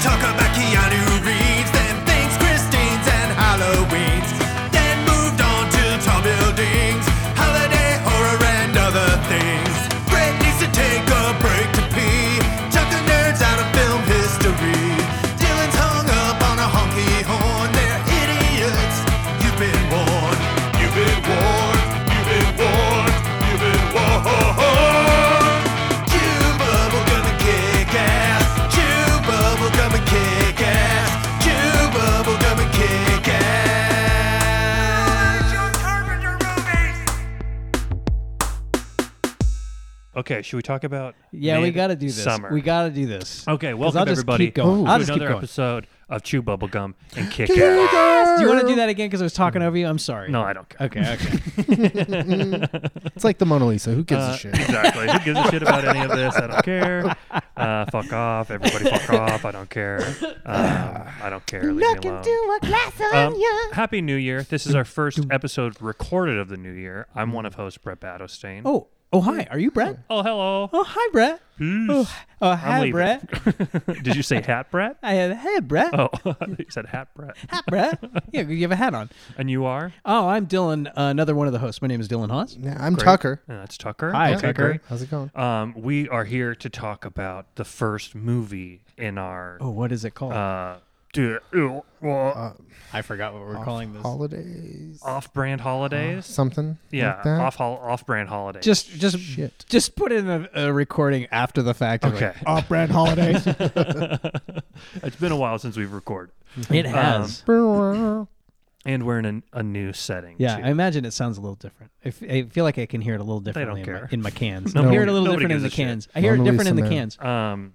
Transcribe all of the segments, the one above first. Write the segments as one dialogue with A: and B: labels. A: talk about Keanu Reeves, then things Christine's and Halloween's, then moved on to tall buildings, holiday horror and other things. Brett needs to take a break to pee, chuck the nerds out of film history. Dylan's hung up on a honky horn, they're idiots. You've been warned, you've been warned, you've been warned, you've been warned. Chew bubblegum and kick ass. Chew bubblegum and kick ass. Chew bubblegum and kick ass.
B: Okay, should we talk about?
C: Yeah, we
B: mid-
C: got to do this.
B: Summer.
C: We got to do this.
B: Okay,
C: 'Cause
B: welcome
C: I'll just
B: everybody
C: Keep going.
B: to
C: I'll just keep
B: another
C: going.
B: episode of Chew Bubblegum and Kick Ass. Mm-hmm.
C: Do you want to do that again? Because I was talking over you. I'm sorry.
B: No, I don't care.
C: Okay. Okay.
D: It's like the Mona Lisa. Who gives
B: Uh,
D: a shit?
B: exactly. Who gives a shit about any of this? I don't care. Uh, fuck off. Everybody fuck off. I don't care. Um, I don't care. Leave me alone. Um, Happy New Year. This is our first episode recorded of the new year. I'm one of hosts, Brett Battlestein.
C: oh. Oh hi. Are you Brett?
B: Oh, hello.
C: Oh hi, Brett. Oh, hi- oh hi,
B: Hmm? leaving.
C: Brett.
B: Did you say hat, Brett?
C: I had hey Brett.
B: Oh, you said hat, Brett.
C: Hi, Brett. Yeah, you have a hat on.
B: And you are?
C: Oh, I'm Dylan, uh, another one of the hosts. My name is Dylan Haas.
D: Yeah, I'm Tucker.
B: And that's Tucker.
C: Hi,
B: okay,
C: Tucker.
B: great.
D: How's it going?
B: Um, we are here to talk about the first movie in our.
C: Oh, what is it called?
B: Uh, do- ew, uh,
C: I forgot what we're calling this.
D: Holidays.
B: off-brand holidays.
D: Something.
B: yeah,
D: Like that.
B: off hol- off-brand holidays.
C: Just, just,
D: Shit.
C: just put in a, a recording after the fact. of
B: okay.
C: like, oh,
D: Off-brand holidays.
B: it's been a while since we've recorded,
C: it
B: Um,
C: has.
B: and we're in an, a new setting.
C: yeah,
B: too.
C: I imagine it sounds a little different. I, f- I feel like I can hear it a little differently
B: don't
C: in,
B: care.
C: My, in my cans.
B: No
C: I hear
B: one-
C: it a little
B: nobody
C: different in the
B: gives a shit.
C: cans. I hear it
D: Mona
C: different in the
D: Lisa, man.
C: cans.
B: Um,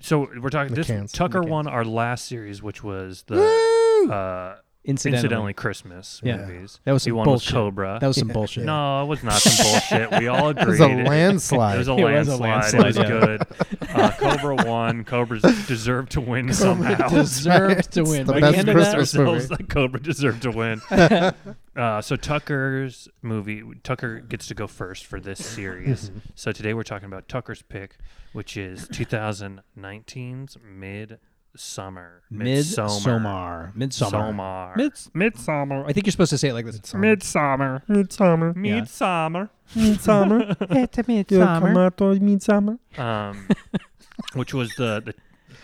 B: so we're talking. This
D: McCann's-
B: Tucker
D: McCann's.
B: won our last series, which was the uh,
C: Incidentally,
B: incidentally Christmas
C: Yeah.
B: movies.
C: That was
B: he
C: some
B: won
C: bullshit.
B: with Cobra.
C: that was some bullshit.
B: no, it was not some bullshit. We all
D: It
B: agreed.
D: was a
B: It
D: landslide.
B: was a
C: It was a
B: landslide. It was
C: landslide,
B: good. Uh, Cobra won. Cobra deserved to win somehow.
C: Deserved to
D: It's
C: win.
D: the
C: By
D: best
C: the end of
B: Convinced
C: that,
D: Christmas
B: ourselves
D: movie.
B: that Cobra deserved to win. uh, so Tucker's movie, Tucker gets to go first for this series.
D: Mm-hmm.
B: so today we're talking about Tucker's pick, which is 2019's Mid Summer.
C: Midsommar. Midsommar.
B: Somar.
C: Mids-
B: Midsummer.
C: I think you're supposed to say it like this.
B: Midsummer. Midsummer. Midsummer. Midsummer.
C: It's Midsommar.
B: um, which was the,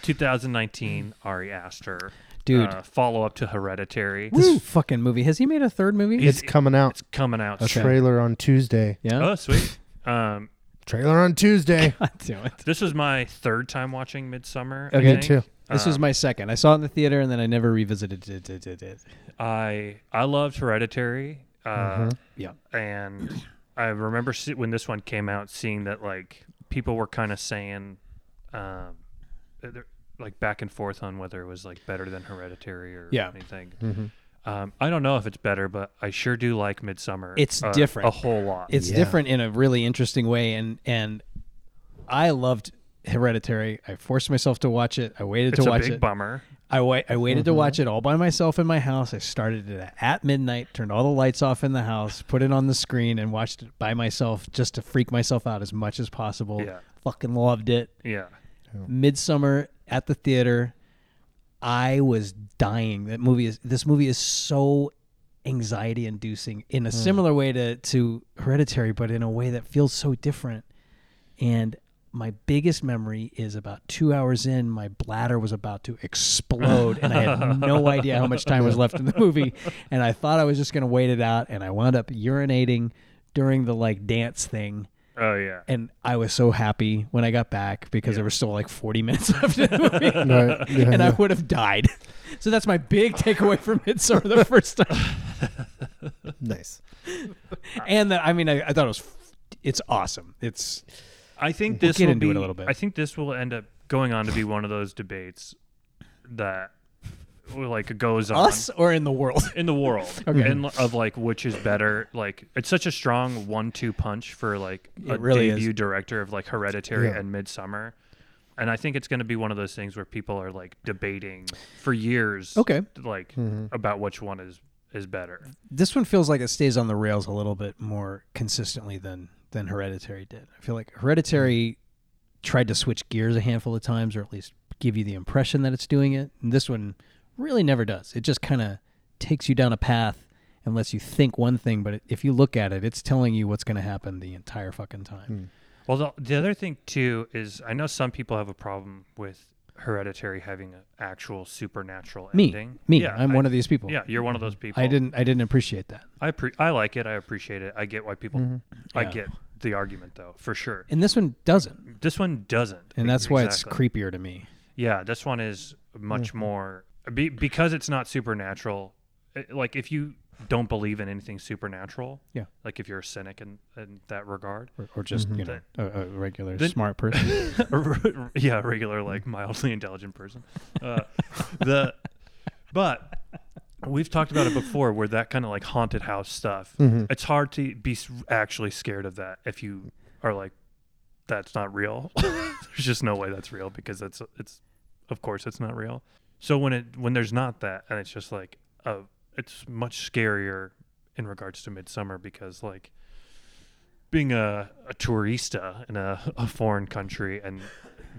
B: the 2019 Ari Aster
C: Dude.
B: uh, follow up to Hereditary.
C: This fucking movie. Has he made a third movie?
B: He's-
D: It's coming out.
B: It's coming out.
D: A
B: soon.
D: trailer on Tuesday.
C: yeah.
B: Oh, sweet. Um,
D: Trailer on Tuesday.
C: God damn it.
B: this was my third time watching Midsummer. I
C: Okay.
B: think.
D: Too.
C: This was my second. I saw it in the theater and then I never revisited it. it, it, it.
B: I I loved Hereditary, uh,
C: Yeah.
B: and I remember se- when this one came out, seeing that like people were kind of saying, um, they're- like back and forth on whether it was like better than Hereditary or
C: Yeah.
B: anything. Um, I don't know if it's better, but I sure do like Midsummer.
C: It's
B: a-
C: different.
B: a whole lot.
C: It's different in a really interesting way and and I loved Hereditary. I forced myself to watch it. I waited
B: It's
C: to
B: a
C: watch
B: big
C: it.
B: bummer.
C: I, wa- I waited to watch it all by myself in my house. I started it at midnight, turned all the lights off in the house, put it on the screen, and watched it by myself just to freak myself out as much as possible.
B: Yeah.
C: Fucking loved it.
B: Yeah,
C: Midsummer at the theater. I was dying. That movie is this movie is so anxiety inducing in a similar way to to Hereditary, but in a way that feels so different. And my biggest memory is about two hours in, my bladder was about to explode, and I had no idea how much time was left in the movie. And I thought I was just going to wait it out, and I wound up urinating during the like dance thing
B: oh yeah.
C: and I was so happy when I got back because there were still like 40 minutes left in the movie,
D: Right. Yeah,
C: and I
D: yeah.
C: would have died. So that's my big takeaway from Midsummer the first time.
D: Nice.
C: And that I mean, I, I thought it was, f- it's awesome. It's
B: I think
C: We'll
B: this
C: get
B: will
C: into it a
B: be-
C: little bit.
B: I think this will end up going on to be one of those debates that like goes on
C: us or in the world.
B: in the world and of like which is better. Like it's such a strong one-two punch for like a
C: It really is.
B: debut director of like Hereditary
D: Yeah.
B: and Midsummer. And I think it's going to be one of those things where people are like debating for years,
C: Okay. Mm-hmm.
B: like about which one is is better.
C: This one feels like it stays on the rails a little bit more consistently than than Hereditary did. I feel like Hereditary tried to switch gears a handful of times, or at least give you the impression that it's doing it. And this one really never does. It just kind of takes you down a path and lets you think one thing, but if you look at it, it's telling you what's going to happen the entire fucking time.
B: Well, the, the other thing too is I know some people have a problem with Hereditary having an actual supernatural
C: Me,
B: ending.
C: me,
B: yeah,
C: I'm
B: I-
C: one of these people.
B: Yeah, you're one of those people.
C: I didn't, I didn't appreciate that.
B: I pre- I like it. I appreciate it. I get why people. I
C: Mm-hmm. Yeah.
B: get the argument though, for sure.
C: And this one doesn't,
B: This one doesn't,
C: and that's why
B: Exactly.
C: it's Mm-hmm. creepier to me.
B: Yeah, this one is much more be, because it's not supernatural. i- Like if you don't believe in anything supernatural,
C: Yeah.
B: like if you're a cynic in, in that regard,
C: or, or just you know a, a regular
B: Then-
C: smart person.
B: yeah, regular like mildly intelligent person. Uh, the but we've talked about it before, where that kind of like haunted house stuff. It's hard to be s- actually scared of that if you are like, that's not real. there's just no way that's real because that's it's of course it's not real. So when it when there's not that and it's just like uh, it's much scarier in regards to Midsummer because like being a, a tourista in a, a foreign country and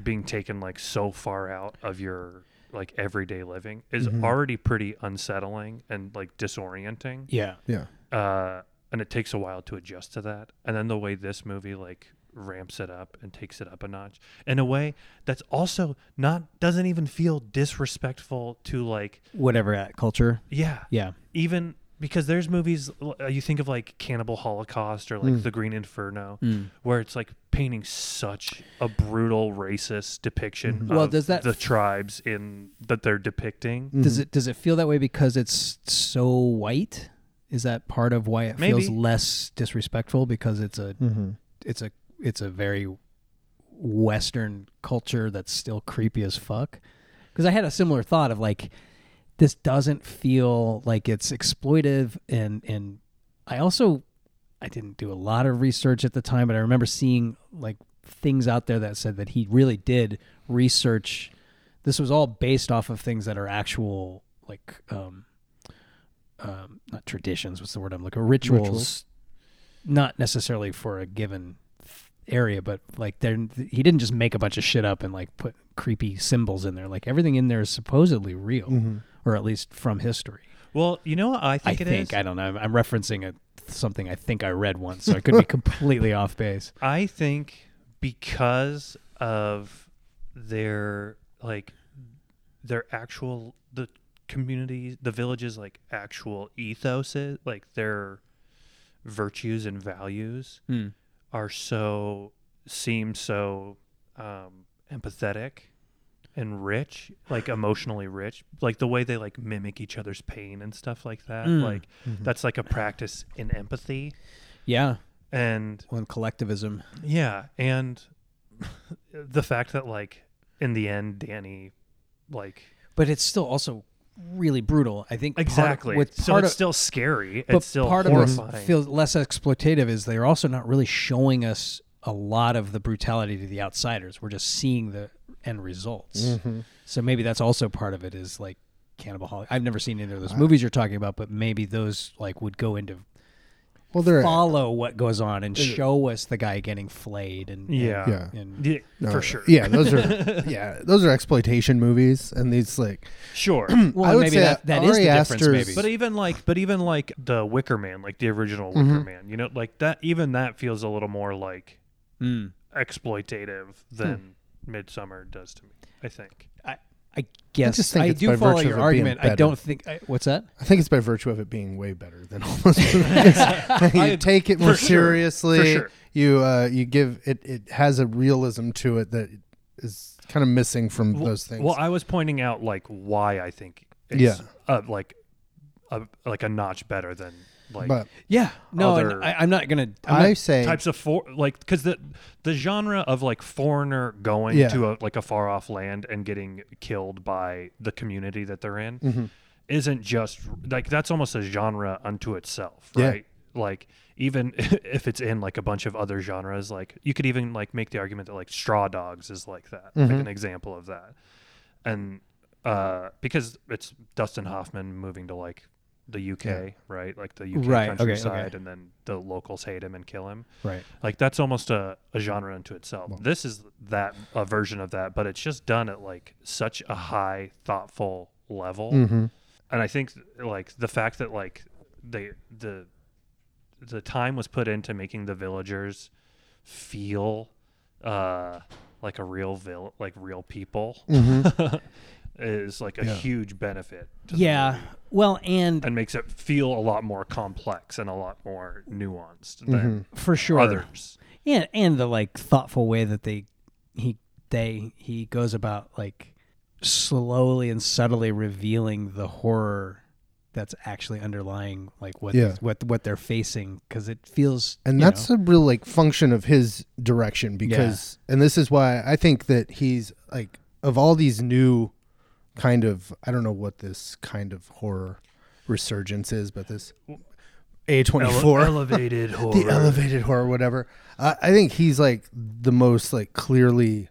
B: being taken like so far out of your like everyday living is already pretty unsettling and like disorienting
C: yeah,
D: Yeah.
B: uh, and it takes a while to adjust to that. And then the way this movie like ramps it up and takes it up a notch in a way that's also not doesn't even feel disrespectful to like
C: whatever at culture.
B: yeah
C: Yeah,
B: even because there's movies l- uh, you think of like Cannibal Holocaust or
C: Mm.
B: like The Green Inferno where it's like painting such a brutal racist depiction
C: Mm-hmm. Well,
B: of
C: does that- Mm.
B: the tribes in that they're depicting
C: does
D: Mm-hmm.
C: it does it feel that way because it's so white? Is that part of why it
B: Maybe.
C: feels less disrespectful because it's a
D: Mm-hmm.
C: it's a it's a very Western culture that's still creepy as fuck? Because I had a similar thought of like this doesn't feel like it's exploitive and and I also I didn't do a lot of research at the time, but I remember seeing like things out there that said that he really did research. This was all based off of things that are actual, like, um, um, not traditions. What's the word I'm looking? Rituals,
D: Rituals.
C: not necessarily for a given th- area, but like, there he didn't just make a bunch of shit up and like put creepy symbols in there. Like everything in there is supposedly real,
B: Mm.
D: Mm-hmm.
C: or at least from history.
B: well you know what I
C: I
B: think it
C: think,
B: is.
C: I don't know. I'm, I'm referencing a, something I think I read once, so I could be completely off base.
B: I think because of their like their actual the communities, the villages like actual ethos, is- like their virtues and values are so seem so um, empathetic and rich, like emotionally rich, like the way they like mimic each other's pain and stuff like that. Like that's like a practice in empathy
C: Yeah,
B: and
C: on collectivism.
B: yeah, and the fact that like in the end, Danny, like
C: but it's still also really brutal. I think part-
B: exactly,
C: with
B: so
C: part
B: it's
C: of,
B: still scary.
C: but
B: It's still
C: part
B: horrifying.
C: of it feels less exploitative is they're also not really showing us a lot of the brutality to the outsiders. We're just seeing the end results.
D: Mm-hmm.
C: So maybe that's also part of it is like Cannibal Holocaust. I've never seen either of those movies you're talking about, but maybe those like would go into
D: Well, there.
C: follow what goes on and show us the guy getting flayed and and-
B: yeah,
D: Yeah.
C: and-
B: Yeah,
D: no,
B: for sure.
D: Yeah, those are. yeah, those are exploitation movies, and these like.
B: sure.
C: well,
D: I would
C: maybe
D: say
C: that, that is the
D: Ari
C: difference.
D: Aster's-
C: Maybe,
B: But even like, but even like the Wicker Man, like the original Wicker Man, you know, like that. Even that feels a little more like
C: Mm.
B: exploitative than Midsummer does to me. I think.
C: I, I guess I,
D: just think it's
C: do
D: by
C: follow
D: virtue
C: your
D: of it being
C: argument. I
D: better.
C: don't think I, what's that?
D: I think it's by virtue of it being way better than all those movies. you take it more
B: sure.
D: seriously.
B: For sure.
D: You uh, you give it. It has a realism to it that is kind of missing from
B: Well-
D: those things.
B: Well, I was pointing out like why I think it's
D: Yeah.
B: uh, like a like a notch better than like
D: but
C: Yeah, no, and
B: Other-
C: I, I'm not gonna. I'm
D: I
C: not-
D: say
B: types of for like because the the genre of like foreigner going
D: Yeah.
B: to a like a far off land and getting killed by the community that they're in
D: Mm-hmm.
B: isn't just like that's almost a genre unto itself,
D: Yeah.
B: right? Like even if it's in like a bunch of other genres, like you could even like make the argument that like Straw Dogs is like that,
D: Mm-hmm.
B: like an example of that, and uh because it's Dustin Hoffman moving to like the UK, right? Like the UK
C: Right, okay, okay.
B: countryside, and then the locals hate him and kill him.
C: Right.
B: Like that's almost a, a genre unto itself. this is that a version of that, but it's just done at like such a high, thoughtful level.
C: Mm-hmm.
B: And I think like the fact that like they the the time was put into making the villagers feel uh like a real vill- like real people
D: Mm-hmm.
B: is like a huge benefit to the
C: Yeah. Well, and
B: and makes it feel a lot more complex and a lot more nuanced
D: Mm-hmm.
B: than
C: for sure.
B: others.
C: Yeah, and the like thoughtful way that they he they he goes about like slowly and subtly revealing the horror that's actually underlying like what
D: Yeah.
C: what what they're facing because it feels
D: and
C: you
D: that's
C: know,
D: a real like function of his direction because and this is why i think that he's like of all these new kind of i don't know what this kind of horror resurgence is but this a24
B: elevated horror.
D: the elevated horror whatever I i think he's like the most like clearly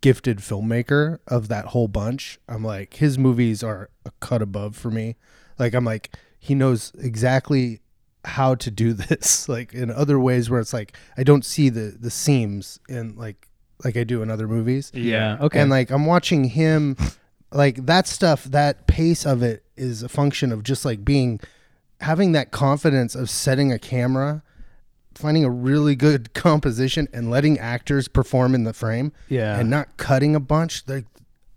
D: gifted filmmaker of that whole bunch i'm like his movies are a cut above for me like i'm like he knows exactly how to do this like in other ways where it's like i don't see the the seams in like like i do in other movies
B: yeah.
C: okay
D: and like I'm watching him, like that stuff, that pace of it is a function of just like being, having that confidence of setting a camera, finding a really good composition, and letting actors perform in the frame.
C: Yeah.
D: And not cutting a bunch. Like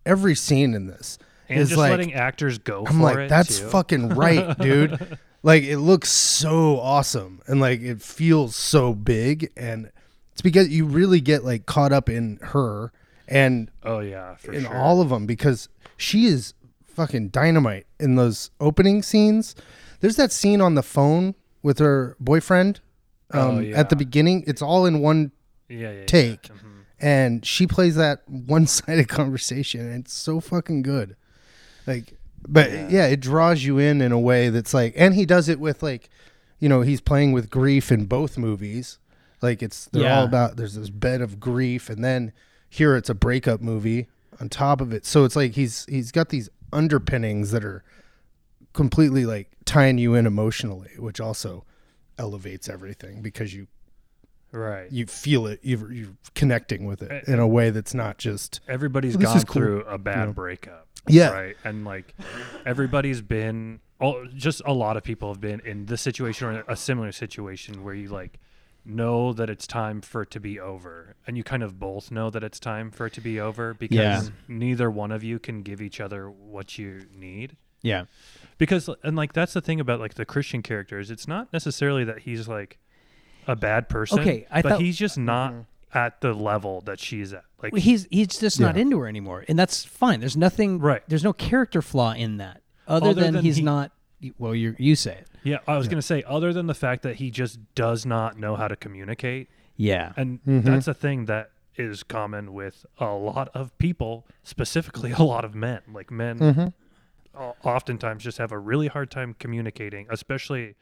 D: every scene in this
B: And
D: is
B: just
D: like,
B: letting actors go
D: I'm
B: for
D: like,
B: it.
D: that's
B: too.
D: fucking right, dude. like it looks so awesome and like it feels so big and it's because you really get like caught up in her and
B: Oh yeah, for
D: in
B: sure.
D: all of them because she is fucking dynamite in those opening scenes. There's that scene on the phone with her boyfriend um,
B: Oh, yeah.
D: at the beginning. It's all in one
B: yeah, yeah, yeah.
D: take,
B: Mhm.
D: and she plays that one-sided conversation, and it's so fucking good. Like, but yeah. it draws you in in a way that's like, and he does it with like, you know, he's playing with grief in both movies. Like it's they're
C: Yeah.
D: all about there's this bed of grief, and then here it's a breakup movie on top of it. So it's like he's he's got these underpinnings that are completely like tying you in emotionally, which also elevates everything because you
B: Right.
D: you feel it you're, you're connecting with it in a way that's not just
B: Everybody's
D: Well, this
B: gone
D: is cool,
B: through a bad breakup.
D: Yeah.
B: Right. And like everybody's been all, just a lot of people have been in this situation or a similar situation where you like know that it's time for it to be over. And you kind of both know that it's time for it to be over because
C: Yeah.
B: neither one of you can give each other what you need
C: yeah
B: because and like that's the thing about like the christian characters it's not necessarily that he's like a bad person
C: Okay, I
B: but
C: thought-
B: he's just not at the level that she's at like
C: Well, he's he's just not into her anymore and that's fine there's nothing
B: Right.
C: there's no character flaw in that other,
B: Other
C: than,
B: than
C: he's
B: he-
C: not well you you say it
B: yeah i was gonna say other than the fact that he just does not know how to communicate
C: yeah
B: and that's a thing that is common with a lot of people specifically a lot of men like men o- oftentimes just have a really hard time communicating especially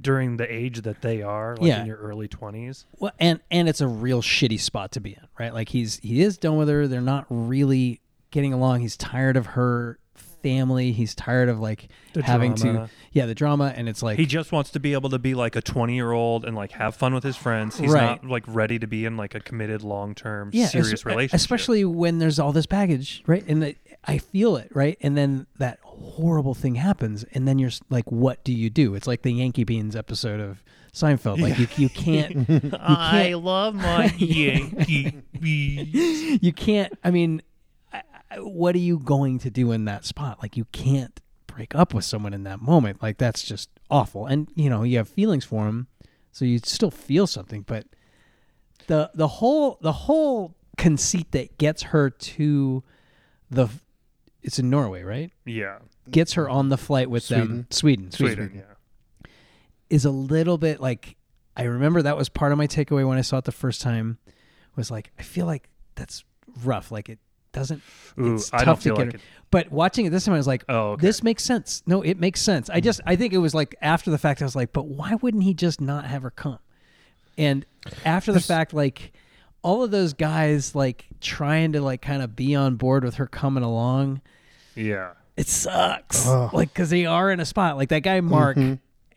B: during the age that they are like
C: Yeah.
B: in your early 20s
C: Well, and and it's a real shitty spot to be in, right? Like he's he is done with her. They're not really getting along. He's tired of her family. He's tired of like
B: The
C: having
B: drama.
C: to yeah the drama. And it's like
B: He just wants to be able to be like a 20 year old and like have fun with his friends. He's
C: Right.
B: not like ready to be in like a committed long term
C: yeah, es-
B: serious relationship.
C: especially when there's all this baggage, right? And it, I feel it, right? And then that horrible thing happens, and then you're s- like, what do you do? It's like the Yankee Beans episode of Seinfeld. Like you you can't
B: I love Oh my Yankee bee.
C: you can't i mean I- I- what are you going to do in that spot like you can't break up with someone in that moment like that's just awful and you know you have feelings for them so you still feel something but the the whole the whole conceit that gets her to the it's in Norway right
B: Yeah.
C: gets her on the flight with them Sweden Sweden,
B: Sweden. Yeah.
C: is a little bit like I remember that was part of my takeaway when I saw it the first time was like I feel like that's rough like it doesn't
B: Ooh,
C: it's
B: I don't
C: tough
B: feel
C: to get
B: like
C: it.
B: it-
C: but watching it this time I was like
B: Oh, okay. Hmm.
C: this makes sense no it makes sense I just I think it was like after the fact I was like but why wouldn't he just not have her come and after the fact like all of those guys like trying to like kind of be on board with her coming along
B: Yeah.
C: It sucks.
D: Ugh. Mm-hmm.
C: Like, because they are in a spot. Like that guy, Mark,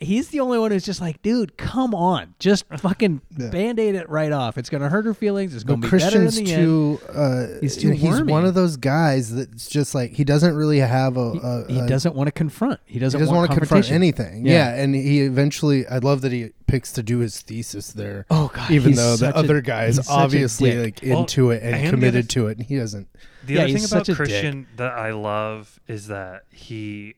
C: he's the only one who's just like, dude, come on. Just fucking band aid it right off. It's going to hurt her feelings. It's going to be
D: Christian's
C: better in the end.
D: too. Uh,
C: He's
D: you know,
C: too
D: he's
C: wormy.
D: one of those guys that's just like he doesn't really have a. a
C: He
D: a-
C: doesn't want to confront. He
D: uh, He
C: doesn't,
D: doesn't
C: want
D: want to confront
C: confrontation.
D: anything.
C: Yeah.
D: Yeah. and he eventually. I love that he picks to do his thesis there.
C: Oh, God,
D: Even
C: he's
D: though the
C: such a-
D: other guy
C: he's
D: is
C: such a
D: obviously
C: dick.
D: like
B: Well,
D: into it and,
B: and the
D: committed
B: other-
D: to it, and he doesn't.
B: The
C: Yeah,
B: other
C: he's
B: thing about
C: such a dick.
B: Christian that I love is that he,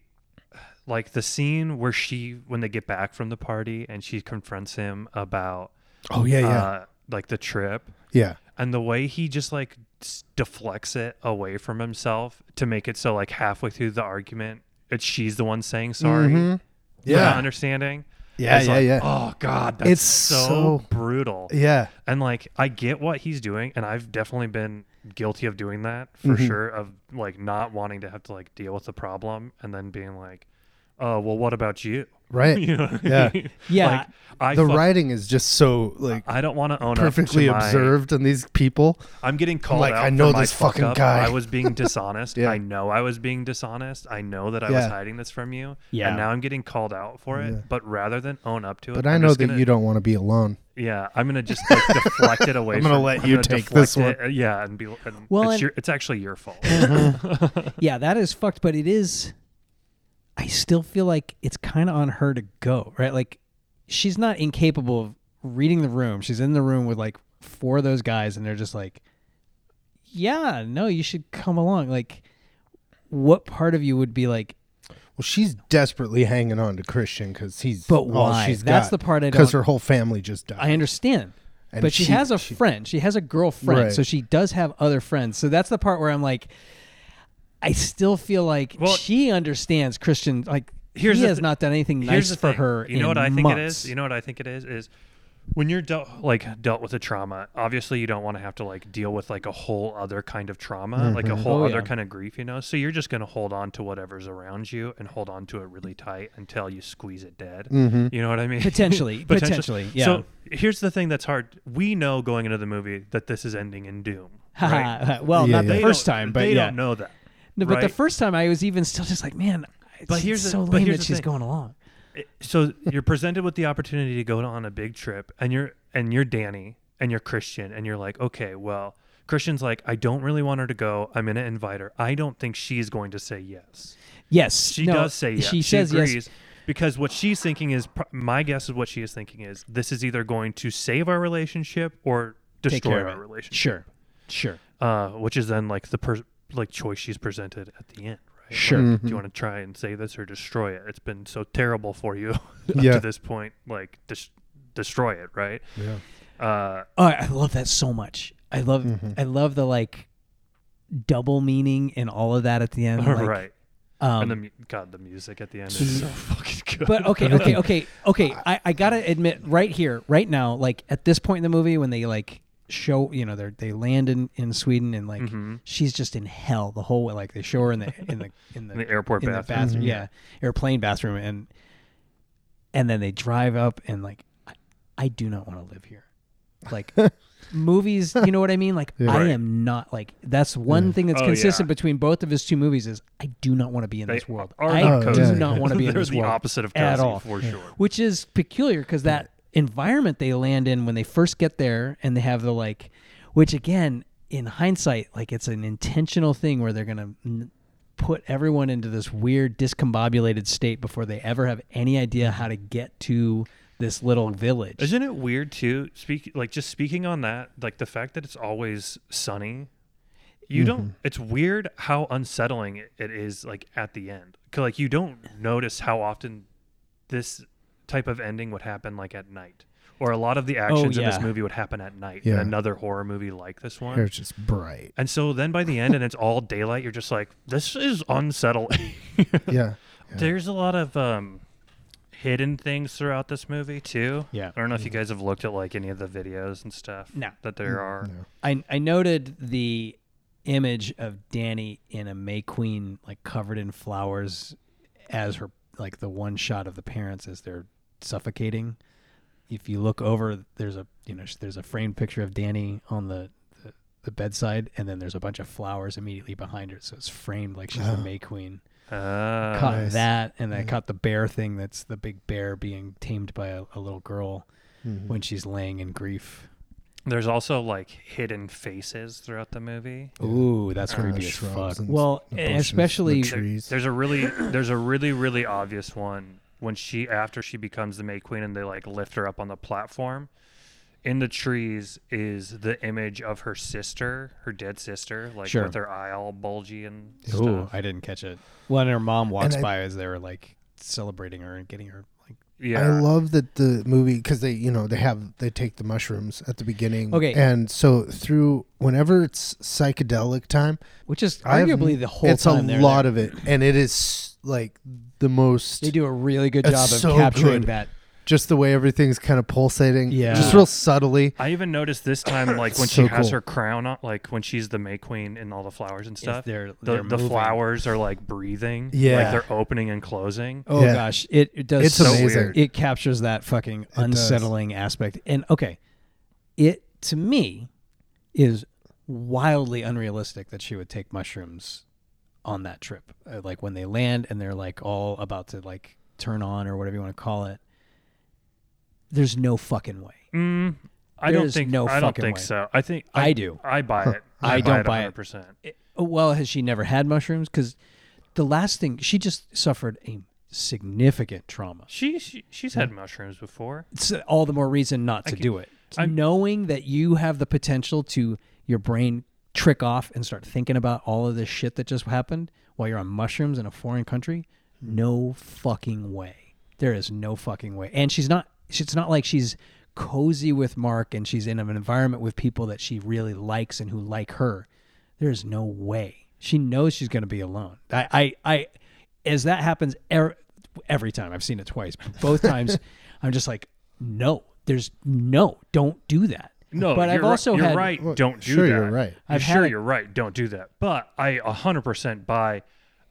B: like the scene where she, when they get back from the party and she confronts him about,
D: Oh yeah, yeah,
B: uh, like the trip
D: yeah.
B: and the way he just like s- deflects it away from himself to make it so like halfway through the argument, it's she's the one saying sorry. for not
D: Yeah,
B: understanding.
D: Yeah,
B: It's
D: yeah,
B: like,
D: yeah.
B: Oh God, that's
D: It's
B: so,
D: so-
B: brutal.
D: yeah.
B: And like, I get what he's doing, and I've definitely been guilty of doing that for
D: Mm-hmm.
B: sure. Of like not wanting to have to like deal with the problem, and then being like, "Oh, well, what about you?"
D: Right.
B: You know what I
D: Yeah.
B: mean?
C: Yeah.
B: Like, I
D: the
B: fuck-
D: writing is just so like
B: I don't want to own
D: perfectly
B: up to my-
D: observed in these people.
B: I'm getting called
D: Like,
B: out.
D: I know
B: for my
D: this
B: fuck
D: fucking
B: up.
D: guy.
B: I was being dishonest.
D: Yeah.
B: I know I was being dishonest. I know that I was
D: Yeah.
B: hiding this from you.
C: Yeah.
B: And now I'm getting called out for it. But rather than own up to it,
D: But
B: I'm
D: I know
B: just
D: that
B: gonna-
D: you don't want to be alone.
B: Yeah, I'm gonna just like deflect it away.
D: I'm gonna
B: from-
D: let you
B: gonna
D: take this
B: deflect it, uh, yeah, and be. And
C: Well,
B: it's,
C: and-
B: your, it's actually your fault.
C: Yeah, that is fucked, but it is. I still feel like it's kind of on her to go, right? Like, she's not incapable of reading the room. She's in the room with like four of those guys, and they're just like, yeah, no, you should come along. Like, what part of you would be like,
D: Well, she's desperately hanging on to Christian because he's
C: But
D: All
C: why?
D: she's
C: That's
D: got,
C: the part I
D: because
C: don't-
D: her whole family just died.
C: I understand.
D: And
C: but she,
D: she-
C: has a
D: she-
C: friend. She has a girlfriend.
D: Right.
C: So she does have other friends. So that's the part where I'm like, I still feel like
B: Well-
C: she understands Christian. Like,
B: Here's
C: he
B: the
C: has
B: thi-
C: not done anything nice
B: Here's the
C: for
B: thing.
C: her.
B: You know what
C: in
B: I think it
C: months.
B: is. You know what I think it is is when you're dealt like dealt with a trauma. Obviously, you don't want to have to like deal with like a whole other kind of trauma, like a whole
C: Oh,
B: other
C: yeah.
B: kind of grief. You know, so you're just gonna hold on to whatever's around you and hold on to it really tight until you squeeze it dead. You know what I mean?
C: Mm-hmm. Potentially. Potentially, yeah.
B: So here's the thing that's hard. We know going into the movie that this is ending in doom. right?
C: well,
D: Yeah,
C: not the
D: yeah.
B: They
C: first
B: don't-
C: time, but
B: they
C: yeah.
B: don't know that.
C: No, but the
B: right?
C: first time I was even still just like, man, it's
B: But here's the-
C: so
B: but
C: lame
B: here's
C: that
B: the
C: she's
B: thing.
C: going along.
B: so you're presented with the opportunity to go on a big trip and you're and you're Danny and you're Christian and you're like, okay, well, Christian's like, I don't really want her to go. I'm gonna invite her. I don't think she's going to say yes.
C: Yes,
B: She
C: no,
B: does say yes.
C: She, says
B: agrees.
C: yes.
B: Because what she's thinking is, pro- my guess is what she is thinking is, this is either going to save our relationship or
C: Take care
B: destroy
C: of
B: our
C: it.
B: relationship.
C: Sure, sure.
B: uh, which is then like the per- like choice she's presented at the end. Right?
C: Sure.
B: Like, Do you want to try and save this or destroy it? It's been so terrible for you up
D: Yeah.
B: to this point. Like des- destroy it, right?
D: yeah.
B: Uh,
C: Oh, I love that so much. I love,
D: Mm-hmm.
C: I love the like double meaning and all of that at the end. Like,
B: right.
C: Um,
B: and the mu- God, the music at the end is so fucking good.
C: But okay, okay, okay, okay. I, I gotta admit, right here, right now, like at this point in the movie, when they like show, you know, they are they land in, in Sweden and like
B: Mm-hmm.
C: she's just in hell the whole way. Like they show her in the in the in the,
B: In the airport
C: in the
B: bathroom. Mm-hmm.
C: bathroom, yeah, airplane bathroom, and and then they drive up and like I, I do not want to live here, like. movies you know what i mean like i
B: Right.
C: am not like that's one thing that's
B: Oh,
C: consistent
B: yeah. between
C: between both of his two movies is i do not want to be in
B: They
C: this world
B: are
C: i
B: not
C: do
D: cozy.
C: not want to be in
B: They're
C: this
B: the
C: world
B: opposite of
C: at
B: cozy,
C: all
B: for sure.
C: which is peculiar because that environment they land in when they first get there and they have the like which again in hindsight like it's an intentional thing where they're gonna n- put everyone into this weird discombobulated state before they ever have any idea how to get to this little village
B: Isn't it weird too? Speak like just speaking on that, like the fact that it's always sunny. You don't. It's weird how unsettling it- it is. Like at the end, 'Cause, like you don't notice how often this type of ending would happen. Like at night, or a lot of the actions in this
C: yeah.
B: movie would happen at night in
D: Yeah.
B: another horror movie like this one.
D: Hair's just bright.
B: And so then by the end, and it's all daylight. You're just like, this is unsettling.
D: Yeah.
B: There's a lot of um, hidden things throughout this movie too.
C: Yeah. Mm-hmm.
B: I don't know if you guys have looked at like any of the videos and stuff.
C: No. Mm-hmm.
B: that there are.
C: I I noted the image of Danny in a May Queen like covered in flowers as her like the one shot of the parents as they're suffocating. If you look over, there's a you know there's a framed picture of Danny on the the, the bedside, and then there's a bunch of flowers immediately behind her, so it's framed like she's the May Queen.
B: Ah.
C: caught
D: nice.
C: that, and I caught the bear thing. That's the big bear being tamed by a, a little girl when she's laying in grief.
B: There's also like hidden faces throughout the movie.
C: Ooh, that's
D: Uh,
C: creepy as
D: shrubs
C: fuck.
D: and
C: Well,
D: the bushes, the
C: especially
D: tree.
B: There-
D: Trees.
B: there's a really there's a really really obvious one when she after she becomes the May Queen and they like lift her up on the platform. In the trees is the image of her sister, her dead sister, like
C: Sure.
B: with her eye all bulgy and stuff.
C: ooh, I didn't catch it. Well, and her mom walks
D: And I-
C: by as they were like celebrating her and getting her like.
B: yeah,
D: I love that the movie because they, you know, they have they take the mushrooms at the beginning.
C: Okay.
D: and so through whenever it's psychedelic time,
C: Which is
D: I have-
C: arguably the whole
D: it's
C: time
D: a
C: they're
D: lot
C: there.
D: of it, and it is like the most
C: They do a really good
D: It's
C: job of
D: so
C: capturing
D: good.
C: that.
D: just the way everything's kind of pulsating.
C: Yeah.
D: just real subtly.
B: I even noticed this time, like when
D: So
B: she has
D: cool.
B: her crown on, like when she's the May Queen and all the flowers and stuff.
C: they're-
B: the
C: they're
B: the
C: moving.
B: flowers are like breathing.
D: Yeah.
B: like they're opening and closing.
C: Oh
D: Yeah.
C: gosh, it, it does.
D: It's
C: so-
D: amazing.
B: weird.
C: It captures that fucking
D: does.
C: unsettling aspect. And okay, it to me is wildly unrealistic that she would take mushrooms on that trip. Uh, Like when they land and they're like all about to like turn on or whatever you want to call it. There's no fucking way.
B: Mm, I
C: There
B: don't
C: is
B: think.
C: no
B: I don't
C: fucking
B: think
C: way.
B: so. I think
C: I do.
B: I buy it.
C: I don't buy it.
B: 100%.
C: It- oh, well, has she never had mushrooms? Because the last thing she just suffered a significant trauma.
B: She, she she's had mushrooms before.
C: it's all the more reason not to do it.
B: I'm-
C: Knowing that you have the potential to your brain trick off and start thinking about all of this shit that just happened while you're on mushrooms in a foreign country, no fucking way. There is no fucking way. And she's not. It's not like she's cozy with Mark and she's in an environment with people that she really likes and who like her. There is no way. She knows she's going to be alone. I, I, I, as that happens er- every time, I've seen it twice, but both times, I'm just like, no, there's no, don't do that.
B: No,
C: but
B: you're,
C: I've
B: ri-
C: also
B: you're
C: had,
B: right. don't do
D: sure,
B: that.
D: you're right.
B: I'm
C: I've
B: sure
C: had-
B: you're right. Don't do that. But I 100% buy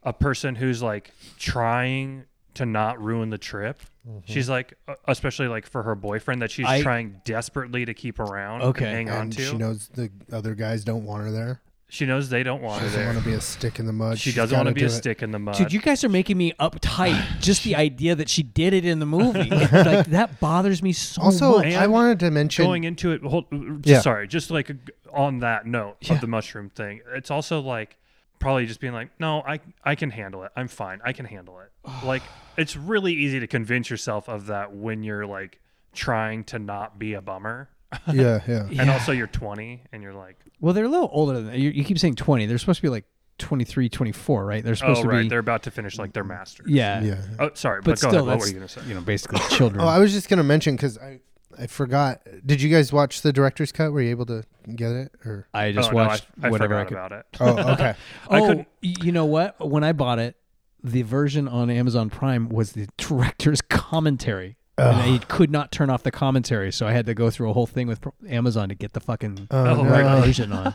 B: a person who's like trying to not ruin the trip.
D: Mm-hmm.
B: She's like, uh, especially like for her boyfriend that she's
C: I-
B: trying desperately to keep around
C: Okay.
B: and hang on
D: And
B: to.
D: she knows the other guys don't want her there.
B: She knows they don't want her
D: Doesn't want
B: there.
D: to be a stick in the mud.
B: She
D: She's
B: doesn't want to
D: gotta
B: be a
D: do it.
B: stick in the mud.
C: Dude, you guys are making me uptight. Just the idea that she did it in the movie, like that bothers me so
D: Also,
C: much.
D: I wanted to mention
B: going into it hold,
D: Yeah.
B: sorry just like a, on that note
C: Yeah.
B: of the mushroom thing it's also like probably just being like no i i can handle it i'm fine i can handle it like it's really easy to convince yourself of that when you're like trying to not be a bummer
D: yeah, yeah.
B: and
C: Yeah.
B: also you're 20 and you're like
C: Well, they're a little older than that. You, you keep saying 20. They're supposed to be like 23, 24, right? They're
B: oh
C: supposed to
B: right
C: be. Mm,
B: they're about to finish like their master
C: yeah.
D: Yeah.
B: oh sorry but,
C: But,
B: go
C: still,
B: ahead what
C: that's,
B: were you gonna say
C: you know, basically children.
D: Oh, I was just gonna mention because I I forgot. Did you guys watch the director's cut? Were you able to get it? Or
C: I just
B: oh,
C: watched
B: no, I, I
C: whatever
B: forgot
C: I could.
B: about it
D: oh, okay.
B: I
C: oh,
B: couldn't-
C: y- you know what? When I bought it, the version on Amazon Prime was the director's commentary. And I could not turn off the commentary, so I had to go through a whole thing with Pro- Amazon to get the fucking
B: Oh,
C: right
B: no.
C: version on.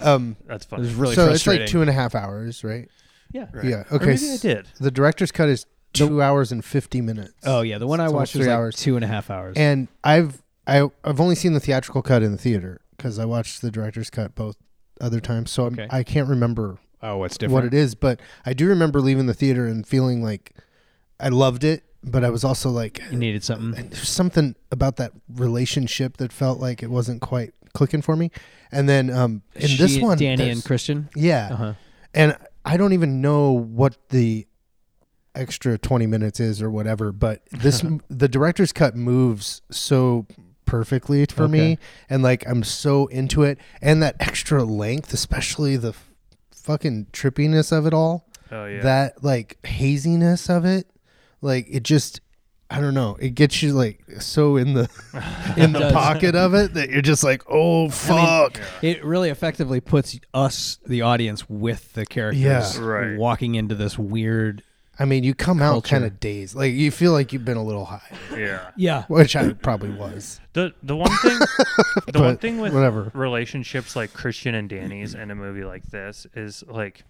D: um,
B: that's
C: It was
B: funny
C: really
D: so it's
C: frustrating.
D: like two and a half hours, right?
C: yeah.
B: Right.
D: Yeah.
B: Or
D: Okay.
B: maybe i
D: s-
B: did
D: The director's cut is two hours and fifty minutes.
C: Oh yeah, the one I
D: It's
C: watched
D: almost
C: was
D: three
C: like
D: hours.
C: two and a half hours.
D: And I've I, I've only seen the theatrical cut in the theater because I watched the director's cut both other times, so I'm,
C: Okay.
D: I can't remember
C: oh, what's
D: what it is. But I do remember leaving the theater and feeling like I loved it, but I was also like,
C: You needed something.
D: there's something about that relationship that felt like it wasn't quite clicking for me. And then um, in
C: She-
D: this one,
C: Danny
D: there's-
C: and Christian.
D: yeah,
C: Uh-huh.
D: and I don't even know what the extra 20 minutes is or whatever but this the director's cut moves so perfectly for me
C: Okay.
D: and like I'm so into it and that extra length especially the f- fucking trippiness of it all
B: oh yeah
D: that like haziness of it like it just I don't know it gets you like so in the in the
C: does.
D: pocket of it that you're just like oh fuck
C: It really effectively puts us, the audience, with the characters,
D: Yeah.
B: Right.
C: walking into this weird.
D: I mean you come out
C: Culture.
D: kind of dazed like you feel like you've been a little high
B: yeah
C: Yeah,
D: which I probably was.
B: The the one thing the one
D: But
B: thing with
D: whatever.
B: relationships like Christian and Danny's in a movie like this is like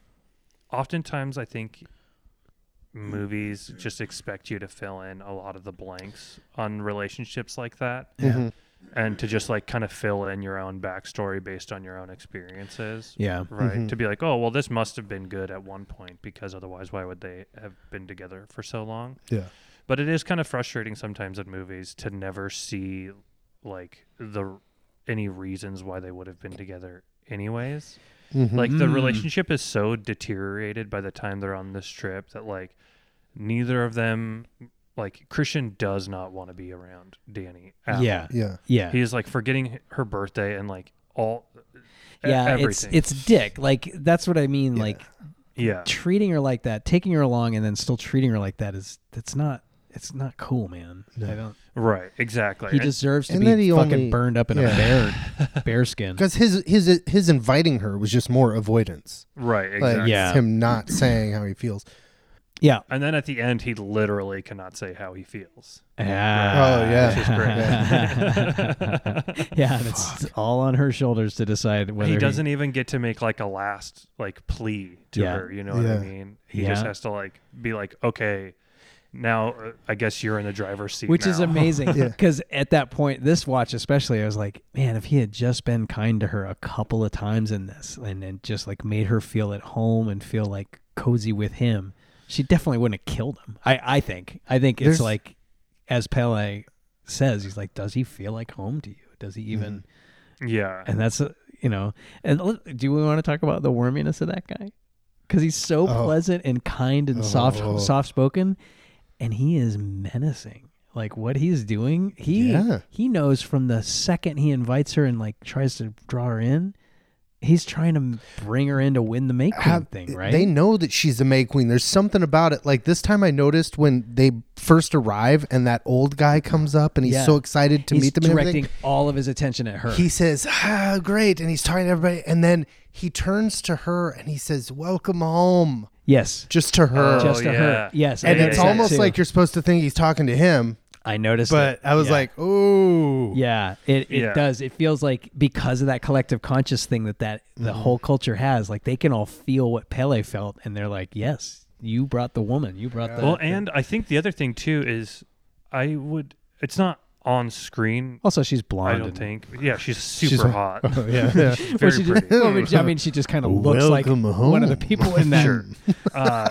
B: oftentimes I think
D: Mm-hmm.
B: movies just expect you to fill in a lot of the blanks on relationships like that. and to just like kind of fill in your own backstory based on your own experiences.
C: Yeah.
B: Right. To be like, oh, well, this must have been good at one point because otherwise, why would they have been together for so long?
D: Yeah.
B: But it is kind of frustrating sometimes in movies to never see like the any reasons why they would have been together anyways.
D: Mm-hmm.
B: Like
C: Mm-hmm.
B: the relationship is so deteriorated by the time they're on this trip that like neither of them like Christian does not want to be around Danny. at
C: Yeah.
D: Yeah.
C: Yeah.
B: he e, is like forgetting her birthday and like all e-
C: yeah,
B: everything.
C: it's it's dick. Like that's what I mean. Like
B: yeah
C: treating her like that, taking her along, and then still treating her like that is that's not it's not cool, man. I don't.
B: right exactly
C: He
B: And-
C: deserves to
D: and
C: be
D: that he
C: fucking
D: only-
C: burned up in
D: yeah.
C: a bear bear skin.
D: Because his his his inviting her was just more avoidance.
B: right
D: Like
B: exactly
C: Yeah.
D: him not saying how he feels.
C: Yeah.
B: and then at the end he literally cannot say how he feels
C: Ah.
D: Oh, yeah.
B: which is great
C: yeah, and it's all on her shoulders to decide whether
B: he doesn't even get to make like a last like plea to
C: Yeah.
B: her you know what
D: Yeah.
B: i mean he just
C: Yeah.
B: has to like be like okay now uh, i guess you're in the driver's seat
C: which is
B: now.
C: amazing
D: Yeah.
C: because at that point, this watch especially, I was like, man, if he had just been kind to her a couple of times in this, and then just like made her feel at home and feel like cozy with him, she definitely wouldn't have killed him. I I think I think it's
D: There's-
C: like, as Pele says, he's like, does he feel like home to you? Does he even?
B: yeah
C: And that's uh, you know, and l- do we want to talk about the worminess of that guy? Because he's so
D: Oh.
C: pleasant and kind and
D: Oh.
C: soft, soft spoken, and he is menacing. Like what he's doing, he
D: Yeah.
C: he knows from the second he invites her and like tries to draw her in, he's trying to bring her in to win the make
D: Have-
C: thing, right?
D: They know that she's the May Queen. There's something about it. Like this time, I noticed when they first arrive, and that old guy comes up, and he's
C: Yeah.
D: so excited to
C: he's
D: meet them. and everything.
C: directing all of his attention at her.
D: He says, "Ah, great!" And he's talking to everybody, and then he turns to her and he says, "Welcome home,"
C: yes,
D: just to her.
B: Oh,
C: just to
B: yeah.
C: her. Yes, I
D: and
B: yeah,
C: noticed
D: it's
C: that
D: almost
C: too.
D: like you're supposed to think he's talking to him,
C: I noticed,
D: but
C: it.
D: I was
C: Yeah.
D: like, "Ooh,
C: Yeah, it, it
B: Yeah.
C: does. It feels like because of that collective conscious thing that that the
B: Mm-hmm.
C: whole culture has, like they can all feel what Pele felt, and they're like, "Yes, you brought the woman, you brought the."
B: well and i think the other thing too is i would it's not on screen
C: also, she's blonde.
B: I don't
C: and-
B: think. Yeah, she's super
D: She's-
B: hot.
D: yeah, yeah."
C: Well,
B: Very
C: she
B: pretty.
C: just, well, I mean, she- I mean, she just kind of looks like
D: Welcome
C: one of the
D: home.
C: people in that.
B: Uh,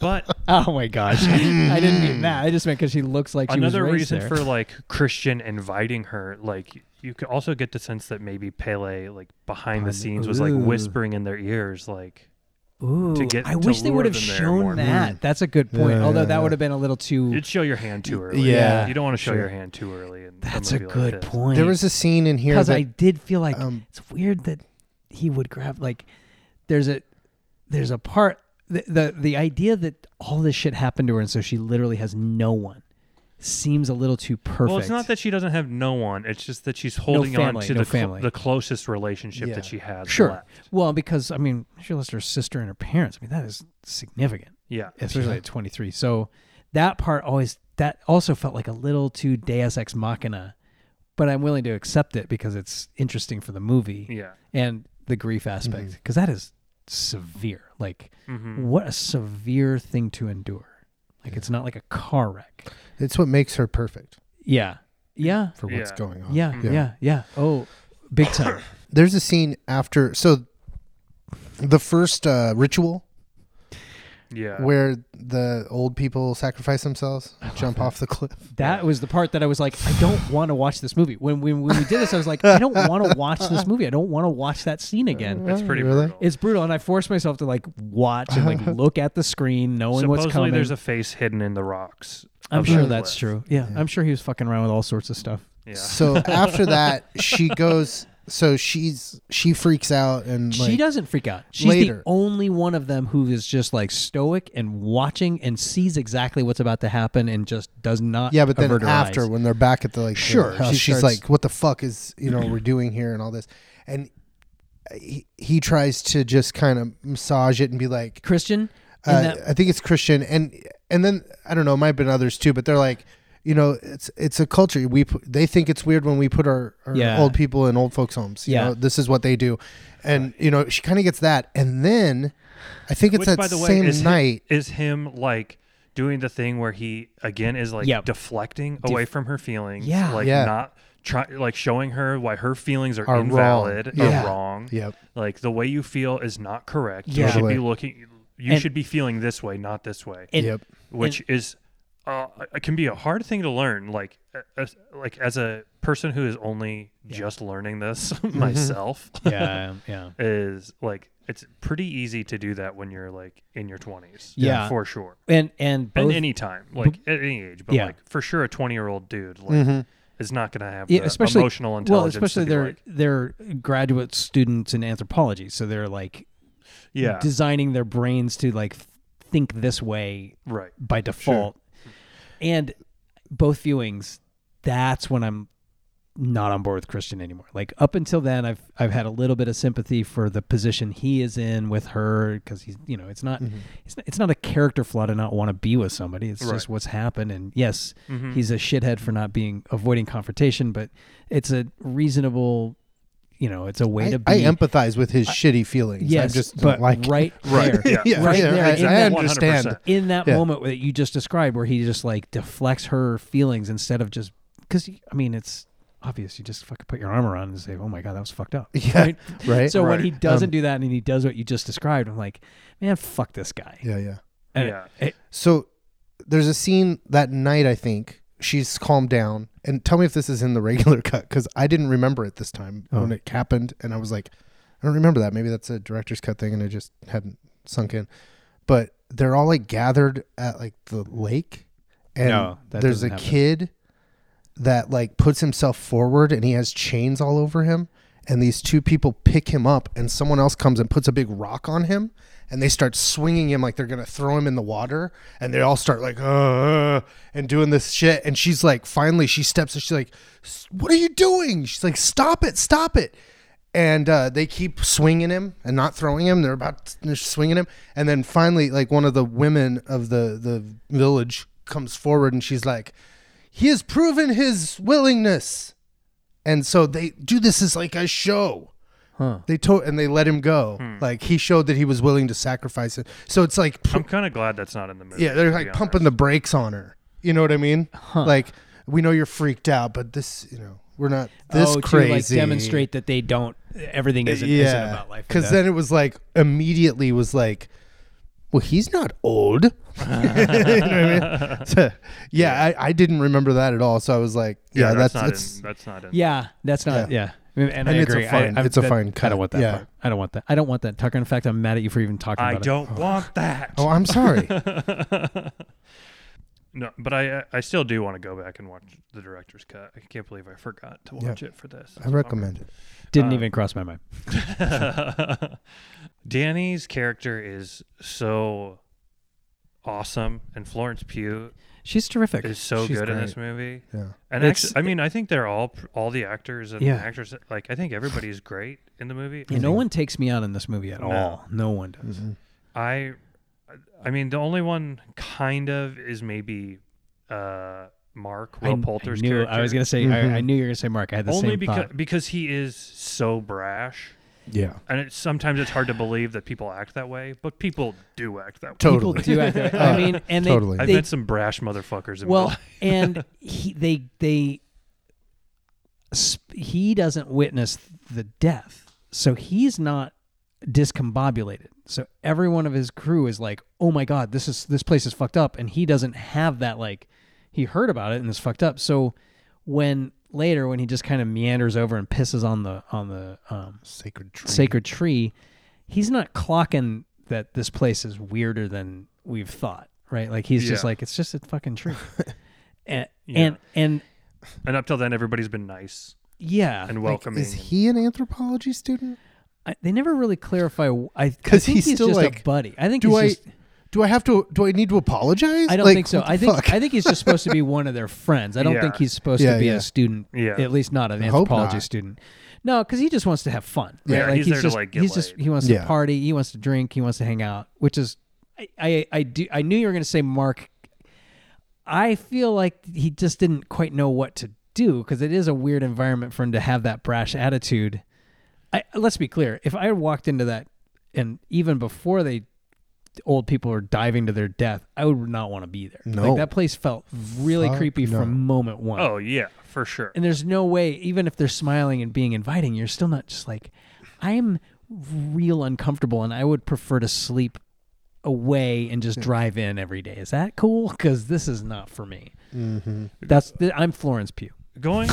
B: but
C: Oh my gosh, I didn't mean that. I just meant because she looks like she
B: another
C: was raised
B: reason
C: there.
B: for like Christian inviting her, like you could also get the sense that maybe Pele, like behind the scenes, was like
C: Ooh.
B: whispering in their ears, like
C: Ooh,
B: to get-
C: I
B: to
C: wish they
B: lure
C: would have
B: them there
C: shown
B: more.
C: that. That's a good point.
D: Yeah,
C: Although
D: yeah,
C: that
D: yeah.
C: would have been a little too.
B: you'd show your hand too early.
D: Yeah,
B: you don't want to show
D: sure.
B: your hand too early. In
C: That's
B: a,
C: a
B: movie
C: good
B: like this.
C: point.
D: There was a scene in here
C: because
D: that
C: I did feel like
D: um,
C: it's weird that he would grab like there's a there's a part the, the the idea that all this shit happened to her and so she literally has no one seems a little too perfect.
B: Well, it's not that she doesn't have no one; it's just that she's holding
C: family,
B: on to
C: no
B: the, cl-
C: family.
B: the closest relationship
D: Yeah.
B: that she has.
C: sure.
B: left.
C: Well, because I mean, she lost her sister and her parents. I mean, that is significant,
B: Yeah,
C: especially at 23. So that part always that also felt like a little too Deus ex machina, but I'm willing to accept it because it's interesting for the movie.
B: yeah.
C: and the grief aspect because is severe like
B: Mhm.
C: what a severe thing to endure like it's not like a car wreck
D: it's what makes her perfect
C: yeah yeah
D: for what's
B: Yeah.
D: going on.
C: yeah yeah yeah, oh big time
D: there's a scene after so the first uh, ritual
B: Yeah.
D: where the old people sacrifice themselves, jump off the cliff.
C: that was the part that i was like i don't want to watch this movie when, when, when we did this i was like i don't want to watch this movie i don't want to watch that scene again
B: It's pretty
D: Really?
B: brutal.
C: it's brutal and i forced myself to like watch and like look at the screen knowing
B: Supposedly,
C: what's coming
B: there's a face hidden in the rocks.
C: i'm
B: of
C: sure
B: that
C: that's
B: cliff.
C: true yeah, i'm sure he was fucking around with all sorts of stuff
B: Yeah.
D: So after that, she goes. So she's she freaks out and
C: she
D: like,
C: doesn't freak out. She's the
D: later.
C: only one of them who is just like stoic and watching and sees exactly what's about to happen and just does not.
D: Yeah, but
C: avert
D: then
C: her
D: after
C: eyes.
D: when they're back at the like the
C: Sure,
D: house,
C: she
D: she's
C: starts-
D: like, "What the fuck is you know we're doing here and all this," and he, he tries to just kind of massage it and be like,
C: Christian, in
D: uh,
C: that-
D: I think it's Christian, and and then I don't know, it might have been others too, but they're like, you know, it's it's a culture. We pu- they think it's weird when we put our, our
C: Yeah.
D: old people in old folks homes. You
C: Yeah.
D: know, this is what they do, and you know, she kind of gets that, and then I think it's
B: Which,
D: that
B: by the way,
D: same
B: is hi-
D: night.
B: is him like doing the thing where he again is like
C: Yep.
B: deflecting away from her feelings,
C: Yeah.
B: like
D: Yeah.
B: not try, like showing her why her feelings are,
D: Are wrong.
B: invalid
D: Yeah.
B: or wrong.
D: Yep.
B: Like the way you feel is not correct.
C: Yeah.
B: You should
D: Totally.
B: be looking. You
C: And-
B: should be feeling this way, not this way.
C: And-
D: yep.
B: which is uh, it can be a hard thing to learn. Like uh, as, like as a person who is only just learning this
D: Mm-hmm.
B: myself
C: yeah, yeah.
B: is like it's pretty easy to do that when you're like in your twenties.
C: Yeah.
B: for sure.
C: And and both
B: And any time, like at any age, but
C: Yeah.
B: like for sure, a twenty-year-old dude like
D: Mm-hmm.
B: is not going to have
C: Yeah,
B: the
C: especially
B: uh, emotional
C: well,
B: intelligence.
C: especially
B: to be
C: they're
B: like,
C: they're graduate students in anthropology, so they're like
B: yeah,
C: designing their brains to like think this way
B: right.
C: by default. And both viewings, that's when I'm not on board with Christian anymore. Like up until then, I've I've had a little bit of sympathy for the position he is in with her because he's you know it's not
D: Hmm.
C: it's not, it's not a character flaw to not want to be with somebody. It's just
B: Right.
C: what's happened. And yes,
D: Hmm.
B: Mm-hmm.
C: he's a shithead for not being avoiding confrontation, but it's a reasonable. You know, it's a way
D: I,
C: to be.
D: I empathize with his shitty feelings.
C: yes,
D: I just don't
C: but
D: like
C: right
B: Right,
C: there,
B: yeah.
D: Yeah,
C: right
D: yeah,
C: there
D: I,
C: in
D: I
C: that
D: understand.
B: 100%.
C: in that
D: Yeah.
C: moment that you just described where he just like deflects her feelings instead of just because i mean it's obvious you just fucking put your arm around and say oh my god that was fucked up
D: Yeah,
C: right,
D: right. Um,
C: so when
B: Right.
C: he doesn't do that and he does what you just described i'm like man fuck this guy
D: Yeah, yeah.
C: And-
B: Yeah.
C: eh,
D: So there's a scene that night, I think. She's calmed down. And tell me if this is in the regular cut because I didn't remember it this time
C: Oh.
D: when it happened. And I was like, I don't remember that. Maybe that's a director's cut thing and it just hadn't sunk in. But they're all like gathered at like the lake. And
C: No, that
D: there's a
C: doesn't happen.
D: kid that like puts himself forward and he has chains all over him. And these two people pick him up and someone else comes and puts a big rock on him and they start swinging him like they're going to throw him in the water. And they all start like, uh, uh, and doing this shit. And she's like, finally, she steps and she's like, "S- what are you doing? She's like, stop it, stop it and uh, they keep swinging him and not throwing him. They're about they're swinging him, and then finally, like one of the women of the the village comes forward and she's like, "He has proven his willingness," and so they do this as like a show. They told and they let him go. Like he showed that he was willing to sacrifice it. So it's like
B: I'm kind of glad that's not in the movie.
D: yeah, they're
B: to
D: like
B: be
D: pumping the
B: honest.
D: brakes on her. You know what I mean? Like we know you're freaked out, but this you know we're not this
C: oh,
D: crazy.
C: to like demonstrate that they don't everything isn't, isn't about life
D: Because then it was like immediately was like, well, he's not old. you know what I mean? So, yeah, I, I didn't remember that at all. So I was like, yeah, that's
B: not
D: that's,
B: in, that's not in.
C: yeah that's not yeah, I mean, and, I
D: And it's a
C: agree.
D: fine-
C: I, I,
D: it's a
C: that-
D: fine
C: I
D: cut.
C: don't want that
D: Yeah.
C: part. I don't want that. I don't want that, Tucker. In fact, I'm mad at you for even talking
B: I
C: about it.
B: don't want that.
D: uh, oh, I'm sorry.
B: No, but I I still do want to go back and watch the director's cut. I can't believe I forgot to watch it for this.
D: I recommend it.
B: uh,
C: Didn't even cross my mind.
B: Danny's character is so awesome, and Florence Pugh
C: She's terrific.
B: is so
D: She's
B: good in
D: great.
B: this movie.
D: Yeah.
B: And
C: It's-
B: actually, I mean, I think they're all all the actors and
C: Yeah.
B: actresses. Like, I think everybody's great in the movie.
C: Yeah, no one takes me out in this movie at all. No one does.
B: I, I mean, the only one kind of is maybe uh, Mark
C: I,
B: Will Poulter's
C: I knew,
B: character. Mm-hmm.
C: I was gonna say. I, I knew you were gonna say Mark. I had the
B: only
C: same
B: because
C: thought.
B: because he is so brash,
D: Yeah.
B: and it's sometimes it's hard to believe that people act that way, but people do act that way.
C: People
D: Totally.
C: do act that way. I mean, and they,
D: Totally.
B: I've
C: they
B: met some brash motherfuckers in my
C: well,
B: life.
C: and he they they sp- he doesn't witness the death, so he's not discombobulated. So every one of his crew is like, "Oh my god, this is this place is fucked up," and he doesn't have that like he heard about it and it's fucked up. So when later when he just kind of meanders over and pisses on the on the um,
D: Sacred tree.
C: sacred tree, he's not clocking that this place is weirder than we've thought, right? Like he's just
B: Yeah.
C: like it's just a fucking tree, and
B: Yeah.
C: and and
B: And up till then, everybody's been nice
C: yeah,
B: and
D: Like,
B: welcoming.
D: is he an anthropology student?
C: I, they never really clarify. wh- I because
D: 'Cause
C: he's,
D: he's still
C: just a
D: like,
C: buddy. I think
D: Do
C: he's
D: I
C: just,
D: do I have to do I need to apologize?
C: I don't
D: Like,
C: think so.
D: what the
C: I think
D: fuck?
C: I think he's just supposed to be one of their friends. I don't
B: Yeah.
C: think he's supposed
D: Yeah,
C: to be
D: yeah.
C: a student.
B: Yeah.
C: At least not an
D: hope
C: anthropology
D: not.
C: student. No, because he just wants to have fun. Right?
B: Yeah,
C: like
B: he's there to,
C: just,
B: like, get
C: he's just
B: laid.
C: he wants
D: Yeah.
C: to party. He wants to drink. He wants to hang out. Which is, I I, I do I knew you were going to say Mark. I feel like he just didn't quite know what to do because it is a weird environment for him to have that brash attitude. I, let's be clear. If I had walked into that, and even before they, old people are diving to their death, I would not want to be there.
D: No.
C: like, that place felt really
D: Fuck
C: creepy
D: no.
C: from moment one.
B: oh yeah, for sure.
C: And there's no way, even if they're smiling and being inviting, you're still not just like, I'm real uncomfortable and I would prefer to sleep away and just drive in every day. Is that cool? Because this is not for me.
D: Mm-hmm.
C: That's th- I'm Florence Pugh.
B: Going,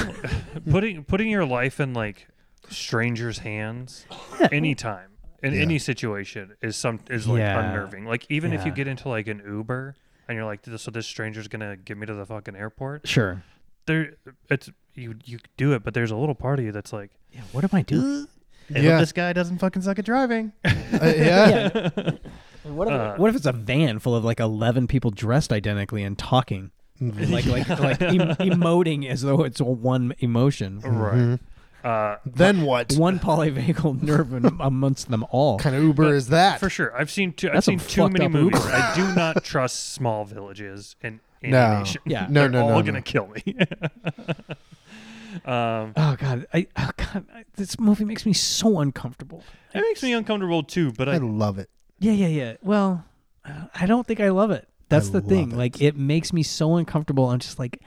B: putting putting your life in like strangers' hands, anytime in any situation is some is like
C: Yeah.
B: unnerving. Like even if you
C: Yeah.
B: get into like an Uber and you're like, "This- so this stranger's gonna get me to the fucking airport.
C: Sure.
B: There, it's you you do it, but there's a little part of you that's like,
C: Yeah, what am I doing?
E: I hope
D: Yeah.
E: this guy doesn't fucking suck at driving.
D: Uh, yeah.
C: What if, what if it's a van full of like eleven people dressed identically and talking, like like like em- emoting as though it's one emotion,
B: right. Uh,
D: Then what?
C: one polyvagal nerve in- amongst them all.
D: kind of Uber is that?
B: For sure, I've seen too. I've
C: That's a
B: seen too
C: fucked
B: many
C: up
B: movies.
C: Uber.
B: I do not trust small villages in any
D: No.
B: nation.
C: Yeah.
D: No,
B: They're
D: no,
B: all
D: no, no.
B: gonna kill me. um,
C: Oh god, I oh god, I, this movie makes me so uncomfortable.
B: it makes me uncomfortable too. But
D: I
B: I,
D: love it.
C: Yeah, yeah, yeah. Well, uh, I don't think I love it. That's
D: I
C: the thing.
D: love it.
C: Like it makes me so uncomfortable. I'm just like,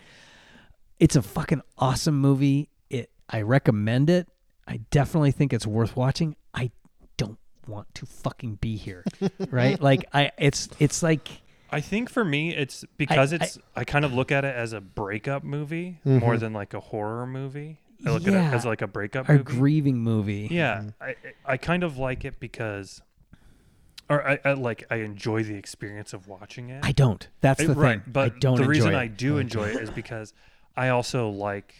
C: it's a fucking awesome movie. It. I recommend it. I definitely think it's worth watching. I don't want to fucking be here, right? Like I. It's. It's like.
B: I think for me, it's because
C: I-
B: it's. I, kind of look at it as a breakup movie more than like a horror movie. I look at
C: Mm-hmm. Yeah. Mm-hmm.
B: it as like a breakup
C: Our
B: movie.
C: grieving movie.
B: Yeah, I I kind of like it because, or I, I like I enjoy the experience of watching it.
C: I don't. That's the
B: Uh, right,
C: thing.
B: But
C: I don't
B: the
C: enjoy
B: reason
C: it.
B: I do enjoy it is because I also like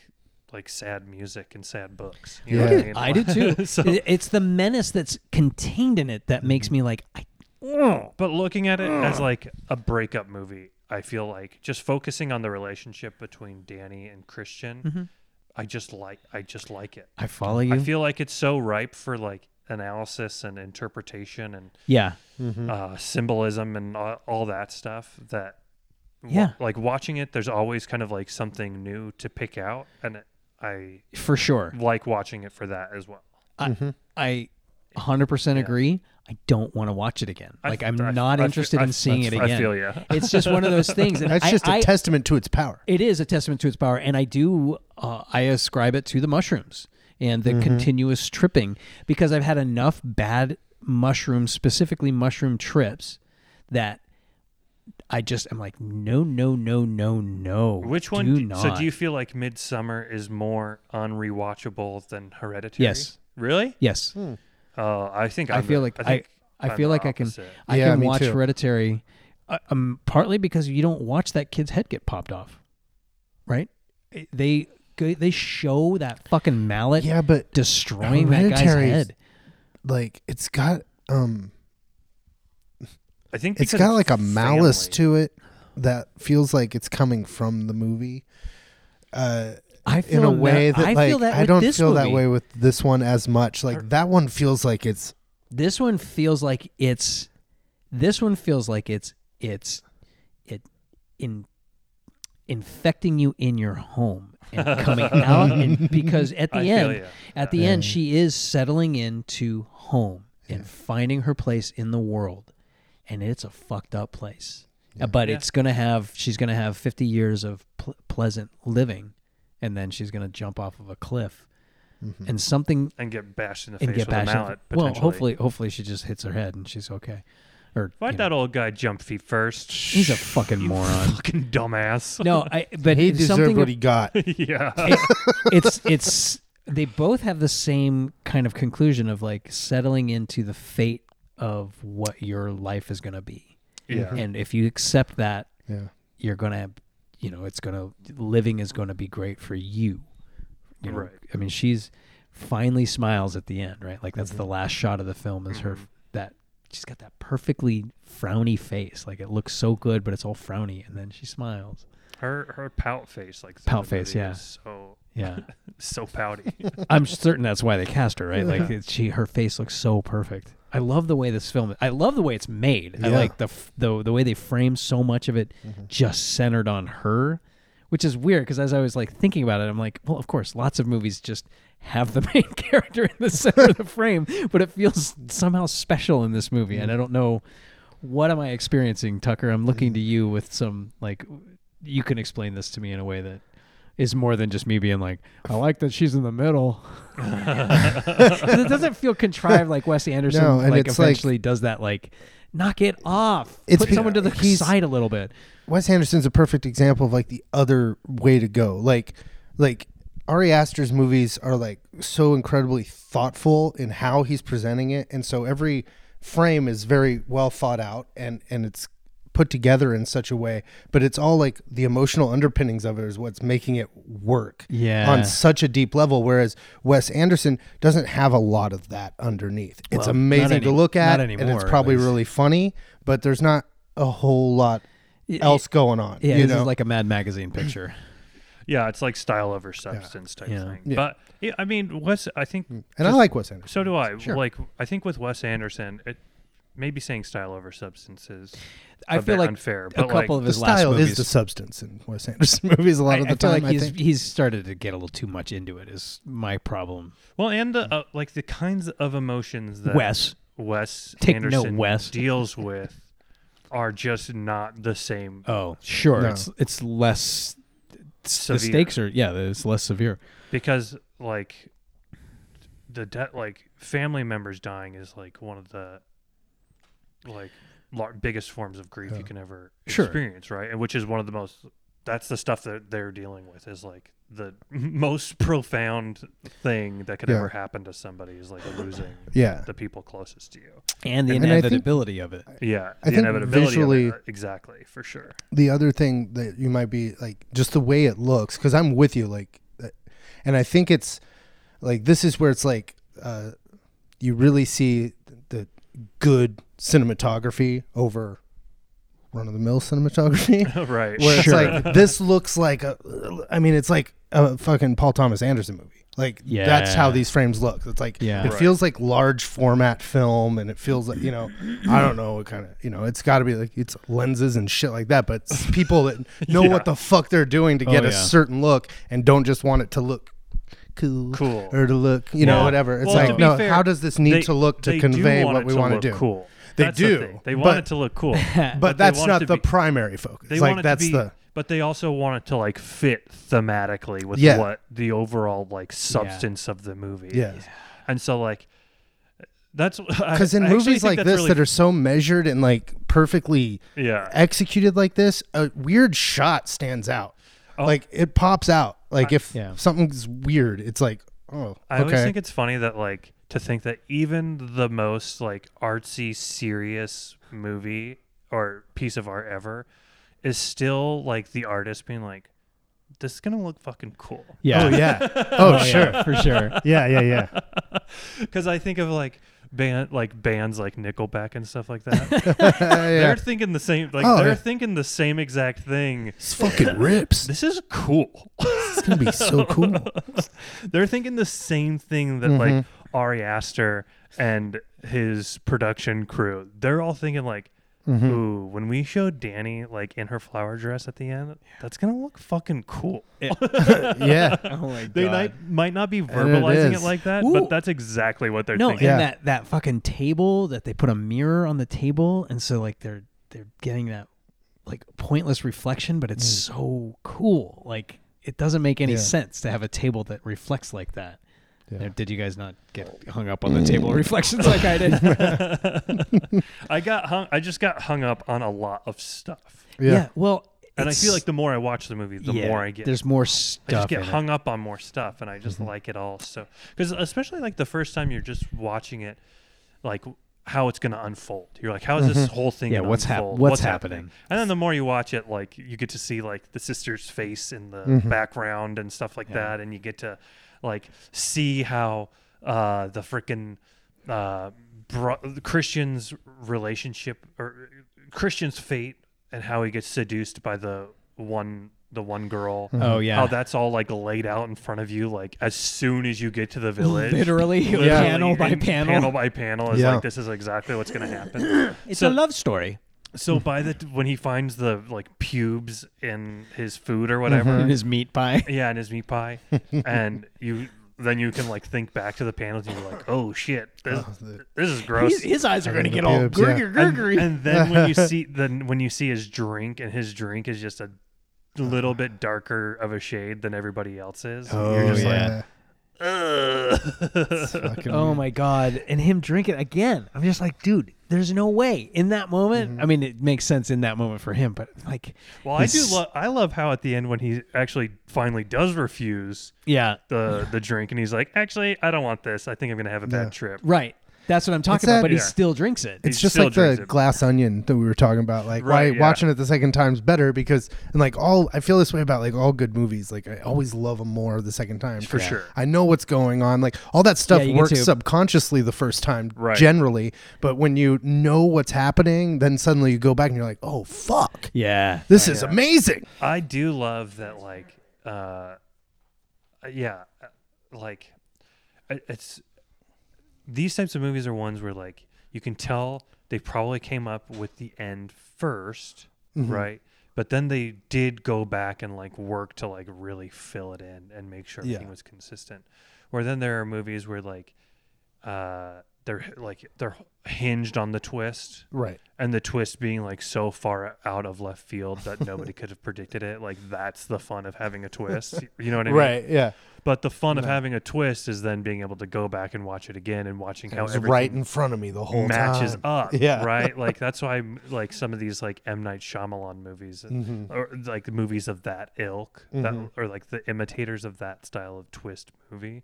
B: like sad music and sad books. You know
D: Yeah.
B: what mean?
C: I do too.
B: So-
C: It- It's the menace that's contained in it that makes me like, I, oh,
B: but looking at it as like a breakup movie, I feel like just focusing on the relationship between Danny and Christian, I just like I just like it.
C: I follow Mm-hmm. you.
B: I feel like it's so ripe for like analysis and interpretation and
C: yeah, Mm-hmm.
B: uh, symbolism and all, all that stuff that wa-
C: Yeah.
B: like watching it there's always kind of like something new to pick out and it, i
C: for sure.
B: like watching it for that as well
C: I,
D: Mm-hmm.
C: I 100% agree. I don't want to watch it again.
B: I-
C: Like I'm
B: I-
C: not
B: I-
C: interested
B: I-
C: in seeing it
B: I
C: again.
B: feel ya.
C: It's just one of those things. And
D: That's
C: I-
D: just a
C: I-
D: testament to its power.
C: It is a testament to its power, and I do. Uh, I ascribe it to the mushrooms and
D: Mm-hmm.
C: the continuous tripping because I've had enough bad mushrooms, specifically mushroom trips, that. I just am like no no no no no.
B: which one
C: Do
B: d- so
C: not.
B: do you feel like midsummer is more unrewatchable than hereditary
C: Yes.
B: really
C: Yes.
B: oh i think
C: I
B: I'm
C: feel
B: the-
C: like
B: i
C: I
B: think
C: I,
B: I'm
C: feel
B: the
C: like I can
B: opposite.
C: I
D: Yeah,
C: can
D: me
C: watch
D: too.
C: Hereditary, uh, um, partly because you don't watch that kid's head get popped off, right? It- They they show that fucking mallet,
D: Yeah, but
C: destroying that guy's
D: Hereditary's-
C: head.
D: like it's got um
B: i think
D: it's
B: because
D: got like a malice
B: family.
D: to it that feels like it's coming from the movie. Uh,
C: I
D: in
C: feel
D: a way
C: ma-
D: that
C: I
D: like
C: feel that
D: I
C: with
D: don't
C: this
D: feel that
C: movie.
D: way with this one as much. Like that one feels like it's
C: This one feels like it's. This one feels like it's it's it in infecting you in your home and coming out and because at the
B: I feel
C: end
B: ya.
C: at the end she is settling into home and finding her place in the world and it's a fucked up place Uh, but
B: Yeah.
C: it's going to have she's going to have 50 years of ple pleasant living and then she's going to jump off of a cliff
D: Mm-hmm.
C: and something
B: and get bashed in the
C: and
B: face
C: get
B: with a
C: bashed. in the-
B: mallet
C: well,
B: potentially.
C: hopefully, hopefully she just hits her head and she's okay. Or
B: why'd
C: you know,
B: that old guy jump feet first
C: he's a fucking moron.
B: fucking dumbass
C: No, I. But
D: he
C: it's
D: deserved
C: something.
D: what he got.
B: yeah
C: it's it's they both have the same kind of conclusion of like settling into the fate of what your life is going to be,
B: yeah
C: and if you accept that,
D: yeah,
C: you're gonna, you know, it's gonna living is gonna be great for you. You know,
B: Right.
C: I mean, she's finally smiles at the end, right? Like that's the last shot of the film is her that she's got that perfectly frowny face. Like it looks so good, but it's all frowny, and then she smiles.
B: Her her pout face, like
C: Pout face, yeah.
B: yes, So
C: Yeah,
B: so pouty.
C: I'm certain that's why they cast her, right? Like it, she, her face looks so perfect. I love the way this film. I love the way it's made. I
D: Yeah.
C: like the f- the the way they frame so much of it, just centered on her, which is weird because as I was like thinking about it, I'm like, well, of course, lots of movies just have the main character in the center of the frame, but it feels somehow special in this movie,
D: Mm.
C: and I don't know what am I experiencing, Tucker. I'm looking to you with some like, you can explain this to me in a way that is more than just me being like, I like that she's in the middle. 'Cause it doesn't feel contrived like Wes Anderson
D: No, and
C: like
D: it's like-
C: eventually does that like knock it off.
D: It's
C: Put
D: be-
C: someone to the
D: he's-
C: side a little bit.
D: Wes Anderson's a perfect example of like the other way to go. Like like Ari Aster's movies are like so incredibly thoughtful in how he's presenting it and so every frame is very well thought out and and it's put together in such a way but it's all like the emotional underpinnings of it is what's making it work
C: Yeah.
D: on such a deep level whereas Wes Anderson doesn't have a lot of that underneath it's
C: Well, not
D: amazing
C: any-
D: to look at
C: not
D: and
C: anymore,
D: it's
C: at
D: probably
C: least.
D: really funny but there's not a whole lot
C: It-
D: else going on.
C: Yeah,
D: you
C: this
D: know?
C: is like a Mad Magazine picture.
B: Yeah, it's like style over substance type
C: Yeah.
B: thing.
D: Yeah. Mm.
B: But yeah, I mean, Wes, I think
D: and I like Wes Anderson.
B: So do I.
D: Sure.
B: Like I think with Wes Anderson, it maybe saying style over substance is
C: I
B: a
C: feel
B: bit
C: like
B: unfair.
C: a
B: But
C: couple
B: like,
C: of
D: The
C: his last
D: style
C: movies.
D: is the substance in Wes Anderson movies a lot
C: I,
D: of
C: I
D: the
C: feel
D: time.
C: like
D: I
C: he's
D: think.
C: he's started to get a little too much into it. Is my problem.
B: well, and the uh, like the kinds of emotions that
C: Wes.
B: Wes
C: Take note,
B: Anderson
C: Wes.
B: deals with are just not the same.
C: Oh, sure.
D: No.
C: It's it's less. it's- The
B: Severe.
C: stakes are yeah. It's less severe.
B: because like the de- like family members dying is like one of the like lar- biggest forms of grief you can ever
C: Sure.
B: experience right and which is one of the most that's the stuff that they're dealing with is like the most profound thing that could
D: Yeah.
B: ever happen to somebody is like losing
D: Yeah.
B: the people closest to you
C: And the
D: And I think- Oh,
C: inevitability of it.
B: yeah
D: I
B: the
D: think
B: inevitability of it,
D: visually-
B: uh, exactly for sure
D: the other thing that you might be like, just the way it looks, because I'm with you. Like, uh, and I think it's like this is where it's like uh, you really see the good cinematography over run of the mill cinematography.
B: right
D: where it's like this looks like a i mean it's like a fucking paul thomas anderson movie like that's how
C: Yeah.
D: these frames look it's like
C: Yeah.
D: it
C: Right.
D: feels like large format film and it feels like you know i don't know what kind of you know it's got to be like it's lenses and shit like that but it's people that know
B: Yeah.
D: what the fuck they're doing to get
C: Oh,
D: a
C: yeah.
D: certain look and don't just want it to look cool
B: Cool.
D: or to look you know
B: Well-
D: whatever it's
B: well, to
D: like
B: be
D: no
B: fair,
D: how does this need
B: They-
D: to look
B: they
D: to
B: do
D: convey
B: want
D: what
B: it
D: we
B: to
D: want
B: look
D: to do
B: cool
D: They
B: That's the
D: do,
B: thing. they want
D: but-
B: it to look cool
D: but,
B: but they
D: that's
B: want it
D: not
B: to
D: the
B: be-
D: primary focus
B: they want
D: like
B: it
D: that's
B: to be,
D: the
B: but they also want it to like fit thematically with
D: Yeah.
B: what the overall like substance of the movie
D: Yeah.
B: is. and so like that's
D: because in movies like this that are so measured and like perfectly
B: yeah
D: executed like this a weird shot stands out
B: Oh.
D: like it pops out like if
C: yeah.
D: something's weird it's like oh
B: I always
D: okay
B: think it's funny that like to think that even the most like artsy serious movie or piece of art ever is still like the artist being like this is gonna look fucking cool
C: Yeah.
E: Oh yeah.
D: oh
C: yeah,
D: sure
C: for sure.
E: Yeah, yeah, yeah.
B: because I think of like band like bands like Nickelback and stuff like that
D: yeah.
B: They're thinking the same. Like
D: Oh,
B: they're
D: yeah.
B: thinking the same exact thing.
D: it's fucking rips
B: This is cool.
D: it's gonna be so cool
B: they're thinking the same thing that like
D: Mm-hmm.
B: Ari Aster and his production crew. They're all thinking like,
D: Mm-hmm.
B: "Ooh, when we show Danny like in her flower dress at the end, that's gonna look fucking cool."
D: yeah
C: Oh my god.
B: They might might not be verbalizing it,
D: is.
B: like that,
C: Ooh.
B: but that's exactly what they're
C: no, and
B: thinking.
D: Yeah.
C: that that fucking table that they put a mirror on the table, and so like they're they're getting that like pointless reflection, but it's so cool. Like it doesn't make any
D: Mm. Yeah.
C: sense to have a table that reflects like that.
D: Yeah.
C: Now, Did you guys not get hung up on the table reflections like I did? yeah.
B: I got hung. I just got hung up on a lot of stuff,
D: yeah
C: Well,
B: and I
C: it's-
B: feel like the more I watch the movie, the
C: yeah,
B: more I get.
C: There's more
B: I
C: stuff.
B: just get
C: in it. Mm-hmm.
B: hung up on more stuff, and I just like it all. So, because especially like the first time you're just watching it, like w- how it's going to unfold. You're like, how is this whole thing?
C: Mm-hmm. Yeah,
B: gonna
C: what's hap-
B: unfold?
C: what's happening?
B: And then the more you watch it, like you get to see like the sister's face in the background and stuff like that, and you get to like see how uh, the freaking uh, bro- Christian's relationship or Christian's fate and how he gets seduced by the one the one girl
C: Oh yeah.
B: how that's all like laid out in front of you like as soon as you get to the village
C: Literally, panel by
B: and
C: panel.
B: panel by panel is
D: Yeah.
B: like this is exactly what's going to happen
C: it's
B: so-
C: a love story.
B: so by the when he finds the like pubes in his food or whatever
D: Mm.
C: It is meat pie.
B: yeah in his meat pie and you then you can like think back to the panels and you're like oh shit this, this is gross
C: His, his eyes are going to
D: the
C: get all
D: pubes, yeah.
C: gurgly,
B: and,
C: gurgly.
B: and then when you see then when you see his drink and his drink is just a little bit darker of a shade than everybody else is.
D: Oh,
B: You're just
D: yeah.
B: like, "Ugh."
D: Fucking
C: Oh my god! And him drink it again. I'm just like, dude, there's no way in that moment. I mean, it makes sense in that moment for him, but like,
B: well, I do
C: He's-
B: love. I love how at the end when he actually finally does refuse
C: yeah,
B: the the drink, and he's like, "Actually, I don't want this. I think I'm gonna have a bad trip."
C: right. That's what I'm talking
D: It's
C: about.
D: that-
C: but he
B: Yeah.
C: still drinks it.
D: it's
B: He
D: just
B: still
D: like the
B: drinks it.
D: glass onion that we were talking about. Like
B: Right,
D: why
B: yeah.
D: watching it the second time's better because and like all I feel this way about like all good movies. Like I always love them more the second time
B: For sure.
D: I know what's going on. Like all that stuff
C: Yeah, you get
D: works
C: to-
D: subconsciously the first time
B: Right.
D: generally, but when you know what's happening, then suddenly you go back and you're like, oh fuck,
C: yeah,
D: this is amazing.
B: I do love that, like, uh, yeah, uh, like, it- it's these types of movies are ones where, like, you can tell they probably came up with the end 1st
D: Mm-hmm.
B: right? But then they did go back and, like, work to, like, really fill it in and make sure everything
D: Yeah.
B: was consistent. Where then there are movies where, like, uh, they're like they're hinged on the twist,
D: Right.
B: and the twist being like so far out of left field that nobody could have predicted it like that's the fun of having a twist you know what i mean
D: Yeah.
B: but the fun of having a twist is then being able to go back and watch it again and watching
D: It
B: how
D: was
B: everything
D: right in front of me the whole
B: matches
D: time.
B: up
D: Yeah.
B: right like that's why I'm, like some of these like m night Shyamalan movies
D: Mm-hmm.
B: or like the movies of that ilk that, or like the imitators of that style of twist movie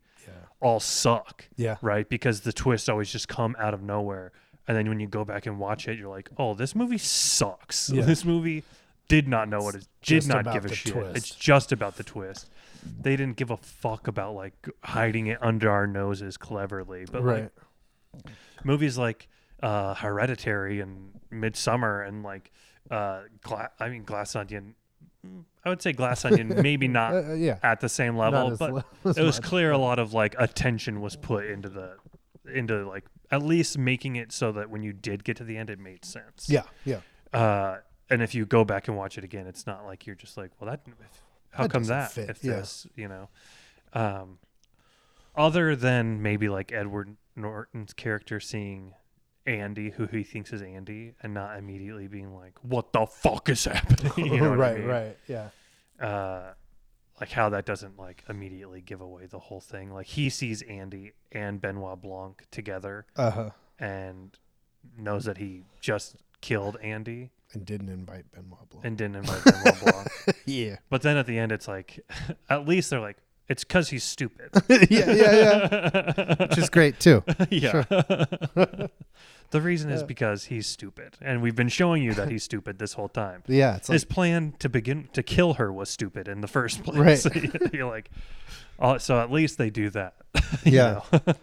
B: all suck
D: Yeah.
B: right? Because the twists always just come out of nowhere. And then when you go back and watch it, you're like, oh, this movie sucks.
D: Yeah.
B: This movie did not know what it did
D: just
B: not
D: about
B: give a
D: the
B: shit. It's
D: twist.
B: just about the twist. They didn't give a fuck about like hiding it under our noses cleverly. But
D: Right.
B: like movies like uh, Hereditary and Midsummer and like uh, Gla- I mean Glass Onion. I would say Glass Onion, maybe not
D: Uh, uh, yeah.
B: at the same level,
D: as
B: but
D: le- as
B: it was clear a lot of like attention was put into the into like at least making it so that when you did get to the end, it made sense.
D: Yeah. Yeah.
B: Uh, and if you go back and watch it again, it's not like you're just like, well, that how
D: That
B: come
D: doesn't
B: that
D: fit,
B: if
D: yeah.
B: this, you know, um, other than maybe like Edward Norton's character seeing Andy, who he thinks is Andy, and not immediately being like, what the fuck is happening? You know what I
D: right.
B: mean?
D: Right. Yeah.
B: Uh, like how that doesn't like immediately give away the whole thing. Like he sees Andy and Benoit Blanc together
D: Uh huh.
B: and knows that he just killed Andy
D: And didn't invite Benoit Blanc.
B: and didn't invite Benoit Blanc.
D: yeah.
B: But then at the end, it's like, at least they're like, it's because he's stupid.
D: yeah. Yeah. Yeah. Which is great too.
B: yeah. the reason is because he's stupid, and we've been showing you that he's stupid this whole time.
D: Yeah. It's like,
B: His plan to begin to kill her was stupid in the first place. You're like, oh, so at least they do that. You
D: Yeah.
B: know?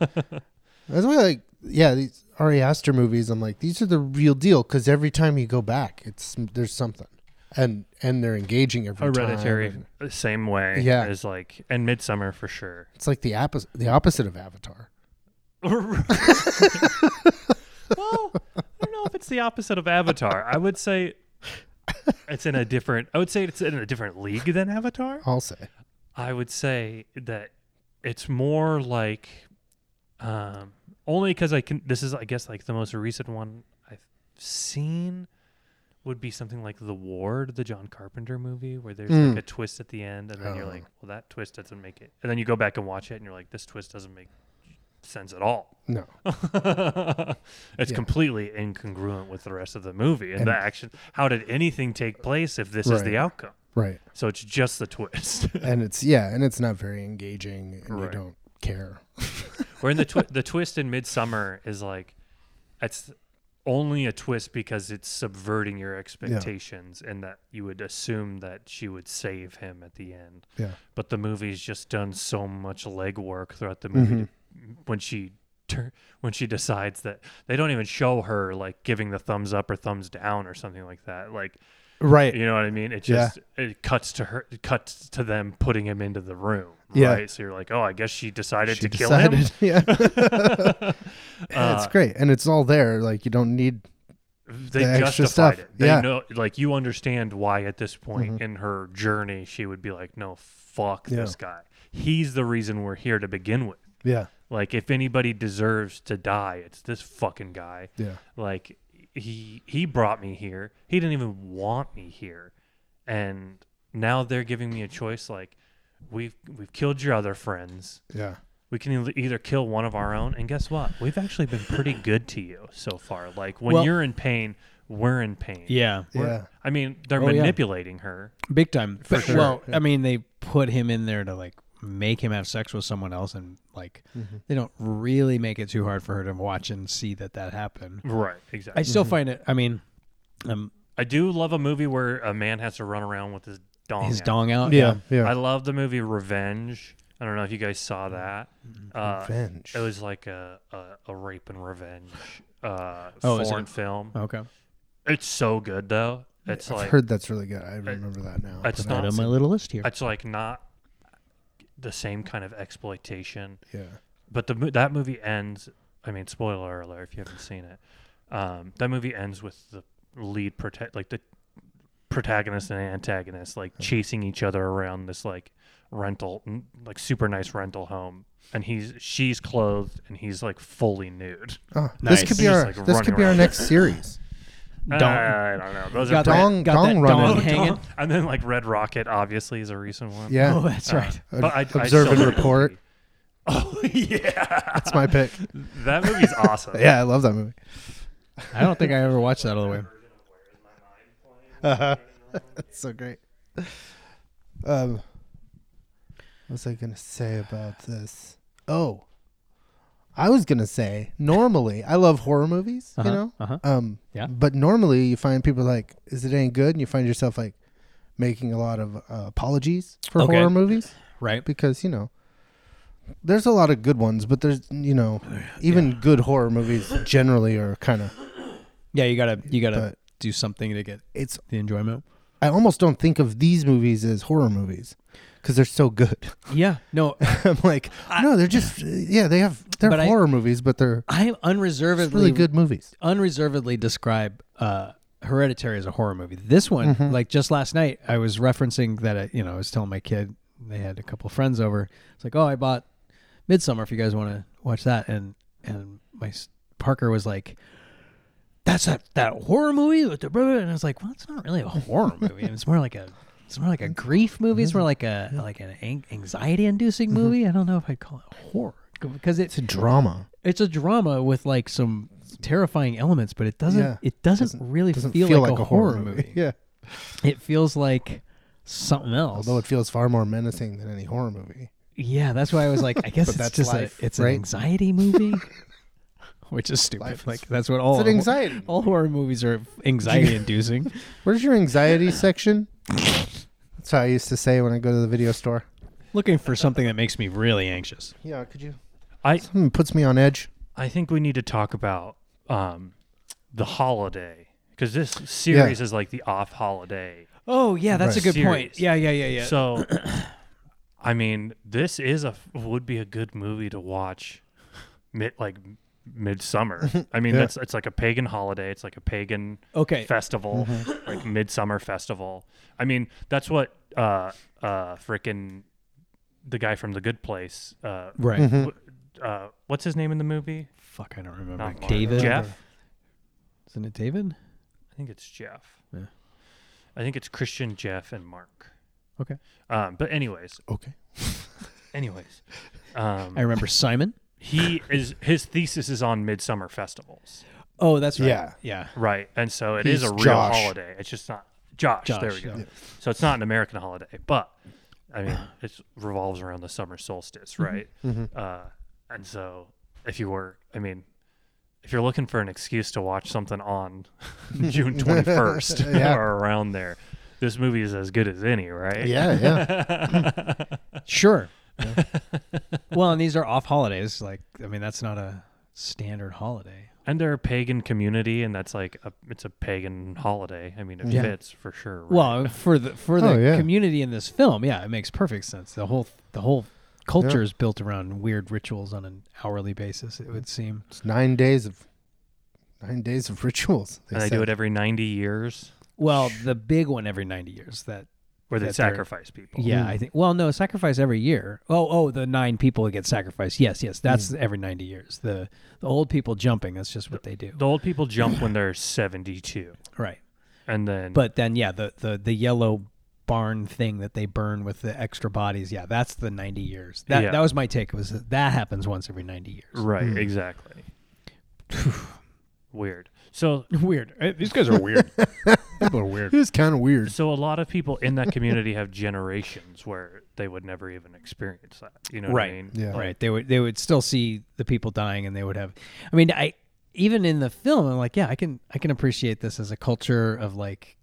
D: That's why, like, yeah, these Ari Aster movies. I'm like, these are the real deal because every time you go back, it's there's something, and and they're engaging every time,
B: Hereditary,
D: and
B: the same way.
D: Yeah.
B: is like, and Midsummer for sure.
D: It's like the opposite, the opposite of Avatar.
B: well, I don't know if it's the opposite of Avatar. I would say it's in a different. I would say it's in a different league than Avatar.
D: I'll say.
B: I would say that it's more like, um, only because I can. This is, I guess, like the most recent one I've seen. Would be something like The Ward, the John Carpenter movie, where there's like a twist at the end, and then you're
D: Oh.
B: like, "Well, that twist doesn't make it," and then you go back and watch it, and you're like, "This twist doesn't make sense at all."
D: No,
B: it's
D: Yeah.
B: completely incongruent with the rest of the movie and, the action. How did anything take place if this is
D: Right.
B: the outcome?
D: right,
B: So it's just the twist.
D: and it's yeah, and it's not very engaging, and
B: Right.
D: you don't care.
B: Where in the twi- the twist in Midsummer is like, it's only a twist because it's subverting your expectations and that you would assume that she would save him at the end.
D: Yeah,
B: but the movie's just done so much legwork throughout the movie
D: Mm-hmm.
B: to, when she tur- when she decides that they don't even show her like giving the thumbs up or thumbs down or something like that like
D: right.
B: you know what i mean it
D: Yeah.
B: just it cuts to her it cuts to them putting him into the room
D: Yeah.
B: right so you're like oh i guess she decided to
D: She
B: kill him Uh,
D: decided- Yeah, Yeah, it's great, and it's all there. Like you don't need.
B: they
D: the extra
B: justified
D: stuff.
B: it they
D: Yeah. Mm-hmm.
B: know like you understand why at this point in her journey she would be like no fuck
D: Yeah.
B: this guy he's the reason we're here to begin with
D: Yeah,
B: Like if anybody deserves to die, it's this fucking guy.
D: yeah,
B: Like he he brought me here. He didn't even want me here. And now they're giving me a choice like we've we've killed your other friends.
D: Yeah.
B: We can eith- either kill one of our own and guess what? We've actually been pretty good to you so far. Like when
C: Well-
B: you're in pain, we're in pain.
C: Yeah,
B: We're-
D: Yeah.
B: I mean, they're
C: Oh, yeah.
B: manipulating her.
C: big time. For
B: sure.
C: Well, I mean, they put him in there to like make him have sex with someone else, and like they don't really make it too hard for her to watch and see that that happened.
B: Right.
C: I
B: Exactly.
C: still find it. I mean, um,
B: I, do love a movie where a man has to run around with his dong.
C: his
B: out.
C: dong out.
D: Yeah. Yeah.
B: I love the movie Revenge. I don't know if you guys saw that. Uh,
D: Revenge.
B: It was like a, a, a rape and revenge uh,
C: Oh, is
B: foreign
C: it?
B: film.
C: Okay.
B: It's so good though. It's
D: I've
B: like
D: heard that's really good. I remember that now.
B: it's
D: but
B: not-
C: Out of my little list here.
B: it's like not the same kind of exploitation.
D: I- Yeah.
B: But the mo- that movie ends. I mean, spoiler alert if you haven't seen it. Um, that movie ends with the lead protect like the protagonist and antagonist like chasing each other around this like rental n- like super nice rental home and he's she's clothed and he's like fully nude
D: Oh,
C: Nice.
D: This could be
B: He's
D: our
B: just, like,
D: this
B: running
D: could be our
B: around.
D: next series.
C: Dong.
B: i don't know those
C: got
B: are
C: that-
D: Dong-
C: got
D: dong
C: that
D: running.
C: dong
D: Oh,
C: hanging.
B: and then like red rocket obviously is a recent one
D: Yeah.
C: Oh, that's right.
B: Uh, but I, I
D: Observe
B: still
D: and
B: like the
D: report.
B: movie. Oh yeah,
D: That's my pick.
B: that movie's awesome.
D: yeah, I love that movie.
C: I don't think I ever watched that all the way.
D: It's so great. Um, what was I gonna say about this? Oh, I was gonna say normally I love horror movies.
C: Uh-huh,
D: You know,
C: uh-huh.
D: um,
C: Yeah.
D: But normally you find people like, "Is it any good?" And you find yourself like making a lot of uh, apologies for
C: Okay.
D: horror movies
C: Right.
D: because you know there's a lot of good ones, but there's you know even good horror movies generally are kind of.
C: Yeah, you gotta you gotta
D: But-
C: do something to get
D: It's
C: the enjoyment.
D: I almost don't think of these movies as horror movies because they're so good.
C: Yeah. No,
D: I'm like, no, they're just yeah, they have
C: But
D: they're
C: I-
D: horror movies, but they're
C: I unreservedly
D: really good movies.
C: unreservedly describe uh, Hereditary as a horror movie. This one, like just last night, I was referencing that I, you know I was telling my kid they had a couple friends over. It's like, oh, I bought Midsummer if you guys want to watch that, and and my s- Parker was like. That's that that horror movie with the blah, blah," and I was like, well, it's not really a horror movie. It's more like a it's more like a grief movie. It's more like a like an an anxiety inducing movie. I don't know if I'd call it horror because it,
D: It's a drama.
C: it's a drama with like some terrifying elements, but it doesn't
D: Yeah.
C: it doesn't, really
D: Doesn't
C: feel, like, a horror, movie.
D: Yeah,
C: It feels like something else.
D: although it feels far more menacing than any horror movie.
C: yeah, that's why I was like, I guess it's
D: that's
C: just
D: life,
C: a, it's an
D: right?
C: anxiety movie. Which is stupid.
D: Life is-
C: like that's what all
D: It's an anxiety.
C: all horror movies are anxiety inducing.
D: Where's your anxiety section? That's how I used to say when I go to the video store.
C: Looking for something that makes me really anxious.
D: Yeah, could you?
B: I
D: Hmm, puts me on edge.
B: I think we need to talk about um, the holiday because this series is like the off holiday.
C: Oh yeah, that's
D: Right.
C: a good point.
B: Serious.
C: Yeah, yeah, yeah, yeah.
B: So, I mean, this is a would be a good movie to watch, mid like midsummer. I mean,
D: Yeah.
B: that's it's like a pagan holiday. It's like a pagan
C: okay.
B: festival, like midsummer festival. I mean, that's what uh uh frickin' the guy from The Good Place. Uh,
C: right.
B: w- uh, what's his name in the movie?
C: Fuck, I don't remember.
B: Not Mark.
C: David.
B: Jeff.
C: Isn't it David?
B: I think it's Jeff.
C: Yeah.
B: I think it's Christian, Jeff, and Mark.
C: Okay.
B: Um, but anyways,
D: Okay.
B: anyways, um,
C: I remember Simon.
B: he is his thesis is on midsummer festivals,
C: Oh, that's right.
D: Yeah.
C: Yeah.
B: right? And so it is
D: He's
B: a real
D: Josh.
B: holiday. It's just not Josh.
C: Josh,
B: there we go.
C: yeah.
B: So it's not an American holiday, but I mean, it revolves around the summer solstice, right? Uh, and so if you were, I mean. If you're looking for an excuse to watch something on June 21st
D: Yeah.
B: or around there, this movie is as good as any, right?
D: Yeah, yeah.
C: Sure. well, and these are off holidays. Like, I mean, that's not a standard holiday.
B: and they're a pagan community and that's like a, it's a pagan holiday i mean it
D: Yeah.
B: fits for sure right?
C: Well, for the for the
D: Oh, yeah.
C: community in this film, yeah, it makes perfect sense. The whole the whole culture is built around weird rituals on an hourly basis. It would seem.
D: It's nine days of nine days of rituals.
B: and they do it every 90 years
C: Well, the big one every ninety years. That
B: where they
C: That they're-
B: sacrifice people
C: yeah, I think. Well, no, sacrifice every year. Oh, oh, the nine people that get sacrificed. Yes, yes, that's every ninety years. The the old people jumping. That's just what they do.
B: the old people jump when they're 72
C: Right.
B: and then
F: Mm-hmm.
C: But then, yeah, the the the yellow barn thing that they burn with the extra bodies. Yeah, that's the 90 years. That
B: Yeah.
C: that was my take. Was that, that happens once every 90 years.
B: Right, exactly. Weird. So
F: Weird. Uh, These guys are weird. People are weird.
D: It was kind of weird.
B: so a lot of people in that community have generations where they would never even experience that. You know what
C: Right.
B: I mean?
D: Yeah.
C: Right. They would they would still see the people dying and they would have I mean, I even in the film I'm like, yeah, I can I can appreciate this as a culture of like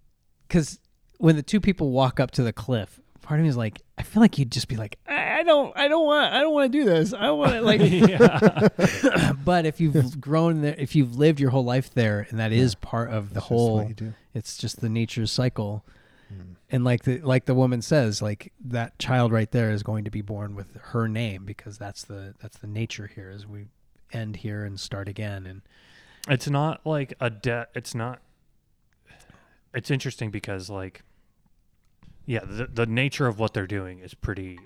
C: cuz when the two people walk up to the cliff, part of me is like, I feel like you'd just be like, I I don't I don't want I don't want to do this. I want to like but if you've grown there, if you've lived your whole life there, and that is part of the
D: just what
C: whole,
D: you do. Mm.
C: it's just the nature's cycle. And like the like the woman says, like that child right there is going to be born with her name because that's the that's the nature here. Is we end here and start again, and
B: It's not like a debt. It's not. It's interesting because, like, yeah, the, the nature of what they're doing is pretty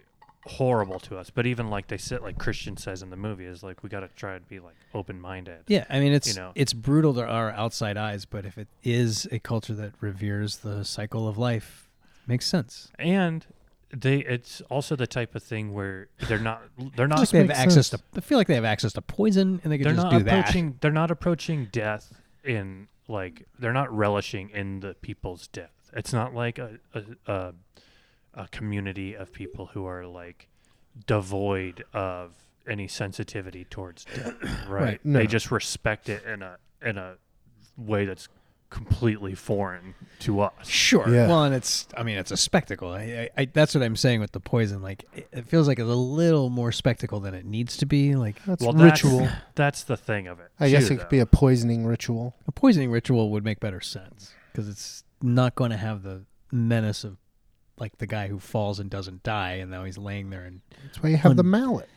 B: horrible to us. But even like they said, like Christian says in the movie, is like we got to try and be like open minded.
C: yeah, I mean it's
B: You know.
C: it's brutal to our outside eyes, but if it is a culture that reveres the cycle of life, makes sense.
B: And they, it's also the type of thing where they're not, they're not,
C: Like they have
D: makes
C: access
D: sense.
C: to. I feel like they have access to poison, and they could
B: they're
C: just
B: not
C: do that.
B: approaching, they're not approaching death in like they're not relishing in the people's death. It's not like a a, a, a community of people who are like devoid of any sensitivity towards death, right?
C: Right,
D: no.
B: They just respect it in a in a way that's completely foreign to us.
C: Sure.
D: Yeah.
C: Well, and it's I mean it's a spectacle. I, I, I that's what I'm saying with the poison. Like it, it feels like it's a little more spectacle than it needs to be. Like
D: That's
B: Well, that's-
D: ritual.
B: That's, the thing of it.
D: I guess
B: too,
D: it could be
B: though.
D: a poisoning ritual.
C: a poisoning ritual would make better sense because it's not going to have the menace of like the guy who falls and doesn't die, and now he's laying there and
D: That's why you have the
C: Un-
D: mallet.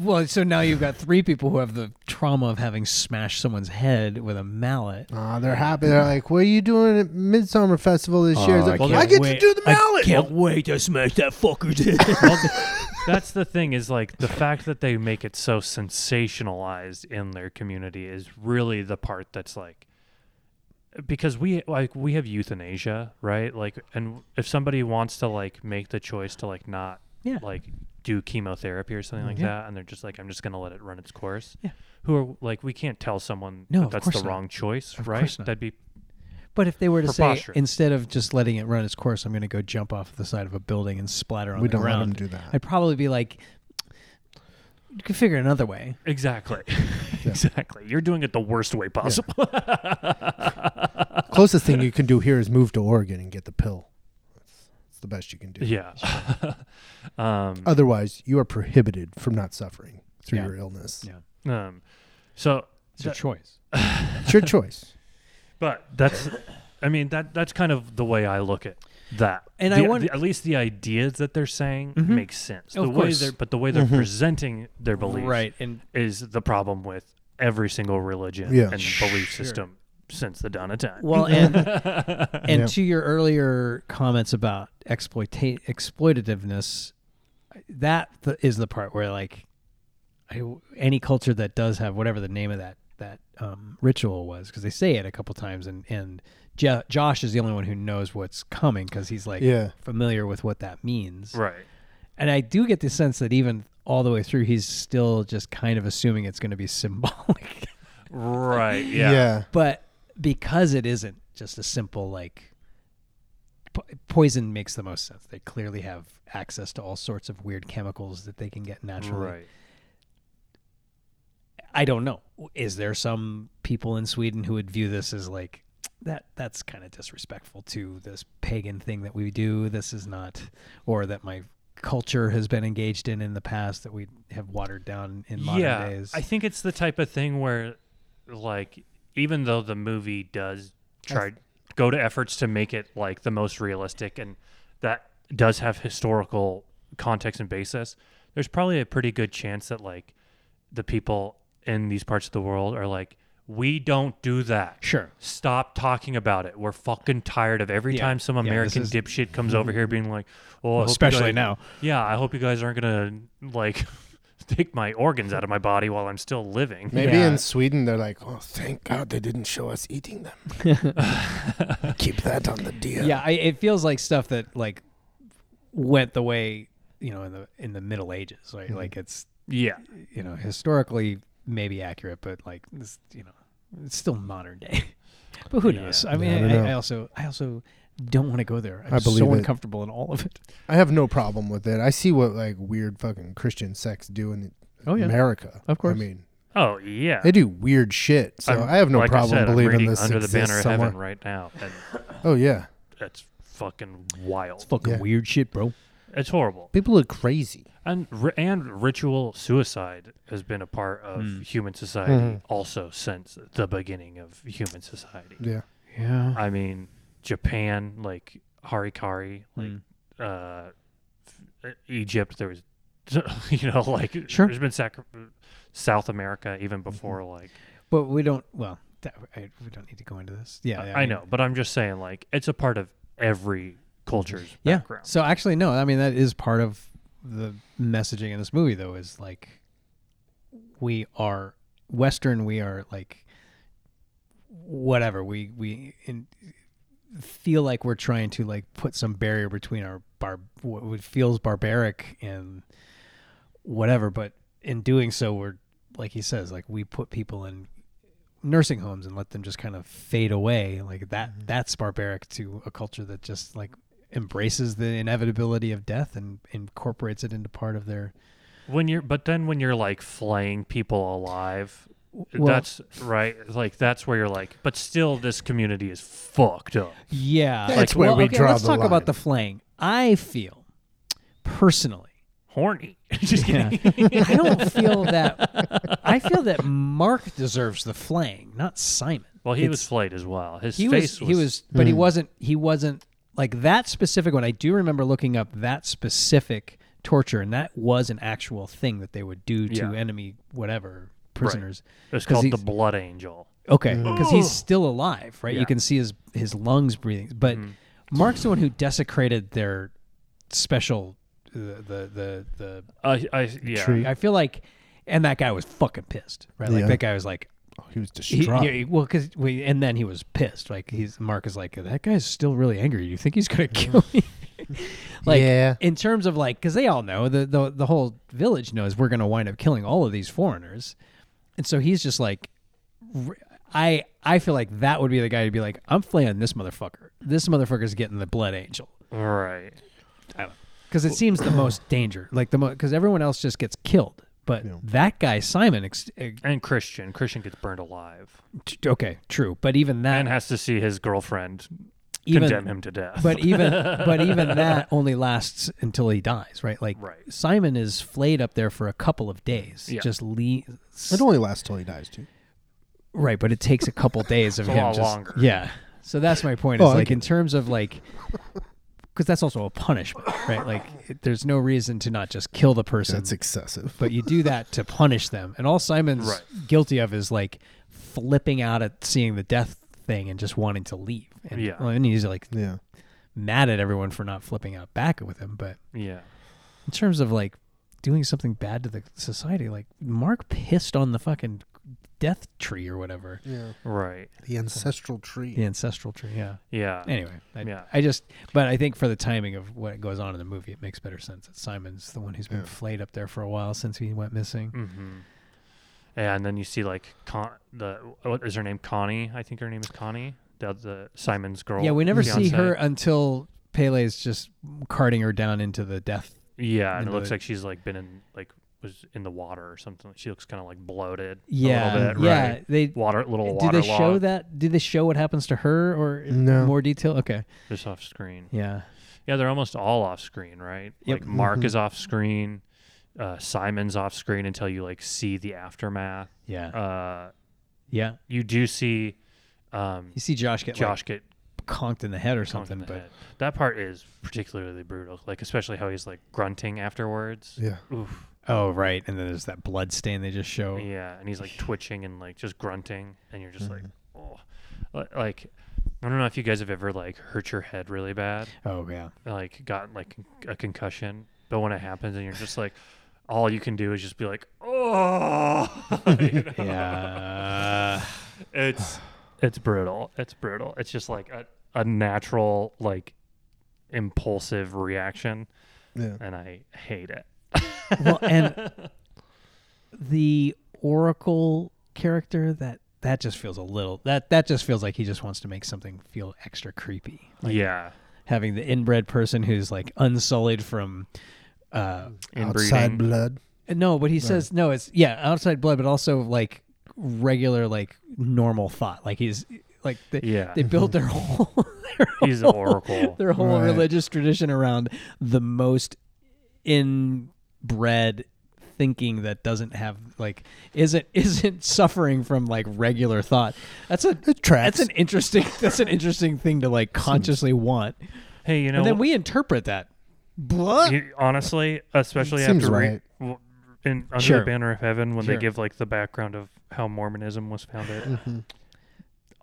C: well, so now you've got three people who have the trauma of having smashed someone's head with a mallet.
D: Ah, they're happy. They're like, "What are you doing at Midsummer Festival this year?" It's like,
B: can't
D: I get
C: wait.
D: to do the mallet.
C: wait to smash that fucker's head.
B: That's the thing is like the fact that they make it so sensationalized in their community is really the part that's like because we like we have euthanasia, right? Like and if somebody wants to like make the choice to like not
C: Yeah.
B: like do chemotherapy or something like
C: Yeah.
B: that and they're just like I'm just going to let it run its course.
C: Yeah.
B: Who are like we can't tell someone
C: No,
B: that
C: of
B: that's
C: course
B: the
C: not.
B: wrong choice,
C: Of
B: right?
C: course not.
B: That'd be
C: But if they were to say
B: Preposterous.
C: instead of just letting it run its course, I'm going to go jump off the side of a building and splatter on
D: We
C: the
D: don't let
C: ground,
D: 'em do that.
C: I'd probably be like, you could figure another way.
B: Exactly. Exactly. You're doing it the worst way possible.
D: Closest thing you can do here is move to Oregon and get the pill. It's the best you can do.
B: Yeah. um,
D: Otherwise, you are prohibited from not suffering through
C: Yeah.
D: your illness.
C: Yeah.
B: um, so,
C: It's a choice.
D: It's your choice.
B: but that's, I mean, that that's kind of the way I look at that.
C: And
B: The-
C: I won- Mm-hmm.
B: the- at least the ideas that they're saying make sense.
C: Of
B: the way
C: course. Mm-hmm.
B: they're, but the way they're presenting their beliefs
C: Right. And
B: is the problem with every single religion
D: Yeah.
B: and
D: Sure.
B: belief system since the dawn of time.
C: well, and and
D: Yeah.
C: to your earlier comments about exploita- exploitativeness, that th- is the part where like I, any culture that does have whatever the name of that that um, ritual was, because they say it a couple times, and and Jo- Josh is the only one who knows what's coming because he's like
D: Yeah.
C: familiar with what that means,
B: right.
C: and I do get the sense that even all the way through, he's still just kind of assuming it's going to be symbolic,
B: Right. Yeah.
C: but because it isn't just a simple like po- poison makes the most sense. They clearly have access to all sorts of weird chemicals that they can get naturally.
B: Right.
C: I don't know. Is there some people in Sweden who would view this as like that? That's kind of disrespectful to this pagan thing that we do. This is not, or that my culture has been engaged in in the past that we have watered down in modern days.
B: I think it's the type of thing where, like, even though the movie does try go to efforts to make it like the most realistic and that does have historical context and basis, there's probably a pretty good chance that like the people in these parts of the world are like, we don't do that.
C: Sure.
B: Stop talking about it. We're fucking tired of every
C: Yeah.
B: time some
C: Yeah, this
B: American
C: is-
B: dipshit comes over here being like, well, I hope you
C: especially
B: guys-
C: now.
B: yeah, I hope you guys aren't gonna like take my organs out of my body while I'm still living.
D: Maybe
C: Yeah.
D: in Sweden they're like, "Oh, thank God they didn't show us eating them. Keep that on the deal."
C: yeah, I, it feels like stuff that like went the way you know in the in the Middle Ages, right? Like it's
B: Yeah.
C: you know historically maybe accurate, but like this, you know, it's still modern day. But who knows? I mean,
D: don't
C: I, I,
D: know.
C: also I also don't want to go there. I'm
D: I believe
C: so
D: it.
C: uncomfortable in all of it.
D: I have no problem with it. I see what like weird fucking Christian sects do in
C: Oh, yeah.
D: America.
C: Of course.
D: I mean,
B: Oh yeah.
D: they do weird shit. So
B: I'm-
D: i have no
B: like
D: problem
B: said, I'm
D: believing
B: reading
D: this
B: under the
D: exists
B: banner of
D: somewhere.
B: heaven right now, and
D: Oh yeah,
B: that's fucking wild.
C: Fucking
D: Yeah.
C: weird shit, bro.
B: It's horrible.
D: people are crazy.
B: And ri- and ritual suicide has been a part of
D: Hmm.
B: human society
D: Mm-hmm.
B: also since the beginning of human society.
D: Yeah,
C: Yeah.
B: I mean, Japan, like Harikari, like
D: Hmm.
B: uh, f- Egypt. There was, you know, like
C: Sure.
B: There's been sacri- South America even
D: Mm-hmm.
B: before, like
C: But we don't. Well, that, I, we don't need to go into this. Yeah, yeah,
B: I know, but I'm just saying, like it's a part of every culture's
C: Yeah.
B: background.
C: So actually, no. I mean, that is part of the messaging in this movie, though. Is like we are Western. We are like whatever. We we in, feel like we're trying to like put some barrier between our bar what what feels barbaric and whatever. But in doing so, we're like he says, like we put people in nursing homes and let them just kind of fade away like that that's barbaric to a culture that just like embraces the inevitability of death and incorporates it into part of their
B: when you're but then when you're like flaying people alive
C: Well-
B: that's right like that's where you're like but still this community is fucked up
C: yeah
D: That's where we draw
C: let's
D: the
C: talk
D: line.
C: about the flaying i feel personally
B: horny just
C: yeah,
B: kidding
C: i don't feel that i feel that mark deserves the flaying not simon
B: well he was
C: It's-
B: flayed as well his
C: he
B: face
C: was, he was but he wasn't he wasn't like that specific one i do remember looking up that specific torture and that was an actual thing that they would do to
B: Yeah.
C: enemy whatever prisoners
B: it was
C: 'Cause
B: called the
C: he's-
B: blood angel
C: Okay, because he's still alive, right? You can see his his lungs breathing. But Mark's the one who desecrated their special the the the,
B: I i yeah
C: the I feel like, and that guy was fucking pissed, right? Like
D: Yeah.
C: that guy was like,
D: oh, he was
C: he,
D: distraught.
C: yeah, he- well, because we, and then he was pissed. Like he's Mark is like, that guy's still really angry. You think he's gonna kill me? like
D: Yeah.
C: in terms of like, because they all know the, the the whole village knows we're gonna wind up killing all of these foreigners, and so he's just like, r- I I feel like that would be the guy to be like, I'm flaying this motherfucker. This motherfucker's getting the blood angel
B: right
C: because it seems the most danger. Like the most because everyone else just gets killed, but that guy Simon. Ex- eh,
B: and christian christian gets burned alive
C: t- okay, true, but even that
B: and has to see his girlfriend
C: even
B: condemn him to death
C: but e even but even that only lasts until he dies, right? Like
B: Right.
C: Simon is flayed up there for a couple of days,
B: Yeah.
C: just le-
D: It only lasts till he dies too.
C: right, but it takes a couple days of
B: It's a
C: him
B: lot
C: just
B: longer.
C: yeah. So that's my point. Is
D: Oh, I
C: like
D: get
C: in terms of like because that's also a punishment, right? Like it, there's no reason to not just kill the person,
D: That's excessive.
C: Mm. but you do that to punish them. And all Simon's
B: Right.
C: guilty of is like flipping out at seeing the death thing and just wanting to leave. And,
B: Yeah.
C: and he's like
D: yeah,
C: mad at everyone for not flipping out back with him, but
B: yeah
C: in terms of like doing something bad to the society, like Mark pissed on the fucking death tree or whatever,
D: yeah.
B: right
D: The ancestral tree.
C: the ancestral tree. Yeah.
B: yeah
C: Anyway, I,
B: Uh, Yeah.
C: I just, but I think for the timing of what goes on in the movie, it makes better sense that Simon's the one who's been flayed up there for a while since he went missing.
B: Mm-hmm. And then you see like Con- the what is her name? Connie, I think her name is Connie. The, the Simon's girl.
C: Yeah, we never see
B: fiancé.
C: her until Pele's just carting her down into the death.
B: Yeah, and
C: in
B: it looks
C: the-
B: like she's like been in like was in the water or something. She looks kind of like bloated. a
C: Yeah,
B: little bit,
C: yeah.
B: Right?
C: They
B: Water, little
C: do
B: water.
C: they show that? Do they show what happens to her or in
D: No.
C: more detail? Okay,
B: Just off screen.
C: yeah.
B: Yeah, they're almost all off screen, right?
C: Yep. mm-hmm.
B: Like Mark is off screen. Uh, Simon's off screen until you like see the aftermath.
C: Yeah.
B: Uh,
C: yeah.
B: you do see um,
C: You see Josh get
B: Josh get
C: like conked in the head or
B: conked in
C: something,
B: the
C: but
B: head. that part is particularly brutal. Like especially how he's like grunting afterwards.
D: Yeah.
B: Oof.
C: Oh, right. And then there's that blood stain they just
B: Oh.
C: show.
B: Yeah, and he's like twitching and like just grunting, and you're just like, oh, Li- like I don't know if you guys have ever like hurt your head really bad,
C: Oh, yeah.
B: like gotten like a concussion, but when it happens, and you're just like, all you can do is just be like, oh, you know?
C: Yeah.
B: it's it's brutal. It's brutal. It's just like a, a natural like impulsive reaction,
D: Yeah.
B: and I hate it.
C: well, and the Oracle character that that just feels a little that that just feels like he just wants to make something feel extra creepy. Like
B: yeah,
C: having the inbred person who's like unsullied from uh
B: inbreeding.
D: outside blood.
C: no, but he says no, it's yeah, outside blood but also like regular like normal thought. Like he's like they,
B: Yeah.
C: they built their whole their
B: He's an
C: whole,
B: oracle.
C: their whole
D: Right.
C: religious tradition around the most inbred thinking that doesn't have like isn't isn't suffering from like regular thought. That's a
D: It tracks.
C: that's an interesting that's an interesting thing to like consciously want.
B: Hey, you know,
C: And then we interpret that. Blah.
B: you- honestly, especially
D: Seems
B: after re-
D: right.
B: w- in Under
C: Sure.
B: the Banner of Heaven, when
C: Sure. Mm-hmm.
B: they give like the background of how Mormonism was founded,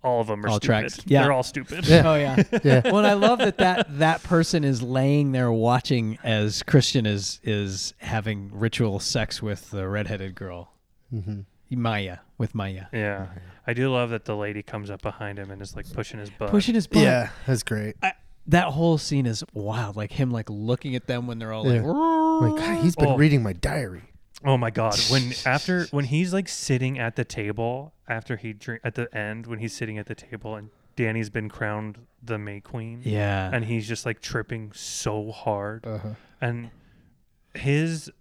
B: all of them are
C: All
B: stupid.
C: tracks. Yeah.
B: They're all stupid.
D: Yeah.
C: Oh yeah.
D: Yeah.
C: Well, and I love that, that that person is laying there watching as Christian is is having ritual sex with the redheaded girl,
D: Mm-hmm.
C: Maya, with Maya,
B: Yeah. I do love that the lady comes up behind him and is like pushing his butt.
C: pushing his butt.
D: Yeah, that's great.
C: I, that whole scene is wild. Like him, like looking at them when they're all
D: Yeah.
C: like,
D: Like God, he's been
B: Oh.
D: reading my diary.
B: Oh my god! When after when he's like sitting at the table after he drink at the end when he's sitting at the table and Danny's been crowned the May Queen.
C: yeah,
B: and he's just like tripping so hard, and his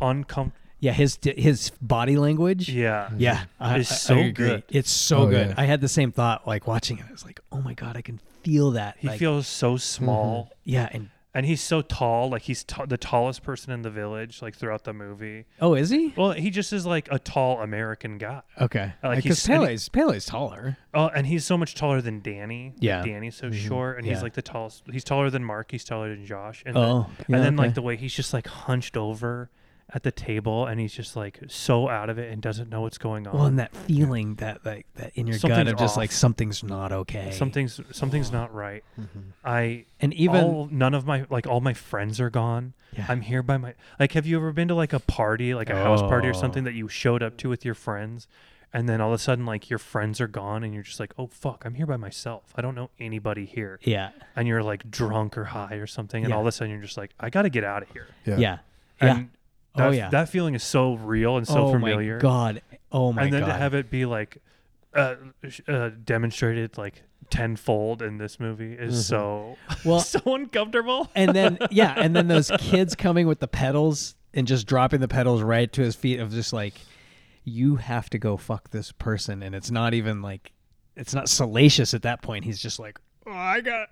B: uncom
C: yeah. His his body language.
B: yeah
C: Yeah, I-
B: It's
C: I- I
B: so
C: agree.
B: good.
C: It's so
D: Oh,
C: good.
D: yeah.
C: I had the same thought like watching it. I was like, oh my god, I can feel that.
B: He
C: like,
B: feels so small,
C: yeah, and
B: and he's so tall. Like he's ta the tallest person in the village, like throughout the movie.
C: oh, is he?
B: Well, he just is like a tall American guy.
C: Okay,
B: Uh, like
C: because
B: he's- and he-
C: Pele's Pele's taller.
B: Oh, and he's so much taller than Danny.
C: Yeah.
B: Danny's so short, and
C: Yeah.
B: he's like the tallest. He's taller than Mark. He's taller than Josh. And
C: Oh,
B: then,
C: yeah,
B: and then
C: okay.
B: like the way he's just like hunched over at the table, and he's just like so out of it and doesn't know what's going on.
C: Well, and that feeling that like that in your gut
B: Something's
C: of just
B: off.
C: like something's not okay.
B: something's something's not right.
C: Mm-hmm.
B: I
C: and even
B: all, none of my like all my friends are gone.
C: Yeah.
B: I'm here by my like. Have you ever been to like a party, like a house party or something that you showed up to with your friends, and then all of a sudden like your friends are gone and you're just like, oh fuck, I'm here by myself. I don't know anybody here.
C: yeah,
B: and you're like drunk or high or something, and
C: Yeah.
B: all of a sudden you're just like, I gotta get out of here.
C: yeah,
D: Yeah.
C: yeah.
B: And
C: Oh,
B: that,
C: yeah.
B: that feeling is so real and so
C: oh
B: familiar.
C: my god. Oh my
B: and then
C: god.
B: to have it be like uh, sh- uh, demonstrated like tenfold in this movie is so
C: Mm-hmm. Well-
B: so uncomfortable.
C: and then yeah, and then those kids coming with the pedals and just dropping the pedals right to his feet of just like you have to go fuck this person and it's not even like it's not salacious at that point. He's just like, "Oh, I got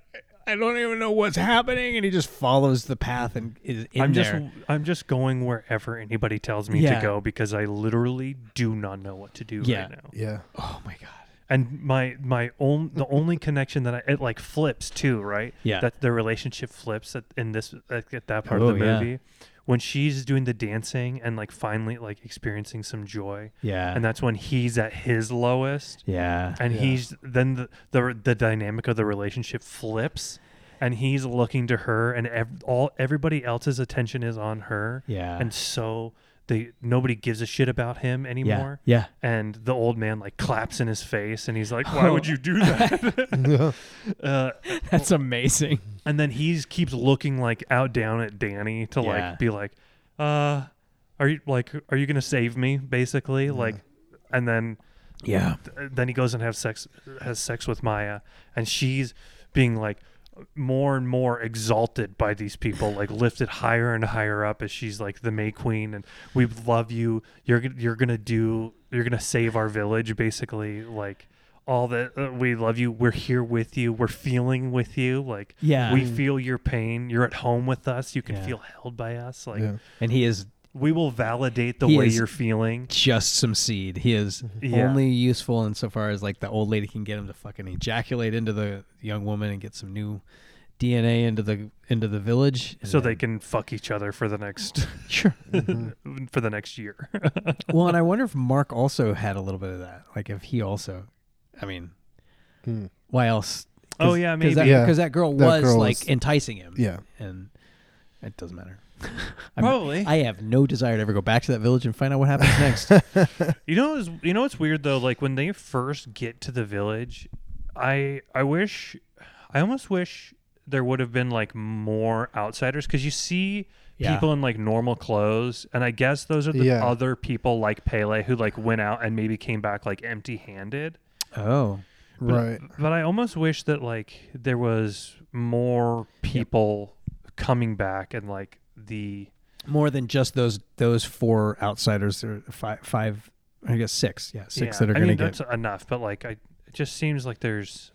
C: I don't even know what's happening." And he just follows the path and is in
B: I'm just
C: there.
B: I'm just going wherever anybody tells me
C: Yeah.
B: to go because I literally do not know what to do
C: Yeah.
B: right now.
D: Yeah.
C: oh my god.
B: and my my own the only connection that I it like flips too, right?
C: Yeah.
B: That the relationship flips at, in this at, at that part
C: Oh,
B: of the
C: yeah.
B: movie when she's doing the dancing and like finally like experiencing some joy,
C: Yeah.
B: and that's when he's at his lowest,
C: yeah.
B: and he's then the, the the dynamic of the relationship flips, and he's looking to her, and ev- all everybody else's attention is on her,
C: Yeah.
B: and so they nobody gives a shit about him
C: yeah.
B: anymore
C: Yeah.
B: and the old man like claps in his face and he's like why would you do that uh,
C: That's amazing.
B: and then he's keeps looking like out down at danny to
C: Yeah.
B: like be like uh are you like are you gonna save me basically like and then
C: Yeah.
B: then he goes and have sex has sex with maya and she's being like more and more exalted by these people like lifted higher and higher up as she's like the may queen and we love you you're g- you're gonna do you're gonna save our village basically like all that uh, we love you we're here with you we're feeling with you like
C: Yeah.
B: we feel your pain you're at home with us you can
C: Yeah.
B: feel held by us like
D: Yeah.
C: And he is
B: we will validate the
C: He
B: way
C: is-
B: you're feeling
C: just some seed. He is
B: Yeah.
C: only useful insofar as like the old lady can get him to fucking ejaculate into the young woman and get some new DNA into the into the village. and
B: so they
C: then-
B: can fuck each other for the next
C: sure.
B: for the next year.
C: well, and I wonder if Mark also had a little bit of that. Like if he also, I mean, why else?
B: Oh, yeah,
C: because that,
B: maybe.
D: Yeah.
C: 'cause that girl
D: Hmm. That
C: was
D: girl
C: like
D: was-
C: enticing him.
D: Yeah.
C: and it doesn't matter. I'm-
B: Probably.
C: I have no desire to ever go back to that village and find out what happens next.
B: You know, it's, you know, it's weird though. Like when they first get to the village, I I wish, I almost wish there would have been like more outsiders because you see
C: Yeah.
B: people in like normal clothes, and I guess those are the
D: Yeah.
B: other people like Pele who like went out and maybe came back like empty-handed.
C: Oh,
D: right.
B: But I almost wish that like there was more people coming back and like the
C: more than just those those four outsiders. There are five, five, I guess six. Yeah, six that are
B: I
C: going
B: mean,
C: to
B: that's
C: get.
B: enough. But like, I it just seems like there's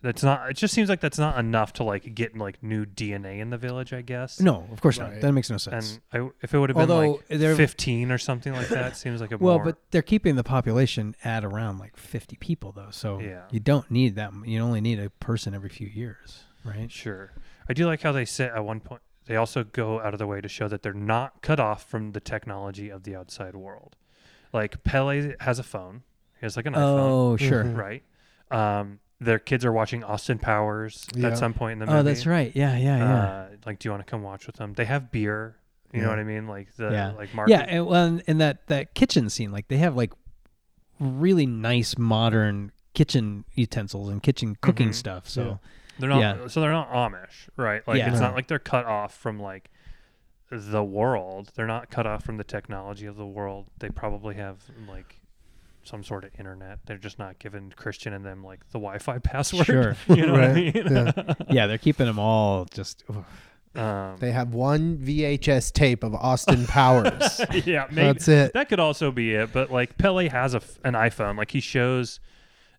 B: that's not. It just seems like that's not enough to like get like new DNA in the village. I guess
C: No, of course
D: Right.
C: not. That makes no sense.
B: And I, if it would have been
C: Although,
B: like
C: there-
B: fifteen or something like that, seems like a
C: Well,
B: more,
C: but they're keeping the population at around like 50 people though, so
B: Yeah.
C: you don't need that. m- You only need a person every few years, right?
B: sure. I do like how they say at one point they also go out of their way to show that they're not cut off from the technology of the outside world. Like Pele has a phone. He has like an iPhone.
C: Oh, sure.
B: right? Um, their kids are watching Austin Powers
D: Yeah.
B: at some point in the movie.
C: Oh, that's right. Yeah, yeah, yeah.
B: Uh, like, do you want to come watch with them? They have beer. You know
D: Yeah.
B: what I mean? Like the
C: yeah.
B: like
C: yeah,
B: market.
C: and, well, and, and that that kitchen scene, like they have like really nice modern kitchen utensils and kitchen cooking
B: Mhm.
C: stuff. So
B: They're not
C: yeah.
B: so they're not Amish, right? Like
C: Yeah.
B: it's
D: No.
B: not like they're cut off from like the world. They're not cut off from the technology of the world. They probably have like some sort of internet. They're just not giving Christian and them like the Wi-Fi password.
C: Sure.
B: you know what I
D: Right.
B: mean?
C: yeah, they're keeping them all just oof.
B: Um,
D: They have one VHS tape of Austin Powers.
B: yeah, maybe,
D: That's it.
B: That could also be it. But like Pele has a f an iPhone. Like he shows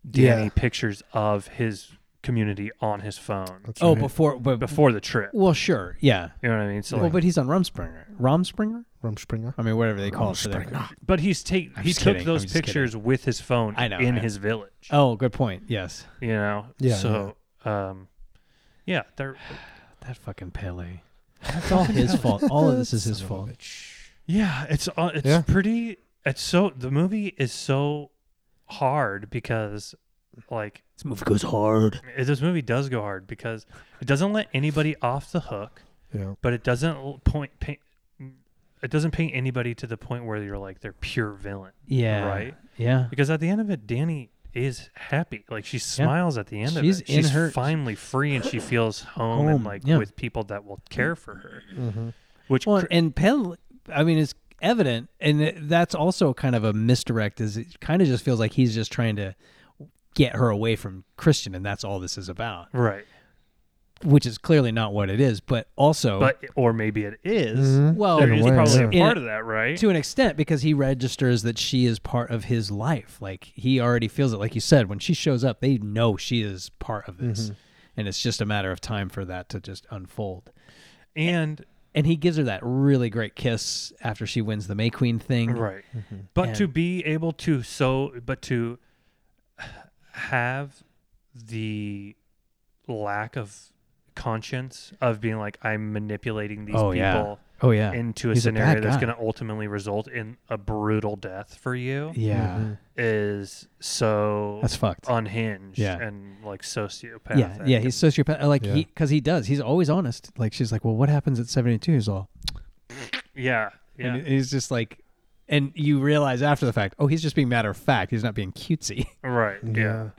B: Danny
D: Yeah.
B: pictures of his community on his phone
C: Oh, before but
B: before the trip.
C: well, sure. Yeah.
B: You know what I mean? So
C: Well,
B: like,
C: but he's on Rumspringer. Rumspringer?
D: Rumspringer.
C: I mean, whatever they call it. for their-
B: but he's take
C: I'm
B: he
C: just
B: took
C: kidding,
B: those
C: I'm just kidding.
B: pictures with his phone
C: I know,
B: in
C: I-
B: his village.
C: Oh, good point. Yes.
B: You know?
D: Yeah,
B: So um yeah, they're
C: That fucking Pele. It's all his fault. All of this is his fault.
B: Yeah, it's uh, it's
D: Yeah.
B: pretty it's so the movie is so hard because like
C: This movie goes hard.
B: it- this movie does go hard because it doesn't let anybody off the hook,
D: Yeah.
B: but it doesn't l- point paint it doesn't paint anybody to the point where you're like they're pure villain,
C: Yeah.
B: right?
C: Yeah.
B: Because at the end of it, Danny is happy. Like she smiles at the end
C: She's
B: of it.
C: in
B: She's
C: her-
B: finally free, and she feels home,
C: Home,
B: and like
C: yeah. Mm-hmm.
B: with people that will care for her. Which
C: Well,
B: cr-
C: and Pele, I mean, it's evident, and it- that's also kind of a misdirect. Is it kind of just feels like he's just trying to get her away from Christian, and that's all this is about,
B: right,
C: which is clearly not what it is. But also,
B: but or maybe it is.
C: well,
B: There is
D: way,
B: probably a
D: yeah.
B: part of that, right?
C: to an extent because he registers that she is part of his life like he already feels it like you said when she shows up they know she is part of this and it's just a matter of time for that to just unfold
B: and
C: and he gives her that really great kiss after she wins the may queen thing
B: right
C: Mm-hmm.
B: but to be able to so but to have the lack of conscience of being like i'm manipulating these
C: oh
B: people
C: yeah oh yeah
B: into a
C: He's a bad
B: scenario that's
C: guy.
B: going to ultimately result in a brutal death for you
C: yeah
B: is so
C: That's fucked.
B: unhinged
C: Yeah.
B: and like sociopathic
C: yeah yeah he's sociopath like he because he does he's always honest like she's like well what happens at 72 is all
B: yeah yeah
C: and he's just like and you realize after the fact oh he's just being matter of fact he's not being cutesy
B: right yeah,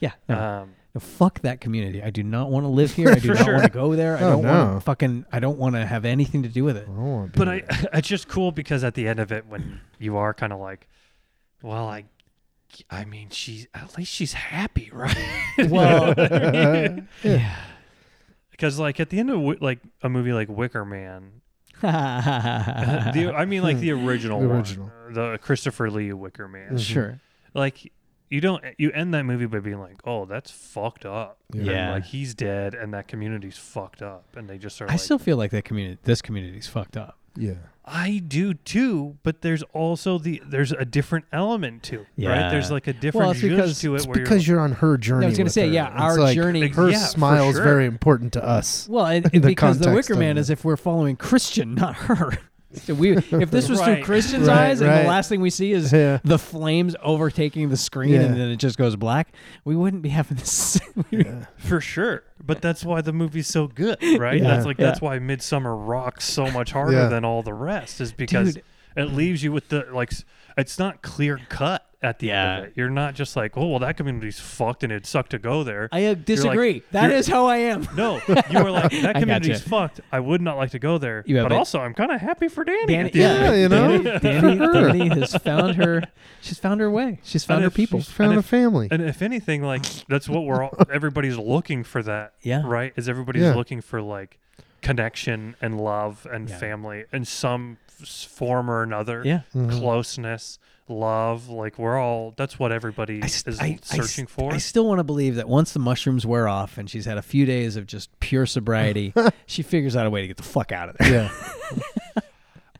C: yeah no.
B: um
C: No, fuck that community. I do not want to live here. I do not want to go there. I
D: Oh,
C: don't want
D: no.
C: to fucking. I don't want to have anything to do with it.
D: Oh,
B: but I, it's just cool because at the end of it, when you are kind of like, well, I, I mean, she's at least she's happy, right? Well,
C: Yeah.
B: because like at the end of Wi- like a movie like Wicker Man,
D: Uh-huh.
B: the,
C: the,
B: I mean like the original,
D: The
B: one,
D: original.
B: uh, the Christopher Lee Wicker Man,
C: sure.
B: like. You don't. You end that movie by being like, "Oh, that's fucked up." And,
C: Yeah.
B: like he's dead, and that community's fucked up, and they just are.
C: I
B: like,
C: still feel like that community. This community's fucked up.
D: Yeah.
B: I do too, but there's also the there's a different element to it, right?
C: Yeah.
B: There's like a different
C: Well, it's
B: zhuzh
C: because-
B: to it
D: It's
B: where
D: because
B: you're,
D: you're, on her journey.
C: I was gonna
D: with
C: say,
D: her.
C: yeah,
D: It's
C: our
D: like,
C: journey-
D: Her
B: Yeah, for
D: smile is
B: sure.
D: very important to us.
C: Well, and,
D: The
C: because the
D: context
C: Wicker
D: of
C: Man
D: it.
C: is if we're following Christian, not her. So we, if this was
B: Right.
C: through Christian's
D: Right,
C: eyes, and
D: right.
C: the last thing we see is
D: Yeah.
C: the flames overtaking the screen,
D: Yeah.
C: and then it just goes black, we wouldn't be having this. uh,
B: for sure. But that's why the movie's so good, right?
D: Yeah.
B: That's like that's
C: Yeah.
B: why Midsummer rocks so much harder
D: Yeah.
B: than all the rest is because
C: Dude.
B: it leaves you with the like s- it's not clear cut at the
C: Yeah.
B: end of it. You're not just like, oh well, that community's fucked and it'd suck to go there.
C: I uh, disagree. that
B: you're-
C: is how I am.
B: no, you were like that
C: I
B: community's
C: gotcha.
B: fucked. I would not like to go there,
C: Yeah,
B: but,
C: but-
B: also I'm kind of happy for Danny.
C: Danny,
B: at the end.
C: yeah,
D: Yeah, you know?
C: Danny, Danny,
D: For her.
C: Danny has found her. She's found her way. She's found
B: And
C: her
B: if
C: people.
D: Just found
B: And
D: a
B: if-
D: family.
B: And if anything, like that's what we're all. Everybody's looking for that.
C: Yeah.
B: Right. Is everybody's
D: Yeah.
B: looking for like connection and love and
C: Yeah.
B: family in some s- form or another.
C: Yeah.
D: Mm-hmm.
B: Closeness, love. Like we're all. That's what everybody
C: I st-
B: is
C: I- I st-
B: searching for.
C: I still want to believe that once the mushrooms wear off and she's had a few days of just pure sobriety, she figures out a way to get the fuck out of there.
D: yeah.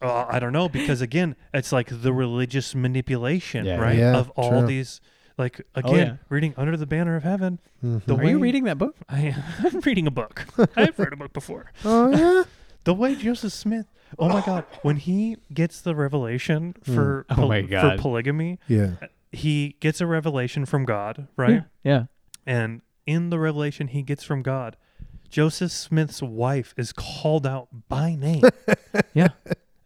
B: Uh, I don't know because again, it's like the religious manipulation,
F: Yeah.
B: right?
D: Yeah,
B: of all
D: true.
B: these, like again,
C: Oh, yeah.
B: reading under the banner of heaven.
D: Mm-hmm.
B: The
C: Are
B: way
C: you reading that book?
B: I, I'm reading a book. I've read a book before.
D: Oh yeah.
B: The way Joseph Smith. Oh my God! When he gets the revelation for
F: Oh
B: pol-
F: my
B: for
F: God.
B: polygamy,
D: Yeah.
B: he gets a revelation from God, right?
C: Yeah.
B: And in the revelation he gets from God, Joseph Smith's wife is called out by name.
C: Yeah.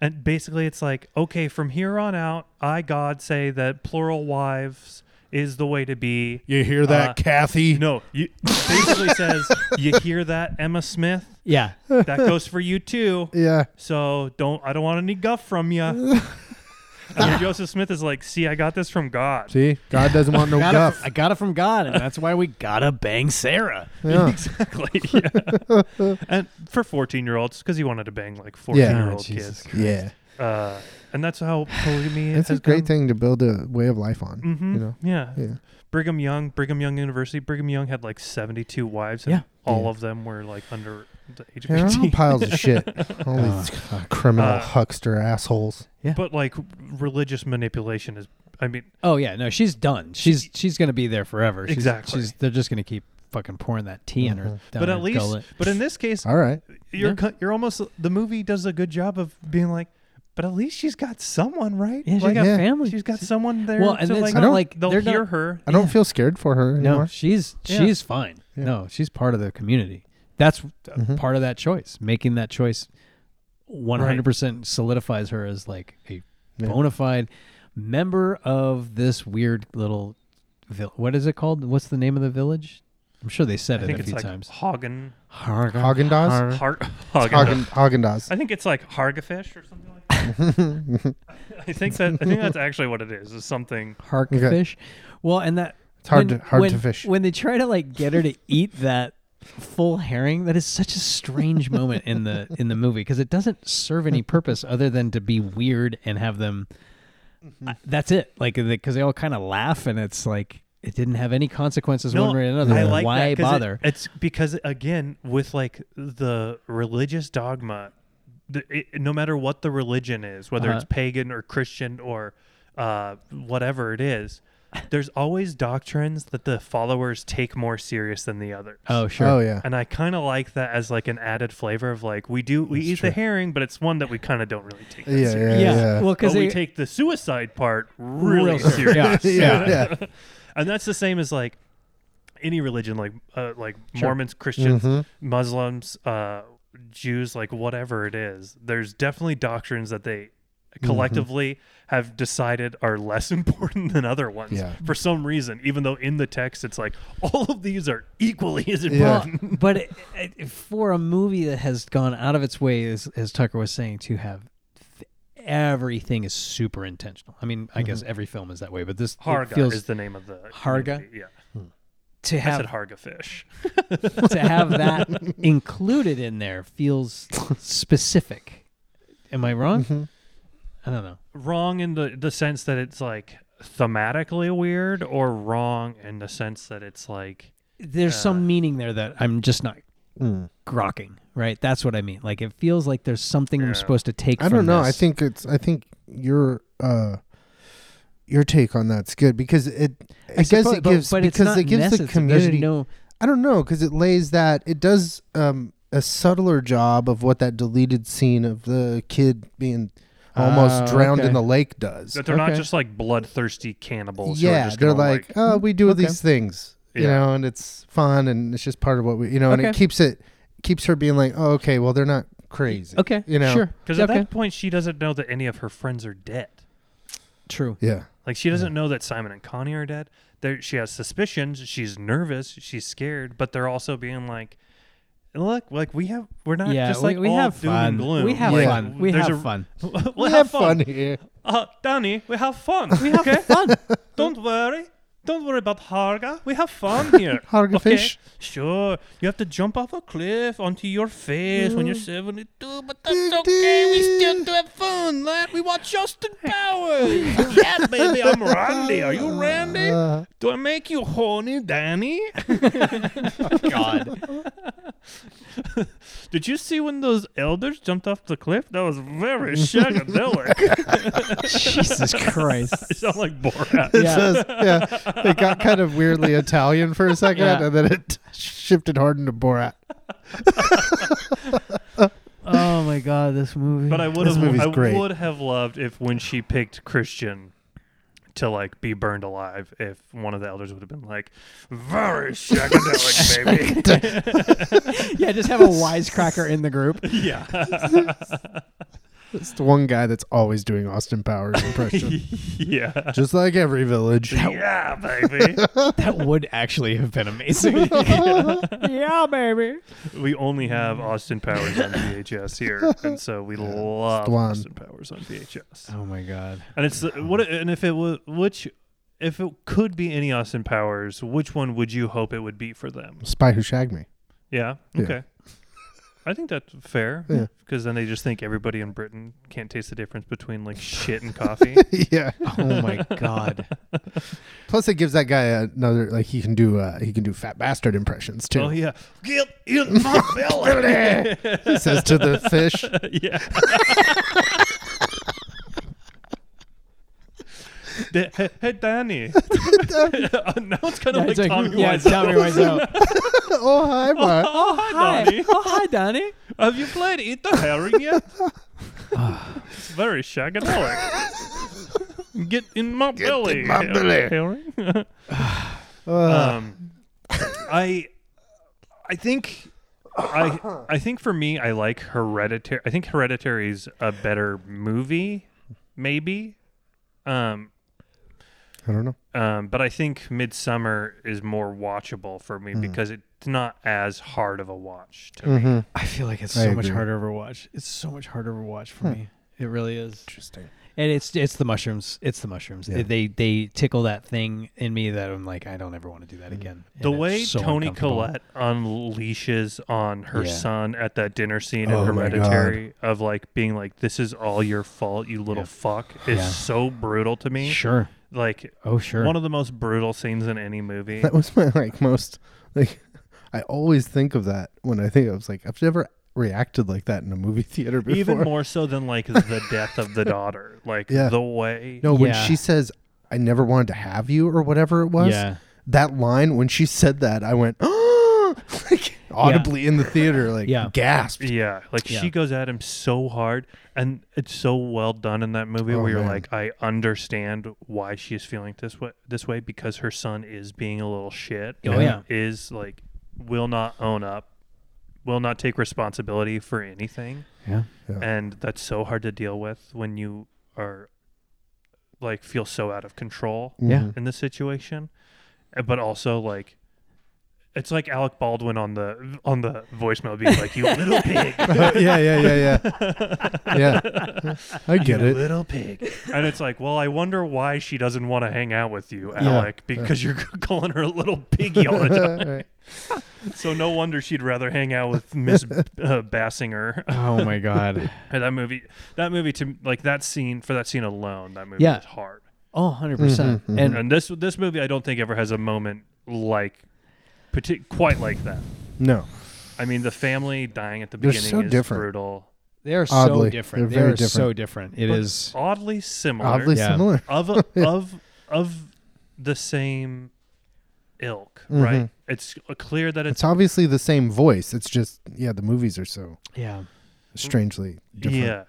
B: And basically, it's like, okay, from here on out, I, God, say that plural wives is the way to be.
D: You hear that,
B: Uh,
D: Kathy?
B: No, you basically says, you hear that, Emma Smith?
C: Yeah.
B: That goes for you too.
D: Yeah.
B: So don't, I don't want any guff from you. And then Joseph Smith is like, see, I got this from God.
D: See, God doesn't want no
C: Got it
D: guff.
C: from- I got it from God, and that's why we gotta bang Sarah.
D: Yeah.
B: Exactly. Yeah. and for 14 year olds, because he wanted to bang like 14 year old kids.
D: Yeah.
B: Uh, and that's how polygamy
D: It's a
B: has
D: great
B: come.
D: thing to build a way of life on.
B: Mm-hmm.
D: You know.
B: yeah.
D: Yeah.
B: Brigham Young, Brigham Young University. Brigham Young had like 72 wives, and
C: Yeah.
B: all
D: Yeah.
B: of them were like under the age of
D: They're all
B: 18.
D: piles of shit. All these uh, criminal
B: Uh,
D: huckster assholes.
B: But like religious manipulation is, I mean,
C: Oh yeah, no, she's done. She's she's gonna be there forever. She's,
B: Exactly. Uh-huh.
C: She's, they're just gonna keep fucking pouring that tea in her. Down
B: but
C: her
B: at least,
C: gullet.
B: but in this case,
D: All right.
B: you're
C: Yeah.
B: co- you're almost the movie does a good job of being like, but at least she's got someone, right?
C: yeah, she's
B: like,
C: got
D: yeah.
C: family.
B: she's got someone there.
C: Well, and
B: to,
C: it's
B: like,
C: not I don't- like
B: they'll
C: they're
B: hear
C: not-
B: her.
D: I don't
C: Yeah.
D: feel scared for her
C: No,
D: anymore.
C: she's
B: Yeah.
C: she's fine.
D: Yeah. Mm-hmm.
C: No, she's part of the community. That's uh, part of that choice. Making that choice 100% solidifies her as like a
D: Yeah.
C: bona fide member of this weird little vill- what is it called? What's the name of the village? I'm sure they said
B: I
C: it
B: think
C: a
B: it's
C: few
B: like
C: times.
B: Hagen,
D: Hagen Dazs.
B: Har- Hagen.
D: Hagen Hagen Dazs.
B: I think it's like Hargafish or something like that. I think that I think that's actually what it is. Is something
C: Hark
D: Okay.
C: fish. Well, and that it's
D: hard to- hard to fish.
C: When they try to like get her to eat that full herring, that is such a strange moment in the in the movie because it doesn't serve any purpose other than to be weird and have them.
D: Mm-hmm.
C: I- that's it. Like because they all kind of laugh and it's like it didn't have any consequences one way or another.
B: I like
C: Why
B: that 'cause it-
C: bother?
B: it's because again, with like the religious dogma, the, it, no matter what the religion is, whether it's
C: Uh-huh.
B: pagan or Christian or uh, whatever it is, there's always doctrines that the followers take more serious than the others.
C: oh sure.
D: Oh yeah.
B: And I kind of like that as like an added flavor of like we do we eat the herring, but it's one that we kind of don't really take. That
D: Yeah,
B: serious.
D: yeah,
C: yeah.
D: yeah.
C: Well, because
B: But we
C: they
B: take the suicide part really
C: real
B: serious.
C: Yeah.
D: yeah, yeah.
B: and that's the same as like any religion like uh, like mormons christians
C: Mm-hmm.
B: muslims uh jews like whatever it is there's definitely doctrines that they
C: Mm-hmm.
B: collectively have decided are less important than other ones
D: Yeah.
B: for some reason even though in the text it's like all of these are equally as
D: Yeah.
B: important
C: but it, it, for a movie that has gone out of its way, as, as Tucker was saying, to have th- everything is super intentional. I mean, I
D: Mm-hmm.
C: guess every film is that way, but this it
B: harga
C: feels
B: is the name of the
C: Harga?
B: community, yeah
C: to
B: i said
C: have
B: harga fish
C: to have that included in there feels specific. Am I wrong?
D: Mm-hmm.
C: I don't know.
B: wrong in the the sense that it's like thematically weird or wrong in the sense that it's like
C: There's some meaning there that I'm just not Hmm. grokking. Right? That's what I mean. Like it feels like there's something I'm supposed to take.
D: I
C: from
D: don't know. I
C: this.
D: think it's. I think your uh, your take on that's good because it. I, guess
C: suppose-
D: it
C: but-
D: gives
C: but it's
D: because
C: not
D: it gives the
C: necessary. There's
D: community.
C: no-
D: I don't know because it lays that it does um, a subtler job of what that deleted scene of the kid being almost
F: Oh,
D: drowned in
F: okay.
D: the lake does.
B: that they're not
F: Okay.
B: just like bloodthirsty cannibals. who are
D: yeah,
B: just
D: they're
B: gonna,
D: like, oh, we do
F: okay.
D: these things, you
B: Yeah.
D: know, and it's fun and it's just part of what we, you know, and it
C: Okay.
D: keeps it keeps her being like, oh, okay, well, they're not crazy.
C: Okay.
D: you know,
C: Sure.
B: because at
C: okay.
B: that point she doesn't know that any of her friends are dead.
C: True.
D: yeah,
B: Like she doesn't know that Simon and Connie are dead. There, she has suspicions. She's nervous. She's scared. But they're also being like, "Look, like we have, we're not
C: Yeah,
B: just
C: we-
B: like
C: we
B: all
C: have
B: doom
C: fun.
B: and gloom.
C: We have
B: Like,
C: fun. We
B: there's
C: have
B: a-
C: fun.
B: we'll
D: We have fun here.
B: Uh, Danny, we have fun. We have fun. Don't worry. Don't worry about Harga. We have fun here.
D: Harga fish.
B: Sure. You have to jump off a cliff onto your face when you're 72, but that's okay. We still do have fun, lad. We watch Austin Powers. yeah, baby. I'm Randy. Are you Randy? Do I make you horny, Danny?
C: Oh, God.
B: Did you see when those elders jumped off the cliff? That was very shagadelic.
C: Jesus Christ.
B: I sound like Borat.
D: It
C: Yeah.
D: says, yeah, it got kind of weirdly Italian for a second,
C: Yeah.
D: and then it shifted hard into Borat.
C: Oh my God, this movie.
B: But I would
D: This
B: have
D: movie's
B: I
D: great.
B: would have loved if when she picked Christian to like be burned alive, if one of the elders would have been like, very shagadelic, baby.
C: yeah, just have a wisecracker in the group.
B: yeah.
D: It's the one guy that's always doing Austin Powers impression,
B: yeah.
D: just like every village.
B: Yeah, baby.
G: That would actually have been amazing. Oh,
C: yeah, baby.
B: we only have Austin Powers on VHS here, and so we love
D: the one.
B: Austin Powers on VHS.
G: oh my god.
B: And it's the- what? And if it was which, if it could be any Austin Powers, which one would you hope it would be for them?
D: Spy Who Shagged Me.
B: Yeah.
D: Yeah.
B: Okay. I think that's fair
D: Yeah.
B: because then they just think everybody in Britain can't taste the difference between like shit and coffee.
D: yeah.
G: Oh my god.
D: Plus, it gives that guy another like he can do uh, he can do fat bastard impressions too.
B: oh yeah, get in my belly.
D: He says to the fish,
B: yeah. Da- hey, hey, Danny. Uh, now it's kind of like Tommy
C: yeah,
B: Wiseau.
C: Tommy Wiseau.
D: "Oh hi, bud.
B: Oh hi,
C: hi.
B: Danny.
C: Oh, hi, Donnie.
B: Have you played Eat the Herring yet? it's very shagadelic. Get in my belly.
D: my
B: her-
D: belly.
B: Herring.
D: Uh,
B: um, I I think I I think for me I like Hereditary. I think Hereditary is a better movie, maybe. Um,
D: I don't know.
B: um, but I think Midsummer is more watchable for
D: Mm.
B: me because it's not as hard of a watch. To me.
G: I feel like it's
D: I
G: so much
D: agree.
G: harder to watch. It's so much harder to watch for me.
C: It really is.
D: Interesting.
C: And it's it's the mushrooms. It's the mushrooms.
D: Yeah.
C: They they tickle that thing in me that I'm like I don't ever want to do that again. And
B: The
C: it's
B: way
C: so
B: Tony
C: uncomfortable.
B: Collette unleashes on her
C: Yeah.
B: son at that dinner scene
D: Oh
B: in
D: my
B: Hereditary of like being like, "This is all your fault, you little fuck," is
C: Yeah.
B: so brutal to me.
C: Sure.
B: Like
C: Oh sure.
B: one of the most brutal scenes in any movie.
D: That was my like most like I always think of that when I think I was like I've never reacted like that in a movie theater before.
B: Even more so than like the death of the daughter. Like
D: Yeah.
B: the way.
D: No, when
C: Yeah.
D: she says I never wanted to have you or whatever it was.
C: Yeah.
D: That line when she said that, I went "Oh!" like audibly in the theater like
C: Yeah.
D: gasped.
B: Yeah, like
C: Yeah.
B: she goes at him so hard, and it's so well done in that movie
D: Oh,
B: where you're
D: man.
B: like, I understand why she is feeling this way, this way because her son is being a little shit.
C: Oh,
B: and
C: yeah.
B: is like will not own up, will not take responsibility for anything,
C: Yeah.
D: Yeah.
B: and that's so hard to deal with when you are like feel so out of control
C: Yeah.
B: in this situation, Uh, but also like. It's like Alec Baldwin on the on the voicemail being like, "You little pig,
D: yeah, yeah, yeah, yeah. Yeah. I get it.
B: little pig. And it's like, well, I wonder why she doesn't want to hang out with you, Alec, because you're calling her a little piggy all the time.
D: Right.
B: so no wonder she'd rather hang out with Miss uh, Bassinger.
G: Oh my god.
B: And that movie, that movie to like that scene for that scene alone, that movie
C: Yeah.
B: is hard.
C: Oh, 100 percent. And
B: And this this movie, I don't think ever has a moment like, partic- quite like that.
D: No.
B: I mean, the family dying at the
D: They're
B: beginning
D: so
B: is
D: different.
B: brutal.
G: They are
D: Oddly,
G: so different.
D: they're
G: They
D: very
G: are so different. It
B: But
G: is
B: oddly similar.
D: Oddly
G: Yeah.
D: similar.
B: of of of the same ilk, right? It's clear that it's,
D: It's obviously the same voice. It's just yeah, the movies are so
C: yeah.
D: strangely different.
B: Mm. yeah,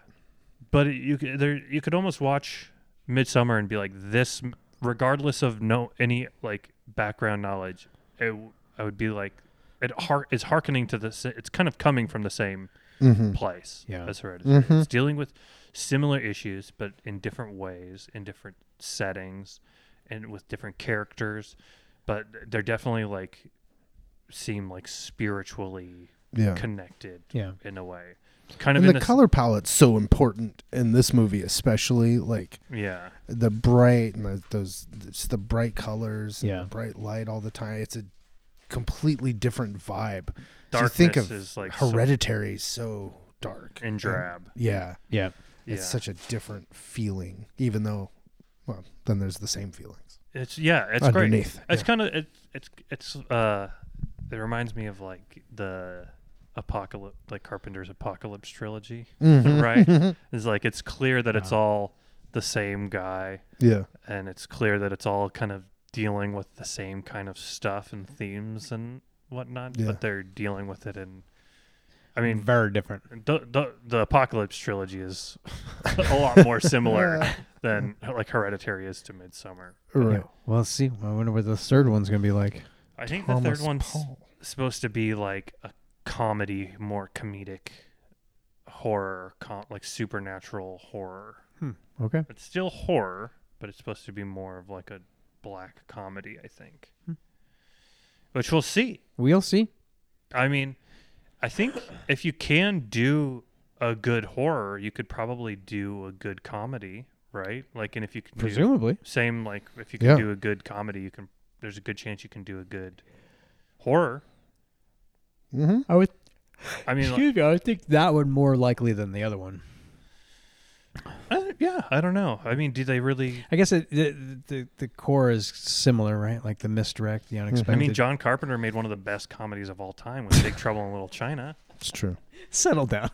B: but it, you c- there you could almost watch Midsummer and be like this, m- regardless of no any like background knowledge. It, w- I would be like it har- is hearkening to the s- it's kind of coming from the same place
D: Mm-hmm.
G: Yeah.
B: as Hereditary. It's dealing with similar issues but in different ways in different settings and with different characters, but they're definitely like seem like spiritually
D: Yeah.
B: connected
H: Yeah.
B: in a way. Kind of
D: And
B: in
D: the
B: this-
D: color palette's so important in this movie, especially like
B: Yeah.
D: the bright and the, those it's the bright colors, and
H: Yeah.
D: the bright light all the time. It's a completely different vibe. So you
B: Darkness
D: think of
B: is like so-
D: Hereditary is so dark
B: and drab.
D: Yeah,
C: Yeah.
B: yeah.
D: it's such a different feeling. Even though, well, then there's the same feelings.
B: It's yeah, it's
D: Underneath,
B: great. It's
D: yeah.
B: kind of it's it's it's uh, it reminds me of like the apocalypse, like Carpenter's Apocalypse trilogy,
D: Mm-hmm.
B: right? It's like it's clear that it's all the same guy,
D: Yeah,
B: and it's clear that it's all kind of dealing with the same kind of stuff and themes and whatnot,
D: Yeah.
B: but they're dealing with it in. I mean,
C: Very different.
B: the, the the apocalypse trilogy is a lot more similar than like Hereditary is to Midsummer.
D: right.
C: Well, let's see. I wonder what the third one's going to be like.
B: I think the
D: Thomas
B: third one's
D: Paul.
B: supposed to be like a comedy, more comedic horror, com- like supernatural horror.
C: Okay.
B: It's still horror, but it's supposed to be more of like a black comedy, I think.
D: Hmm.
B: Which we'll see.
C: We'll see.
B: I mean, I think if you can do a good horror, you could probably do a good comedy, right? Like, and if you can do-
C: Presumably.
B: same like if you can
D: Yeah.
B: do a good comedy, you can. There's a good chance you can do a good horror.
C: I would.
B: I mean, like,
C: Excuse me. I would think that one more likely than the other one.
B: I- uh, yeah, I don't know. I mean, do they really?
C: I guess it, the, the the core is similar, right? Like the misdirect, the unexpected.
B: I mean, John Carpenter made one of the best comedies of all time with Big Trouble in Little China.
D: It's true.
C: settle down.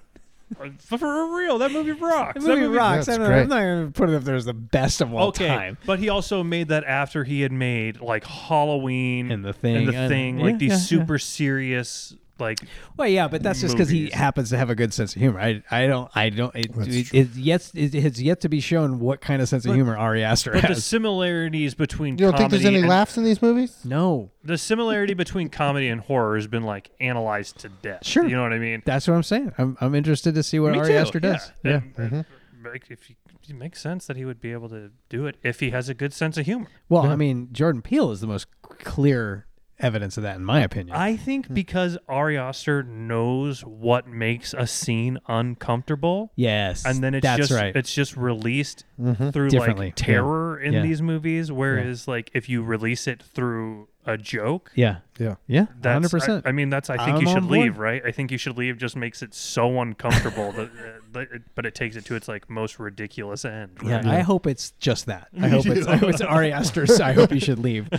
B: Uh, For, for real, that movie rocks.
C: That movie rocks.
D: that's
C: I don't,
D: great.
C: I'm not going to put it up there as the best of all
B: okay,
C: time.
B: but he also made that after he had made like Halloween
C: And The Thing,
B: and the
C: I know.
B: thing, like
C: Yeah,
B: these
C: yeah, yeah.
B: super serious, like
C: Well, yeah, but that's just because he
B: Movies.
C: happens to have a good sense of humor. I, I don't, I don't. It,
D: That's
C: it,
D: true.
C: it, yes, it has yet to be shown what kind of sense of humor Ari Aster
B: but the
C: has.
B: similarities between
D: You don't think there's
B: comedy
D: any
B: and-
D: laughs in these movies?
C: no,
B: the similarity between comedy and horror has been like analyzed to death.
C: Sure.
B: you know what I mean.
C: that's what I'm saying. I'm, I'm interested to see what
B: Me
C: Ari
B: too,
C: Aster does.
B: Yeah, Mm-hmm.
C: Yeah,
B: And- and make- if you, it makes sense that he would be able to do it if he has a good sense of humor.
C: Well, I mean, Jordan Peele is the most clear evidence of that, in my opinion.
B: I think because Ari Aster knows what makes a scene uncomfortable,
C: yes,
B: and then it's
C: that's
B: just
C: right. Mm-hmm.
B: it's just released through
C: Differently, yeah.
B: like terror in
C: Yeah.
B: these movies. Whereas like if you release it through a joke,
C: yeah,
D: Yeah.
C: yeah,
B: that's
C: hundred percent.
B: I, I mean, that's. I think
C: I'm
B: you should
C: on board.
B: leave, right? I think you should leave. Just makes it so uncomfortable that, uh, that it, but it takes it to its like most ridiculous end.
C: Yeah,
B: right?
C: I hope it's just that. I hope it's, I hope it's Ari Aster. So I hope you should leave.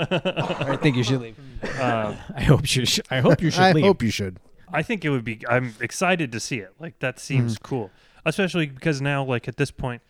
C: I think you should leave.
B: Um,
C: I hope you. Should, I hope you should
D: I
C: leave.
D: hope you should.
B: I think it would be. I'm excited to see it. Like that seems
C: Mm.
B: cool, especially because now, like at this point,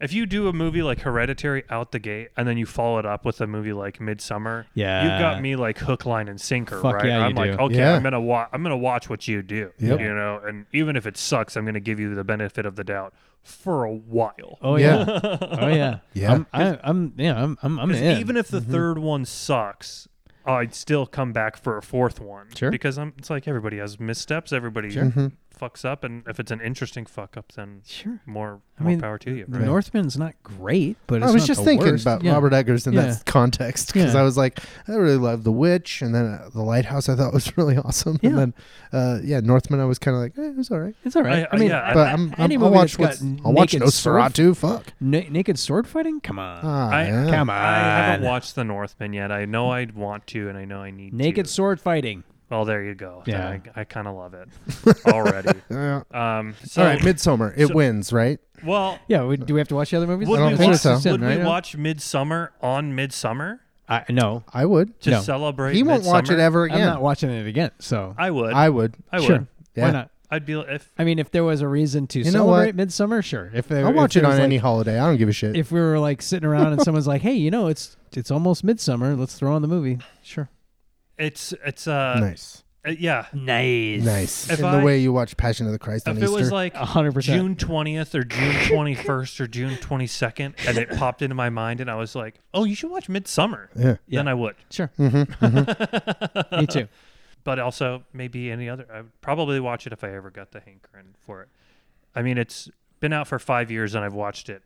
B: if you do a movie like Hereditary out the gate, and then you follow it up with a movie like Midsummer, you've
C: Yeah.
B: got me like hook, line, and sinker,
C: Fuck
B: right?
C: yeah, you
B: I'm like,
C: do.
B: okay,
D: Yeah.
B: I'm gonna watch. I'm gonna watch what you do,
D: Yep.
B: you know. And even if it sucks, I'm gonna give you the benefit of the doubt for a while.
C: Oh
D: Yeah.
C: yeah. oh yeah.
D: Yeah.
C: I'm, I, I'm yeah. I'm I'm, I'm
B: 'Cause
C: in.
B: even if the
D: Mm-hmm.
B: third one sucks. I'd still come back for a fourth one,
C: Sure.
B: Because I'm. It's like everybody has missteps. Everybody
D: Mm-hmm.
B: fucks up, and if it's an interesting fuck up, then
C: sure.
B: more
C: I
B: more
C: mean,
B: power to you.
C: The
B: Right?
C: Northman's not great, but it's
D: I was
C: not
D: just
C: the
D: thinking
C: worst.
D: about
C: Yeah.
D: Robert Eggers in
C: Yeah.
D: that context because
C: Yeah.
D: I was like, I really love The Witch, and then uh, The Lighthouse I thought was really awesome,
C: Yeah.
D: and then uh, yeah, Northman I was kind of like, eh, it was all right.
C: It's all right.
B: I-
C: I, mean,
B: yeah,
D: But I'm, I'm
C: any
D: I'll
C: movie
D: watch
C: that's
D: what's,
C: got
D: I'll watch
C: naked sword-
D: Nosferatu. Fuck.
C: na- naked sword fighting. Come on.
D: Ah,
B: I-
D: yeah.
C: Come on.
B: Uh, I haven't watched The Northman yet. I know I want to, and I know I need
C: naked
B: To.
C: sword fighting.
B: well, there you go. Then
C: Yeah.
B: I, I kind of love it already.
D: Yeah.
B: Um, so,
D: all right, Midsummer. It wins, right?
B: well,
C: Yeah. We, do we have to watch the other movies?
B: would
D: don't
B: we
D: think
B: watch,
D: so.
B: would we
D: Right?
B: watch Midsummer on Midsummer
C: I, no.
D: I would.
B: to
C: No.
B: celebrate?
D: He won't watch it
B: Midsommar?
D: ever
C: I'm
D: again.
C: not watching it again. So
B: I would.
D: I would.
B: I would.
C: sure.
D: Yeah.
C: Why not?
B: I'd be like- if
C: I mean, if there was a reason to
D: know
C: celebrate
D: what?
C: Midsummer, sure. If there,
D: I'll
C: if
D: watch it
C: there
D: on
C: was,
D: any
C: like-
D: holiday. I don't give a shit.
C: If we were like sitting around and someone's like, "Hey, you know, it's it's almost midsummer. Let's throw on the movie." Sure.
B: it's it's uh,
D: nice,
B: uh, yeah.
D: nice.
B: If
D: In
B: I-
D: the way you watch Passion of the Christ
B: If
D: on
B: it was
D: Easter.
B: like
C: A hundred percent.
B: June twentieth or June twenty first or June twenty second, and it popped into my mind, and I was like, "Oh, you should watch Midsummer."
D: yeah.
B: Then
C: Yeah.
B: I would.
C: Sure. Me too.
B: but also maybe any other. I would probably watch it if I ever got the hankering for it. I mean, it's been out for five years and I've watched it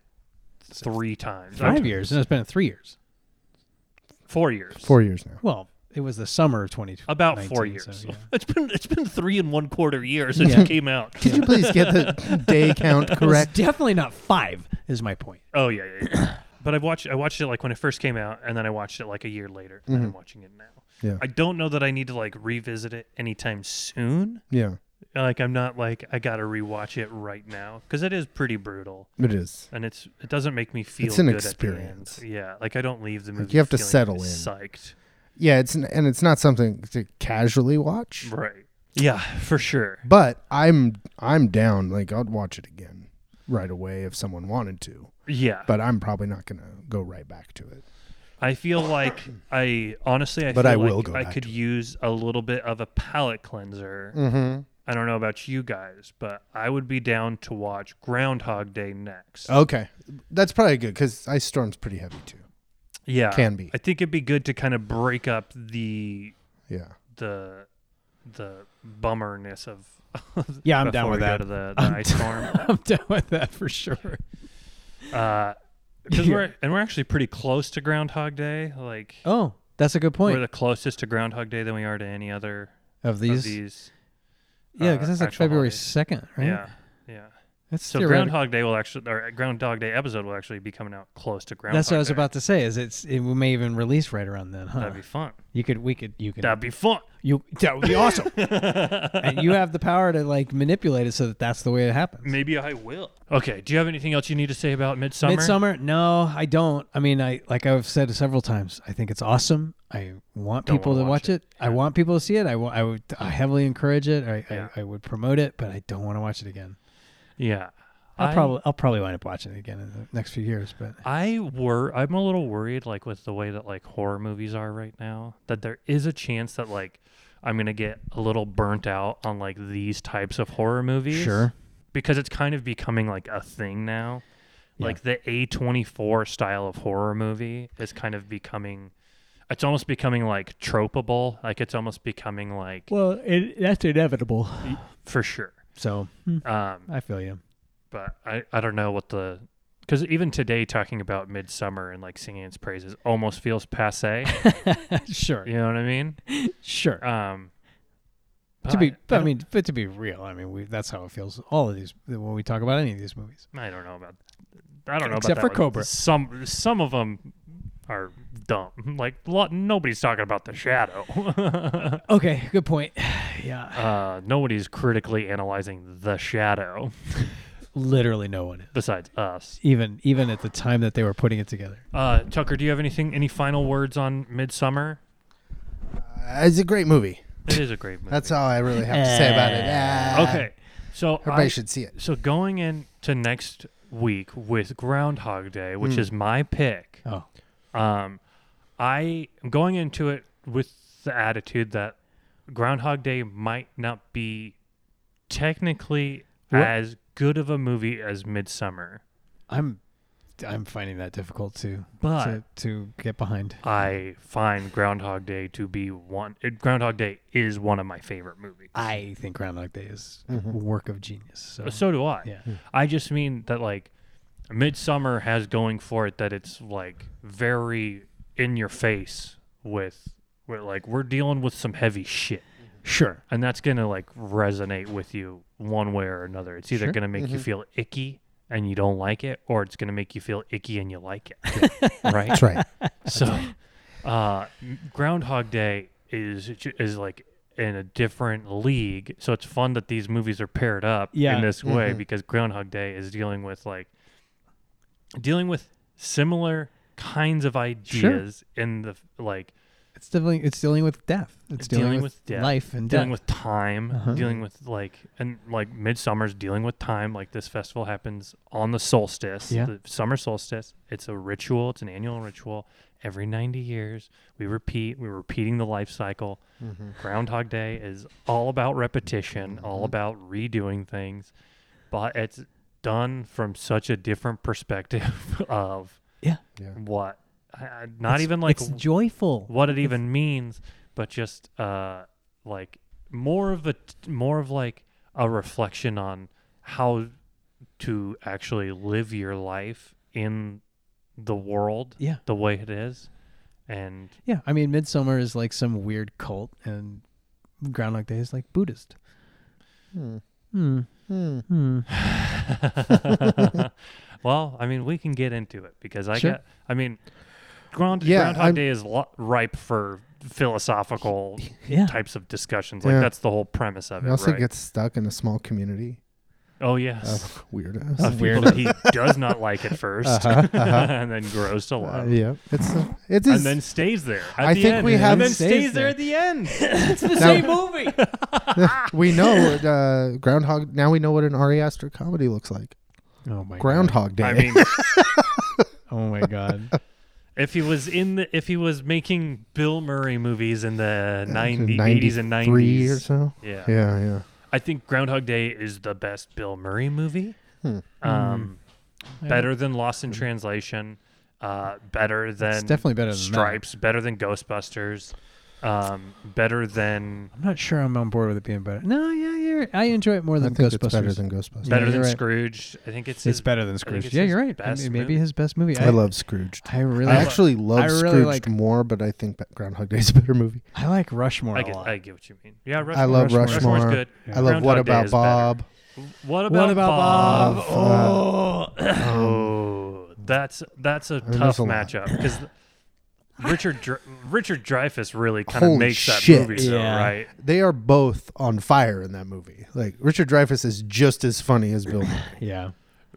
B: three times.
C: Five years. No, it's been three years.
B: Four years.
D: Four years now.
C: Well, it was the summer of 2020.
B: About four years.
C: So, yeah.
B: It's been it's been three and one quarter years since it came out.
D: Could you please get the day count
C: It's
D: correct?
C: definitely not five, is my point.
B: Oh yeah, yeah, yeah. but I've watched I watched it like when it first came out, and then I watched it like a year later, and I'm watching it now.
D: Mm-hmm. Yeah.
B: I don't know that I need to like revisit it anytime soon.
D: Yeah,
B: Like I'm not like I gotta rewatch it right now because it is pretty brutal,
D: it is.
B: and it's it doesn't make me feel
D: an
B: good
D: experience.
B: At the end. Yeah, like I don't leave the movie.
D: you have to
B: feeling
D: settle in.
B: Psyched.
D: Yeah, it's and it's not something to casually watch.
B: Right. Yeah, for sure.
D: But I'm I'm down. Like I'd watch it again right away if someone wanted to.
B: Yeah.
D: But I'm probably not gonna go right back to it.
B: I feel like I honestly, I
D: But
B: feel
D: I will
B: like
D: go
B: I
D: back
B: could
D: to it.
B: use a little bit of a palate cleanser.
D: Mm-hmm.
B: I don't know about you guys, but I would be down to watch Groundhog Day next.
D: Okay, that's probably good because Ice Storm's pretty heavy too.
B: yeah,
D: can be.
B: I think it'd be good to kind of break up the
D: Yeah,
B: the the bummerness of.
G: Yeah, I'm
B: before
G: down with
B: we
G: that.
B: Go to the, the ice storm,
G: I'm down with that for sure.
B: because Uh, we're and we're actually pretty close to Groundhog Day. Like
C: Oh, that's a good
B: we're
C: point.
B: the closest to Groundhog Day than we are to any other
C: of
B: of
C: these,
B: these.
C: yeah,
B: uh,
C: because that's like
B: actual
C: February
B: holidays.
C: second, right?
B: Yeah, yeah.
C: that's
B: So
C: theoretical.
B: Groundhog Day will actually, or uh, Groundhog Day episode will actually be coming out close to Groundhog.
C: That's what I was
B: Day.
C: about to say. Is it's it may even release right around then, huh?
B: That'd be fun.
C: you could, we could, you could,
B: That'd be fun.
C: you that would be awesome. and you have the power to like manipulate it so that that's the way it happens.
B: Maybe I will. Okay. Do you have anything else you need to say about Midsummer?
C: Midsummer? No, I don't. I mean, I like I've said several times. I think it's awesome. I want
B: Don't
C: people to
B: wanna
C: watch,
B: watch
C: it. I want people to see it. I wa- I would I heavily encourage it. I,
B: Yeah.
C: I, I would promote it, but I don't want to watch it again.
B: Yeah.
C: I'll
B: I-
C: probably I'll probably wind up watching it again in the next few years. But
B: I were I'm a little worried like with the way that like horror movies are right now that there is a chance that like I'm going to get a little burnt out on like these types of horror movies.
C: Sure.
B: Because it's kind of becoming like a thing now. Like the A24 style of horror movie is kind of becoming it's almost becoming like tropeable, like it's almost becoming like
C: well, it, that's inevitable.
B: for sure.
C: So hmm,
B: Um
C: I feel you.
B: but I, I don't know what the because even today talking about midsummer and like singing its praises almost feels passe.
C: sure,
B: you know what I mean?
C: sure.
B: Um,
C: Uh, to
B: but
C: be,
B: I,
C: but I mean, but to be real, I mean, we, that's how it feels. All of these when we talk about any of these movies.
B: don't- I don't know about. I don't know
C: Except
B: about
C: for
B: that one.
C: Cobra.
B: Some some of them are dumb. Like lo- nobody's talking about the shadow.
C: Okay, good point. yeah,
B: uh, nobody's critically analyzing the shadow
C: literally no one.
B: besides us.
C: even even at the time that they were putting it together.
B: Uh, Tucker, do you have anything? Any final words on Midsummer?
D: Uh, it's a great movie.
B: It is a great movie.
D: That's uh, all I really have to say about it. Ah,
B: okay. So
D: everybody
B: I-
D: should see it.
B: So going into next week with Groundhog Day, which
D: Hmm.
B: is my pick.
C: Oh.
B: Um, I am going into it with the attitude that Groundhog Day might not be technically as good of a movie as Midsummer,
C: I'm I'm finding that difficult to
B: but
C: to, to get behind.
B: I find Groundhog Day to be one. It, Groundhog Day is one of my favorite movies.
C: I think Groundhog Day is a work of genius. So,
B: So do I.
C: yeah,
B: I just mean that like Midsummer has going for it that it's like very in your face with where like we're dealing with some heavy shit.
C: sure.
B: And that's gonna like resonate with you one way or another. It's either gonna make you feel icky and you don't like it, or it's gonna make you feel icky and you like it. right?
D: That's right.
B: So uh Groundhog Day is is like in a different league. So it's fun that these movies are paired up
C: Yeah.
B: in this way because Groundhog Day is dealing with like dealing with similar kinds of ideas in the like
C: It's dealing it's dealing with death. It's dealing, with,
B: death,
C: life and
B: dealing
C: death. Uh-huh.
B: with time, dealing with like and like midsummer's dealing with time. Like this festival happens on the solstice,
C: Yeah.
B: the summer solstice. It's a ritual. It's an annual ritual. Every ninety years, we repeat. We're repeating the life cycle.
C: Mm-hmm.
B: Groundhog Day is all about repetition, all about redoing things, but it's done from such a different perspective of
C: yeah,
B: what, uh, not
C: It's-
B: even like
C: it's joyful.
B: what it even means, but just uh, like more of a more of like a reflection on how to actually live your life in the world
C: Yeah.
B: the way it is. And
C: Yeah, I mean, Midsummer is like some weird cult, and Groundhog Day is like Buddhist. Hmm.
D: Hmm.
C: Hmm.
B: well, I mean, we can get into it because I
C: Sure.
B: get. I mean, Ground,
D: Yeah,
B: Groundhog
D: I'm-
B: Day is lo- ripe for philosophical
C: Yeah.
B: types of discussions. Like
D: Yeah.
B: that's the whole premise of
D: He
B: it.
D: also
B: right?
D: gets stuck in a small community
B: oh yes,
D: of weirdos. Uh,
B: of people that he does not like at 1st and then grows to
D: Uh,
B: love,
D: yeah, it's uh, it is.
B: and then stays there. At
D: I
B: the
D: think
B: end.
D: we have-
B: and then
C: Stays
B: stays, there.
C: there.
B: at the end.
D: same movie. we know uh, Groundhog. Now we know what an Ari Aster comedy looks like.
G: Oh my
D: Groundhog Day.
B: I mean,
G: God. Oh my god.
B: if he was in the, if he was making Bill Murray movies in the
D: Uh,
B: 90, 80s and
D: 93 or
B: nineties,
D: so.
B: yeah,
D: Yeah, yeah.
B: I think Groundhog Day is the best Bill Murray movie.
D: Hmm.
B: Um, Better than Lost in Translation. Uh, better than
C: definitely better than that.
B: Stripes. Better than Ghostbusters. Um, better than
C: I'm not sure I'm on board with it being better. No, yeah, you're, I enjoy it more
D: I
C: than
D: think
C: Ghostbusters.
D: it's better than Ghostbusters.
B: better
C: you're
B: than
C: right.
B: Scrooge. I think it's
G: it's
B: his,
G: better than
B: I think
G: Scrooge.
B: it's
C: yeah,
B: his
C: you're right. I
B: best
C: mean, maybe
B: movie.
C: his best movie.
D: I love Scrooge.
C: I really.
D: I
C: I,
D: actually love
C: I really
D: Scrooge
C: like-
D: more, but I think that Groundhog Day is a better movie.
C: like Rushmore
B: I
C: a
B: get,
C: lot.
B: I get what you mean. Yeah, Rushmore.
D: I love
B: Rushmore.
D: Rushmore.
B: Rushmore's good.
D: I love What
B: Groundhog Day
D: About
B: is better.
D: Bob?
B: What about,
C: about
B: Bob?
C: Bob?
B: Oh, that's that's a
D: mean,
B: tough
D: there's a lot.
B: matchup because Richard Dr- Richard Dreyfuss really kind of
D: Holy
B: makes
D: shit.
B: that movie, though,
C: Yeah.
B: right?
D: They are both on fire in that movie. Like Richard Dreyfuss is just as funny as Bill Murray,
C: yeah.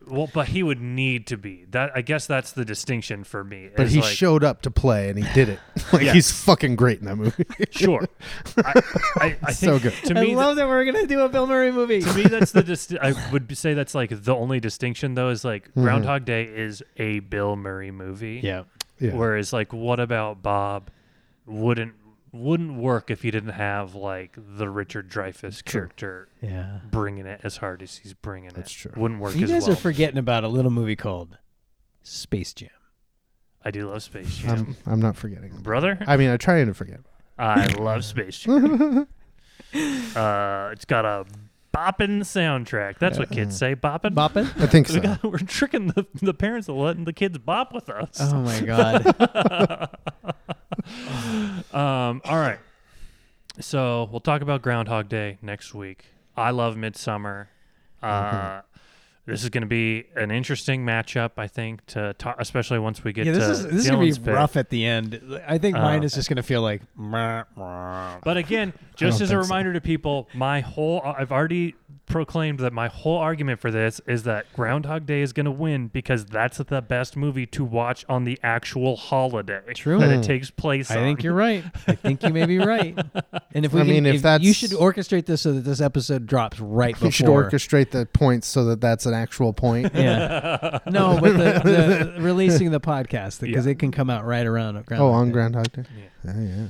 B: Well, but he would need to be that. I guess that's the distinction for me.
D: but
B: is
D: he
B: like,
D: showed up to play and he did it. Like
B: Yeah.
D: he's fucking great in that movie.
B: sure. I, I, I think
D: So good.
B: to me. that-
C: that we're gonna do a Bill Murray movie.
B: to me, that's the dist- I would say that's like the only distinction though is like
D: Hmm.
B: Groundhog Day is a Bill Murray movie.
G: Yeah.
D: yeah.
B: Whereas like what about Bob wouldn't wouldn't work if you didn't have like the Richard Dreyfuss character
C: yeah.
B: bringing it as hard as he's bringing
D: That's
B: it.
D: true.
B: Wouldn't work
C: You
B: as
C: guys
B: well.
C: are forgetting about a little movie called Space Jam.
B: I do love Space Jam.
D: I'm, I'm not forgetting.
B: Brother,
D: I mean, I try to forget.
B: I love Space Jam. uh, it's got a boppin' soundtrack. That's what
D: Uh,
B: kids say, boppin'.
C: Boppin'.
D: I think so.
B: We're tricking the, the parents of letting the kids bop with us.
C: Oh my god.
B: Um, all right. So we'll talk about Groundhog Day next week. I love Midsummer. Uh,
G: Mm-hmm.
B: This is going to be an interesting matchup, I think, to talk, especially once we get
G: Yeah,
B: to
G: this is this is gonna be
B: Dylan's pick. Uh,
G: rough at the end. I think mine is just gonna feel like. "Meh, meh."
B: But again, just as
D: don't
B: a
D: think so.
B: reminder to people, my whole I've already proclaimed that my whole argument for this is that Groundhog Day is going to win because that's the best movie to watch on the actual holiday True. that it takes place
G: I
B: on.
G: think you're right.
C: I think you may be right. And if we
D: I
C: can-
D: mean, if
C: you
D: that's-
C: should orchestrate this so that this episode drops right before.
D: You should orchestrate the points so that that's an actual point.
C: Yeah.
B: Um,
C: No, but the, the releasing the podcast because
B: Yeah.
C: it can come out right around. Groundhog
D: Oh, on
C: Day.
D: Groundhog Day. Yeah. yeah.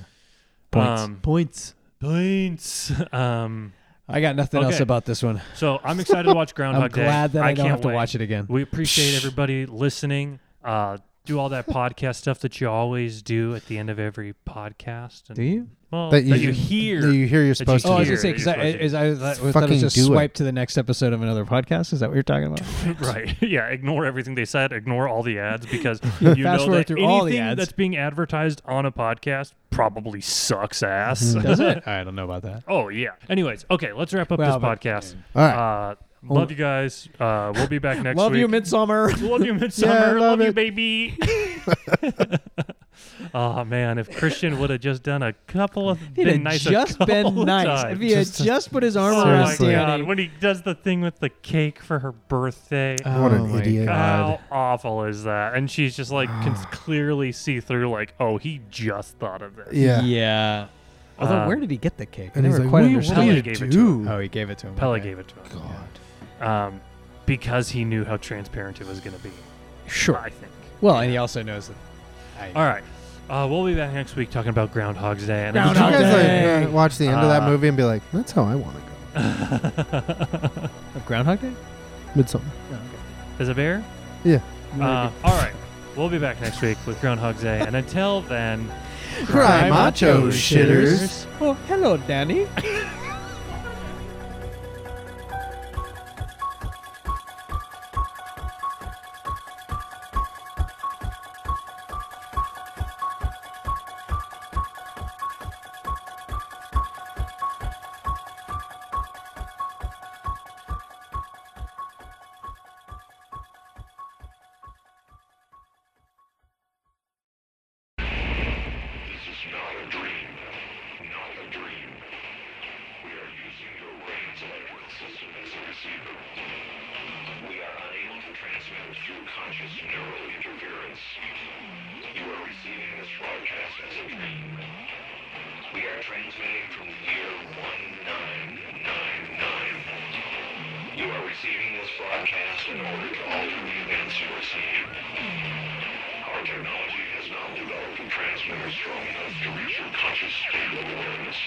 C: points.
B: Um,
C: points.
B: points. Um,
C: I got nothing else
B: Okay.
C: about this one.
B: so I'm excited to watch Groundhog
C: I'm
B: Day.
C: glad that I, don't
B: can't
C: have to
B: wait.
C: watch it again.
B: We appreciate everybody listening. Uh, do all that podcast stuff that you always do at the end of every podcast. And,
C: Do you?
B: Well,
D: That you-
B: hear.
D: that you hear you're
B: that
D: supposed to
C: Oh, I was
B: hear
C: gonna say
B: that
C: because
B: you're
C: I,
B: supposed to
C: is I, I thought it
D: fucking
C: was just
D: do it.
C: swipe to the next episode of another podcast. Is that what you're talking about?
B: Right. Yeah. Ignore everything they said. Ignore all the ads because you know
C: forward
B: that
C: through all the
B: anything
C: ads.
B: that's being advertised on a podcast probably sucks ass.
C: Mm-hmm.
G: Does it? I don't know about that.
B: oh yeah. Anyways, okay. Let's wrap up
C: Well,
B: this
C: but-
B: podcast.
D: All right.
B: Uh, love you guys. Uh, we'll be back next
G: Love
B: week.
G: you, Midsummer.
B: love you, Midsummer.
D: Yeah,
B: love
D: love
B: you,
D: it.
B: baby. oh man, if Christian would have just done a couple of
C: If he'd
B: been
C: have
B: nice, a
C: just
B: couple
C: been
B: of
C: nice.
B: times.
C: If he had
D: Just
C: just,
D: a-
C: put his arm
B: oh
C: around
B: my
D: Seriously.
B: god,
C: Danny.
B: when he does the thing with the cake for her birthday.
D: What
G: Oh
D: an
G: my
D: idiot.
B: How awful is that? And she's just like can clearly see through, like, oh, he just thought of this.
D: Yeah. Uh,
G: Yeah.
C: Although,
B: Um,
C: where did he get the cake? I
D: And he's
C: never
D: like,
C: quite
D: "What are you- what
B: Pella
D: are
C: understood.
D: you
B: gave it to
D: do?"
G: Oh, he gave it to him.
B: Pella
G: Okay.
B: gave it to him
D: God.
B: um, because he knew how transparent it was going to be.
G: Sure.
B: I think.
G: Well, and he also knows that. I,
B: All right, uh, we'll be back next week talking about Groundhog's Day. And
D: Did you
G: Groundhog
D: guys
G: Day.
D: like uh, watch the end of that
B: Uh,
D: movie and be like, "That's how I want to go."
G: Of Groundhog Day?
D: Midsummer.
B: As a bear.
D: Yeah.
B: Uh, all right, we'll be back next week with Groundhog's Day, and until then,
D: Cry macho shitters.
G: Oh, hello, Danny.
I: system is disabled. We are unable to transmit through conscious neural interference. You are receiving this broadcast as a dream. We are transmitting from year 1999. You are receiving this broadcast in order to alter the events you are seeing. Our technology has now developed a transmitter strong enough to reach your conscious state of awareness.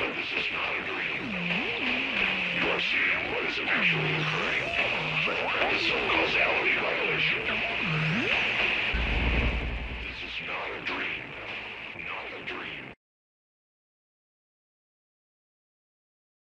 I: But this is not a dream. You are seeing what is actually occurring. That is a causality violation.